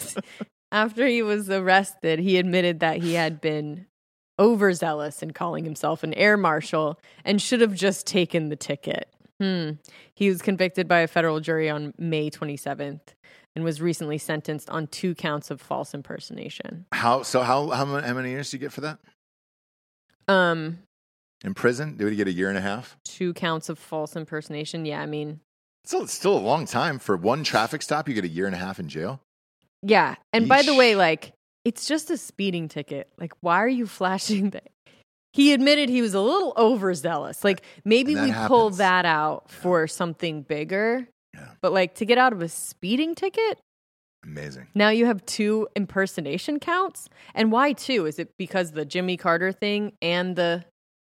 Speaker 4: after he was arrested, he admitted that he had been overzealous in calling himself an air marshal and should have just taken the ticket. Hmm. He was convicted by a federal jury on May 27th and was recently sentenced on two counts of false impersonation.
Speaker 1: How so? How how many, how many years do you get for that
Speaker 4: Um
Speaker 1: in prison? Do we get a year and a half?
Speaker 4: two counts of false impersonation. Yeah, I mean,
Speaker 1: It's still, it's still a long time for one traffic stop. You get a year and a half in jail.
Speaker 4: yeah. And by the
Speaker 1: Yeesh.
Speaker 4: way, like, it's just a speeding ticket. Like, why are you flashing the? He admitted he was a little overzealous. Like, maybe
Speaker 1: And that
Speaker 4: we pull
Speaker 1: happens.
Speaker 4: that out for something bigger.
Speaker 1: Yeah.
Speaker 4: But like to get out of a speeding ticket,
Speaker 1: Amazing.
Speaker 4: now you have two impersonation counts. And why two? Is it because the Jimmy Carter thing and the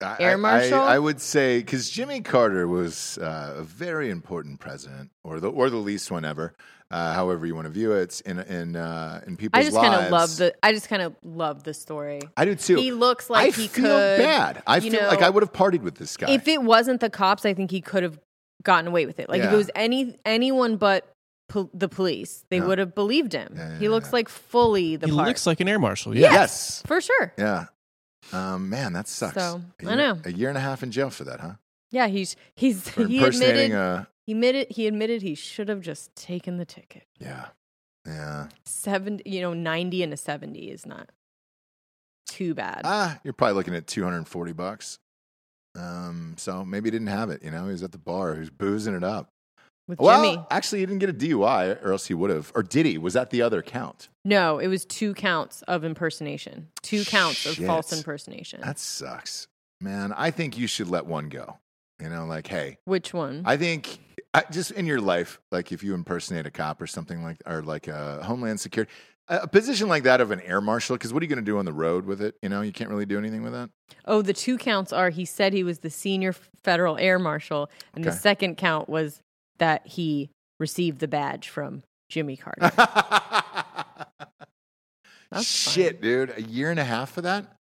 Speaker 1: I-
Speaker 4: Air
Speaker 1: I- I-
Speaker 4: Marshal?
Speaker 1: I, would say because Jimmy Carter was uh, a very important president, or the or the least one ever, uh, however you want to view it, in in uh, in people's
Speaker 4: I just
Speaker 1: lives.
Speaker 4: kind of love the I just kind of love the story.
Speaker 1: I do too.
Speaker 4: He looks like
Speaker 1: I
Speaker 4: he
Speaker 1: feel
Speaker 4: could.
Speaker 1: bad. I
Speaker 4: you
Speaker 1: feel like
Speaker 4: know,
Speaker 1: I would have partied with this guy.
Speaker 4: If it wasn't the cops, I think he could have gotten away with it. Like if
Speaker 1: Yeah.
Speaker 4: it was any anyone but pol- the police, they
Speaker 1: Yeah.
Speaker 4: would have believed him.
Speaker 1: Yeah, yeah,
Speaker 4: he looks like fully the
Speaker 5: he
Speaker 4: part
Speaker 5: looks like an air marshal. Yeah.
Speaker 1: yes.
Speaker 4: for sure.
Speaker 1: Yeah. Um, man, that sucks.
Speaker 4: So,
Speaker 1: A
Speaker 4: I
Speaker 1: year-
Speaker 4: know.
Speaker 1: A year and a half in jail for that, huh?
Speaker 4: Yeah, he's he's
Speaker 1: For
Speaker 4: he
Speaker 1: impersonating
Speaker 4: admitted
Speaker 1: a
Speaker 4: he admitted he admitted he should have just taken the ticket.
Speaker 1: yeah, yeah.
Speaker 4: Seven, you know, ninety and a seventy is not too bad.
Speaker 1: Ah, you're probably looking at 240 bucks. Um, so maybe he didn't have it. You know, he was at the bar, he was boozing it up.
Speaker 4: with
Speaker 1: Well,
Speaker 4: Jimmy,
Speaker 1: actually, he didn't get a DUI, or else he would have. Or did he? Was that the other count?
Speaker 4: no, it was two counts of impersonation, two counts of
Speaker 1: Shit.
Speaker 4: false impersonation.
Speaker 1: That sucks, man. I think you should let one go. You know, like hey,
Speaker 4: Which one?
Speaker 1: I think I, just in your life, like if you impersonate a cop or something like, or like a Homeland Security, a, a position like that of an air marshal, because what are you going to do on the road with it? You know, you can't really do anything with that.
Speaker 4: Oh, the two counts are he said he was the senior federal air marshal, and
Speaker 1: Okay.
Speaker 4: the second count was that he received the badge from Jimmy Carter. That's
Speaker 1: Shit,
Speaker 4: fine.
Speaker 1: dude, a year and a half for that?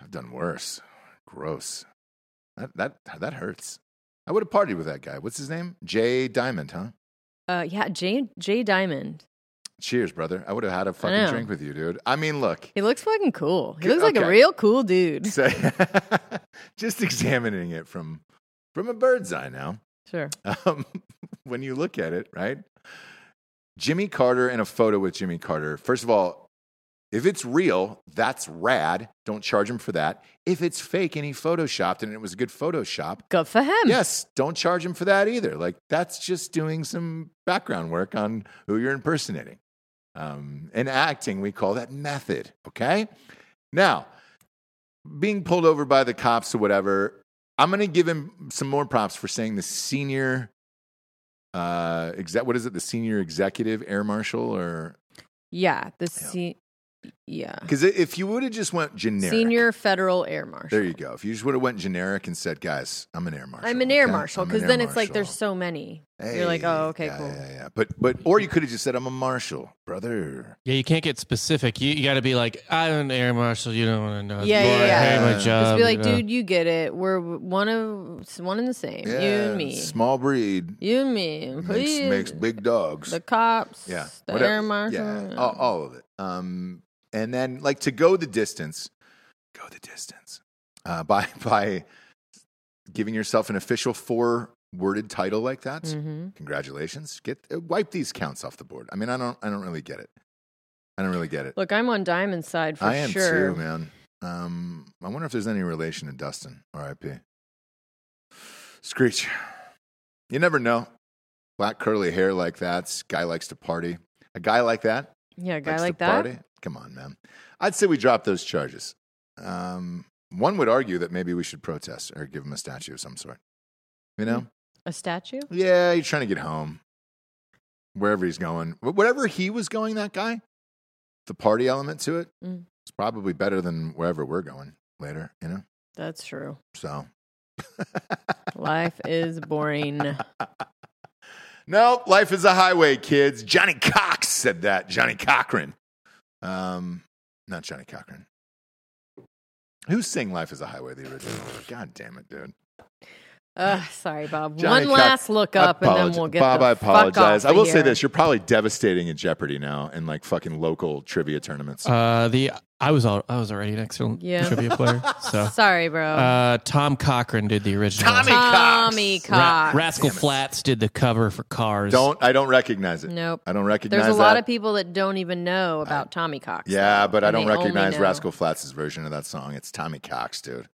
Speaker 1: I've done worse. Gross. That that that hurts. I would have partied with that guy. What's his name? Jay Diamond, huh?
Speaker 4: Uh, yeah, Jay, Jay Diamond.
Speaker 1: Cheers, brother. I would have had a fucking
Speaker 4: know.
Speaker 1: drink with you, dude. I mean, look.
Speaker 4: He looks fucking cool. He
Speaker 1: Good-
Speaker 4: looks like
Speaker 1: okay.
Speaker 4: a real cool dude.
Speaker 1: So, just examining it from from a bird's eye now.
Speaker 4: Sure.
Speaker 1: um, when you look at it, right? Jimmy Carter and a photo with Jimmy Carter. First of all, if it's real, that's rad. Don't charge him for that. If it's fake and he photoshopped and it was a good Photoshop,
Speaker 4: Good for him.
Speaker 1: yes, don't charge him for that either. Like that's just doing some background work on who you're impersonating. Um, in acting, we call that method. Okay. Now, being pulled over by the cops or whatever, I'm going to give him some more props for saying the senior. Uh, exec. What is it? The senior executive air marshal, or
Speaker 4: Yeah. The se- yeah.
Speaker 1: because if you would have just went generic,
Speaker 4: Senior federal air marshal.
Speaker 1: There you go. If you just would have went generic and said, "Guys, I'm an air marshal,"
Speaker 4: I'm an air
Speaker 1: okay?
Speaker 4: marshal
Speaker 1: I'm an
Speaker 4: because
Speaker 1: air
Speaker 4: then it's like there's
Speaker 1: marshal."
Speaker 4: so many. You're like, oh, okay,
Speaker 1: yeah,
Speaker 4: cool.
Speaker 1: Yeah, yeah. But but or you could have just said I'm a marshal, brother.
Speaker 5: Yeah, you can't get specific. You, you got to be like, I'm an air marshal. You don't want to know. It's
Speaker 4: Yeah, yeah,
Speaker 5: boring.
Speaker 4: yeah.
Speaker 5: I hate my
Speaker 1: Yeah. Just be
Speaker 5: job,
Speaker 4: Just be like,
Speaker 5: you know.
Speaker 4: dude, you get it. We're one of one and the same.
Speaker 1: Yeah,
Speaker 4: you and me.
Speaker 1: Small breed
Speaker 4: You and me.
Speaker 1: makes,
Speaker 4: Please.
Speaker 1: makes big dogs.
Speaker 4: the cops,
Speaker 1: yeah.
Speaker 4: the
Speaker 1: whatever.
Speaker 4: air marshal.
Speaker 1: Yeah. Oh, All, all of it. Um and then like to go the distance, go the distance. Uh by by giving yourself an official four worded title like that.
Speaker 4: Mhm.
Speaker 1: Congratulations. Get uh, wipe these counts off the board. I mean, I don't I don't really get it. I don't really get it.
Speaker 4: Look, I'm on Diamond's side for
Speaker 1: I am
Speaker 4: sure.
Speaker 1: too, man. Um, I wonder if there's any relation to Dustin. R.I.P. Screech. You never know. Black curly hair like that. Guy likes to party. A guy like that.
Speaker 4: Yeah, a guy
Speaker 1: likes
Speaker 4: like
Speaker 1: to
Speaker 4: that.
Speaker 1: Party. Come on, man. I'd say we drop those charges. Um, one would argue that maybe we should protest or give him a statue of some sort. You know?
Speaker 4: A statue?
Speaker 1: Yeah, he's trying to get home. Wherever he's going, Wh- wherever he was going, that guy, the party element to it,
Speaker 4: Mm.
Speaker 1: it's probably better than wherever we're going later. You know?
Speaker 4: That's true.
Speaker 1: So
Speaker 4: Life is boring.
Speaker 1: Nope, life is a highway, kids. Johnny Cox said that. Johnny Cochran. Um, not Johnny Cochran. Who sang Life is a Highway, the original? God damn it, dude.
Speaker 4: Ugh, sorry, Bob.
Speaker 1: Johnny
Speaker 4: One
Speaker 1: Cox-
Speaker 4: last look up, and then
Speaker 1: Apologize.
Speaker 4: we'll get
Speaker 1: Bob,
Speaker 4: the
Speaker 1: I
Speaker 4: Fuck off
Speaker 1: apologize. I
Speaker 4: of
Speaker 1: will say
Speaker 4: here.
Speaker 1: this you're probably devastating at Jeopardy now in like fucking local trivia tournaments.
Speaker 5: Uh, the I was all, I was already an excellent
Speaker 4: Yeah.
Speaker 5: trivia player. So
Speaker 4: Sorry, bro.
Speaker 5: uh, Tom Cochran did the original.
Speaker 1: Tommy Cox.
Speaker 4: Tommy Cox.
Speaker 5: Ra- Rascal Flats did the cover for Cars.
Speaker 1: don't I don't recognize it.
Speaker 4: Nope.
Speaker 1: I don't recognize
Speaker 4: There's a lot
Speaker 1: that.
Speaker 4: of people that don't even know about Tommy Cox.
Speaker 1: Yeah,
Speaker 4: though,
Speaker 1: but I
Speaker 4: and
Speaker 1: don't
Speaker 4: they only
Speaker 1: recognize
Speaker 4: know-
Speaker 1: Rascal Flatts' version of that song. It's Tommy Cox, dude.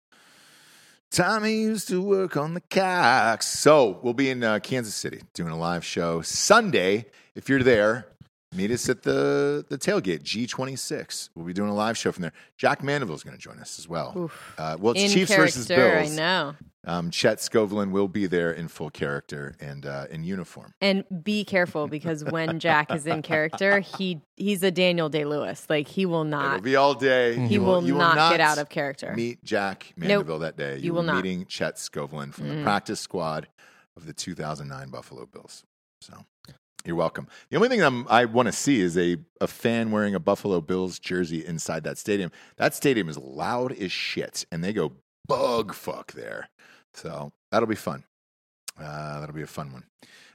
Speaker 1: Tommy used to work on the Cox. So we'll be in uh, Kansas City doing a live show Sunday. If you're there, meet us at the the tailgate G26. We'll be doing a live show from there. Jack Mandeville's going to join us as well. Uh, well, it's
Speaker 4: In
Speaker 1: Chiefs versus
Speaker 4: character,
Speaker 1: Bills.
Speaker 4: I know.
Speaker 1: Um, Chet Scovelin will be there in full character and uh, in uniform.
Speaker 4: And be careful because when Jack is in character, he he's a Daniel Day Lewis. Like he will
Speaker 1: It'll
Speaker 4: not.
Speaker 1: be all day.
Speaker 4: Uh, He
Speaker 1: You
Speaker 4: will,
Speaker 1: you
Speaker 4: not, get out of character.
Speaker 1: Meet Jack Mandeville that day. You,
Speaker 4: you
Speaker 1: were
Speaker 4: will not.
Speaker 1: meeting Chet Scovelin from the practice squad of the 2009 Buffalo Bills. So you're welcome. The only thing I'm, I want to see is a, a fan wearing a Buffalo Bills jersey inside that stadium. That stadium is loud as shit, and they go bug fuck there. So that'll be fun. Uh, that'll be a fun one.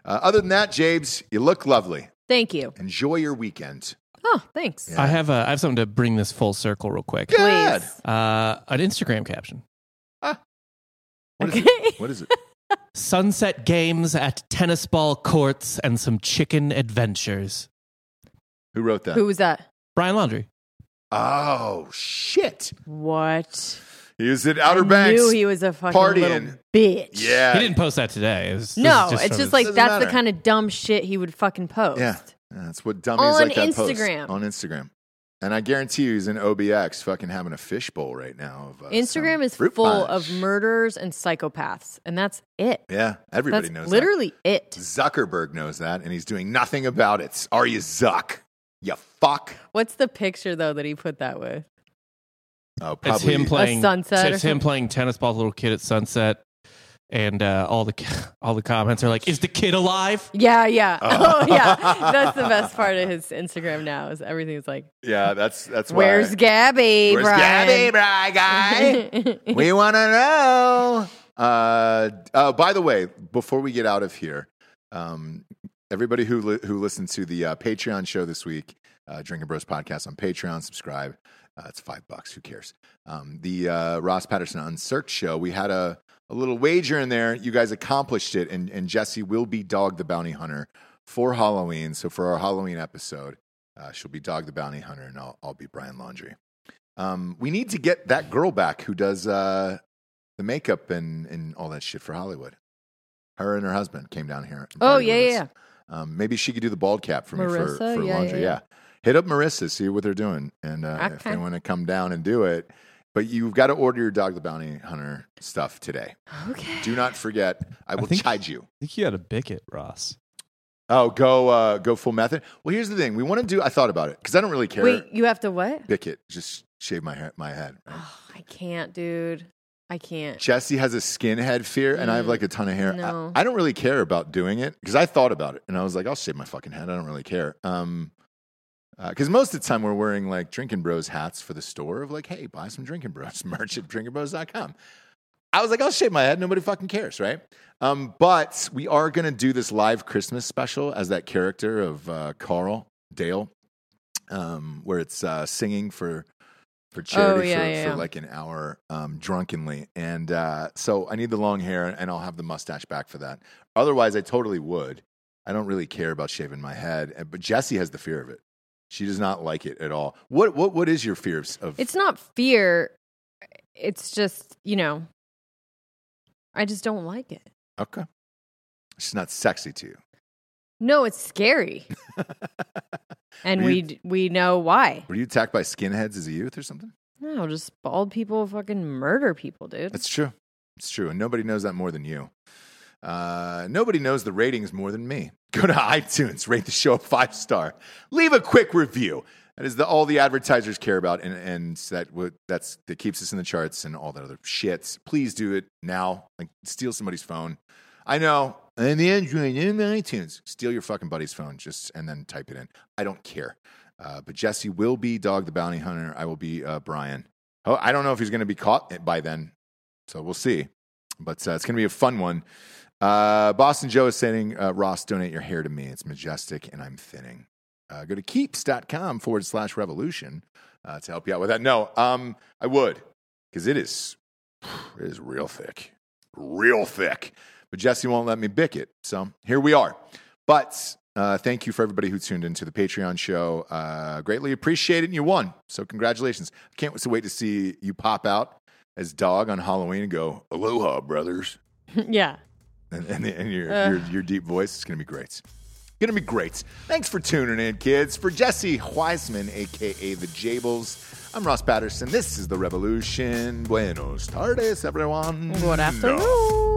Speaker 1: Uh, other than that, Jabes, you look lovely.
Speaker 4: Thank you.
Speaker 1: Enjoy your weekend.
Speaker 4: Oh, thanks.
Speaker 1: Yeah.
Speaker 5: I have a, I have something to bring this full circle real quick.
Speaker 1: Good.
Speaker 4: Please.
Speaker 5: Uh, an Instagram caption.
Speaker 1: What is it?
Speaker 4: Okay.
Speaker 1: What is it?
Speaker 5: Sunset games at tennis ball courts and some chicken adventures.
Speaker 1: Who wrote that?
Speaker 4: Who was that?
Speaker 5: Brian Laundry.
Speaker 1: Oh shit!
Speaker 2: What?
Speaker 1: He was at Outer
Speaker 4: I
Speaker 1: Banks.
Speaker 4: knew he was a fucking little
Speaker 1: partying.
Speaker 4: bitch.
Speaker 1: yeah,
Speaker 5: He didn't post that today. It was- this
Speaker 4: No,
Speaker 5: is
Speaker 4: it's
Speaker 5: sort
Speaker 4: just
Speaker 5: of-
Speaker 4: like
Speaker 1: Doesn't
Speaker 4: that's
Speaker 1: matter.
Speaker 4: the kind of dumb shit he would fucking post.
Speaker 1: Yeah. Yeah, that's what dummies
Speaker 4: On
Speaker 1: like that
Speaker 4: Instagram.
Speaker 1: post on Instagram. And I guarantee you, he's in OBX, fucking having a fishbowl right now. Of, uh, some
Speaker 4: Instagram is
Speaker 1: fruit
Speaker 4: full
Speaker 1: punch.
Speaker 4: of murderers and psychopaths, and that's it.
Speaker 1: Yeah, everybody
Speaker 4: that's
Speaker 1: knows. that.
Speaker 4: literally it.
Speaker 1: Zuckerberg knows that, and he's doing nothing about it. Are you Zuck? You fuck.
Speaker 4: What's the picture though that he put that with?
Speaker 1: Oh, probably.
Speaker 5: it's him playing
Speaker 4: sunset or
Speaker 5: It's him
Speaker 4: something?
Speaker 5: playing tennis ball with a little kid at sunset, and uh, all the all the comments are like, "Is the kid alive?"
Speaker 4: Yeah, yeah.
Speaker 1: Oh.
Speaker 4: Oh, yeah. That's the best part of his Instagram now is everything's like,
Speaker 1: Yeah, that's that's why.
Speaker 4: "Where's Gabby?
Speaker 1: Where's Gabby,
Speaker 4: Brian?"
Speaker 1: Bry guy? we want to know. Uh, uh, by the way, before we get out of here, um, everybody who li- who listened to the uh, Patreon show this week, uh, Drinking Bros podcast on Patreon, subscribe. Uh, it's five bucks. Who cares? Um, the uh, Ross Patterson Unsearched show. We had a a little wager in there. You guys accomplished it, and and Jesse will be Dog the Bounty Hunter for Halloween. So for our Halloween episode, uh, she'll be Dog the Bounty Hunter, and I'll I'll be Brian Laundry. Um, we need to get that girl back who does uh, the makeup and, and all that shit for Hollywood. Her and her husband came down here. and
Speaker 4: Oh,
Speaker 1: partied
Speaker 4: yeah,
Speaker 1: with
Speaker 4: yeah,
Speaker 1: us. Um, maybe she could do the bald cap for me for,
Speaker 4: Marissa?
Speaker 1: for
Speaker 4: Yeah,
Speaker 1: laundry.
Speaker 4: yeah, yeah.
Speaker 1: Yeah. Hit up Marissa, see what they're doing. And uh, if
Speaker 4: Okay.
Speaker 1: they want to come down and do it. But you've got to order your Dog the Bounty Hunter stuff today.
Speaker 4: okay.
Speaker 1: Do not forget. I will
Speaker 6: think-
Speaker 1: chide you.
Speaker 6: think you had a bicket, Ross.
Speaker 1: Oh, go uh, go full method. Well, here's the thing. We want to do, I thought about it because I don't really care.
Speaker 4: Wait, you have to what?
Speaker 1: Bick it. Just shave my, hair, my head. right?
Speaker 4: Oh, I can't, dude. I can't.
Speaker 1: Jesse has a skinhead fear, and I have
Speaker 4: Mm,
Speaker 1: like a ton of hair. I-
Speaker 4: no.
Speaker 1: I, don't really care about doing it because I thought about it, and I was like, I'll shave my fucking head. I don't really care. Um, because most of the time we're wearing like Drinking Bros hats for the store of like, hey, buy some Drinking Bros merch at drinkingbros.com. I was like, I'll shave my head. Nobody fucking cares, right? Um, but we are gonna do this live Christmas special as that character of uh, Carl Dale, um, where it's uh, singing for for charity
Speaker 4: Oh, yeah,
Speaker 1: for,
Speaker 4: yeah,
Speaker 1: for
Speaker 4: yeah.
Speaker 1: like an hour um, drunkenly, and uh, so I need the long hair, and I'll have the mustache back for that. Otherwise, I totally would. I don't really care about shaving my head, and- but Jesse has the fear of it. She does not like it at all. What what what is your fear of? of
Speaker 4: It's not fear. It's just, you know, I just don't like it.
Speaker 1: okay. She's not sexy to you.
Speaker 4: No, it's scary. and
Speaker 1: Were
Speaker 4: we
Speaker 1: you-
Speaker 4: d- we know why.
Speaker 1: Were you attacked by skinheads as a youth or something?
Speaker 4: No, just bald people fucking murder people, dude.
Speaker 1: That's true. It's true. And nobody knows that more than you. Uh, nobody knows the ratings more than me. Go to iTunes, rate the show a five star, leave a quick review. That is the, all the advertisers care about, and, and so that would- that's that keeps us in the charts and all that other shit. Please do it now. Like steal somebody's phone. I know. And the Android and the iTunes. Steal your fucking buddy's phone, just and then type it in. I don't care. Uh, but Jesse will be Dog the Bounty Hunter. I will be uh, Brian. Oh, I don't know if he's going to be caught eh, by then. So we'll see. But uh, it's going to be a fun one. Uh, Boston Joe is saying, uh, Ross, donate your hair to me. It's majestic and I'm thinning. Uh, go to keeps.com forward slash revolution uh, to help you out with that. No, um, I would because it is, it is real thick, real thick. But Jesse won't let me bick it. So here we are. But uh, thank you for everybody who tuned into the Patreon show. Uh, greatly appreciate it. And you won. So congratulations. I can't wait to see you pop out as dog on Halloween and go, Aloha, brothers
Speaker 4: yeah.
Speaker 1: and, and, and your, your, your deep voice is going to be great. Going to be great. Thanks for tuning in, kids. For Jesse Wiseman, aka the Jables, I'm Ross Patterson. This is the Revolution. Buenos tardes, everyone.
Speaker 4: Good afternoon.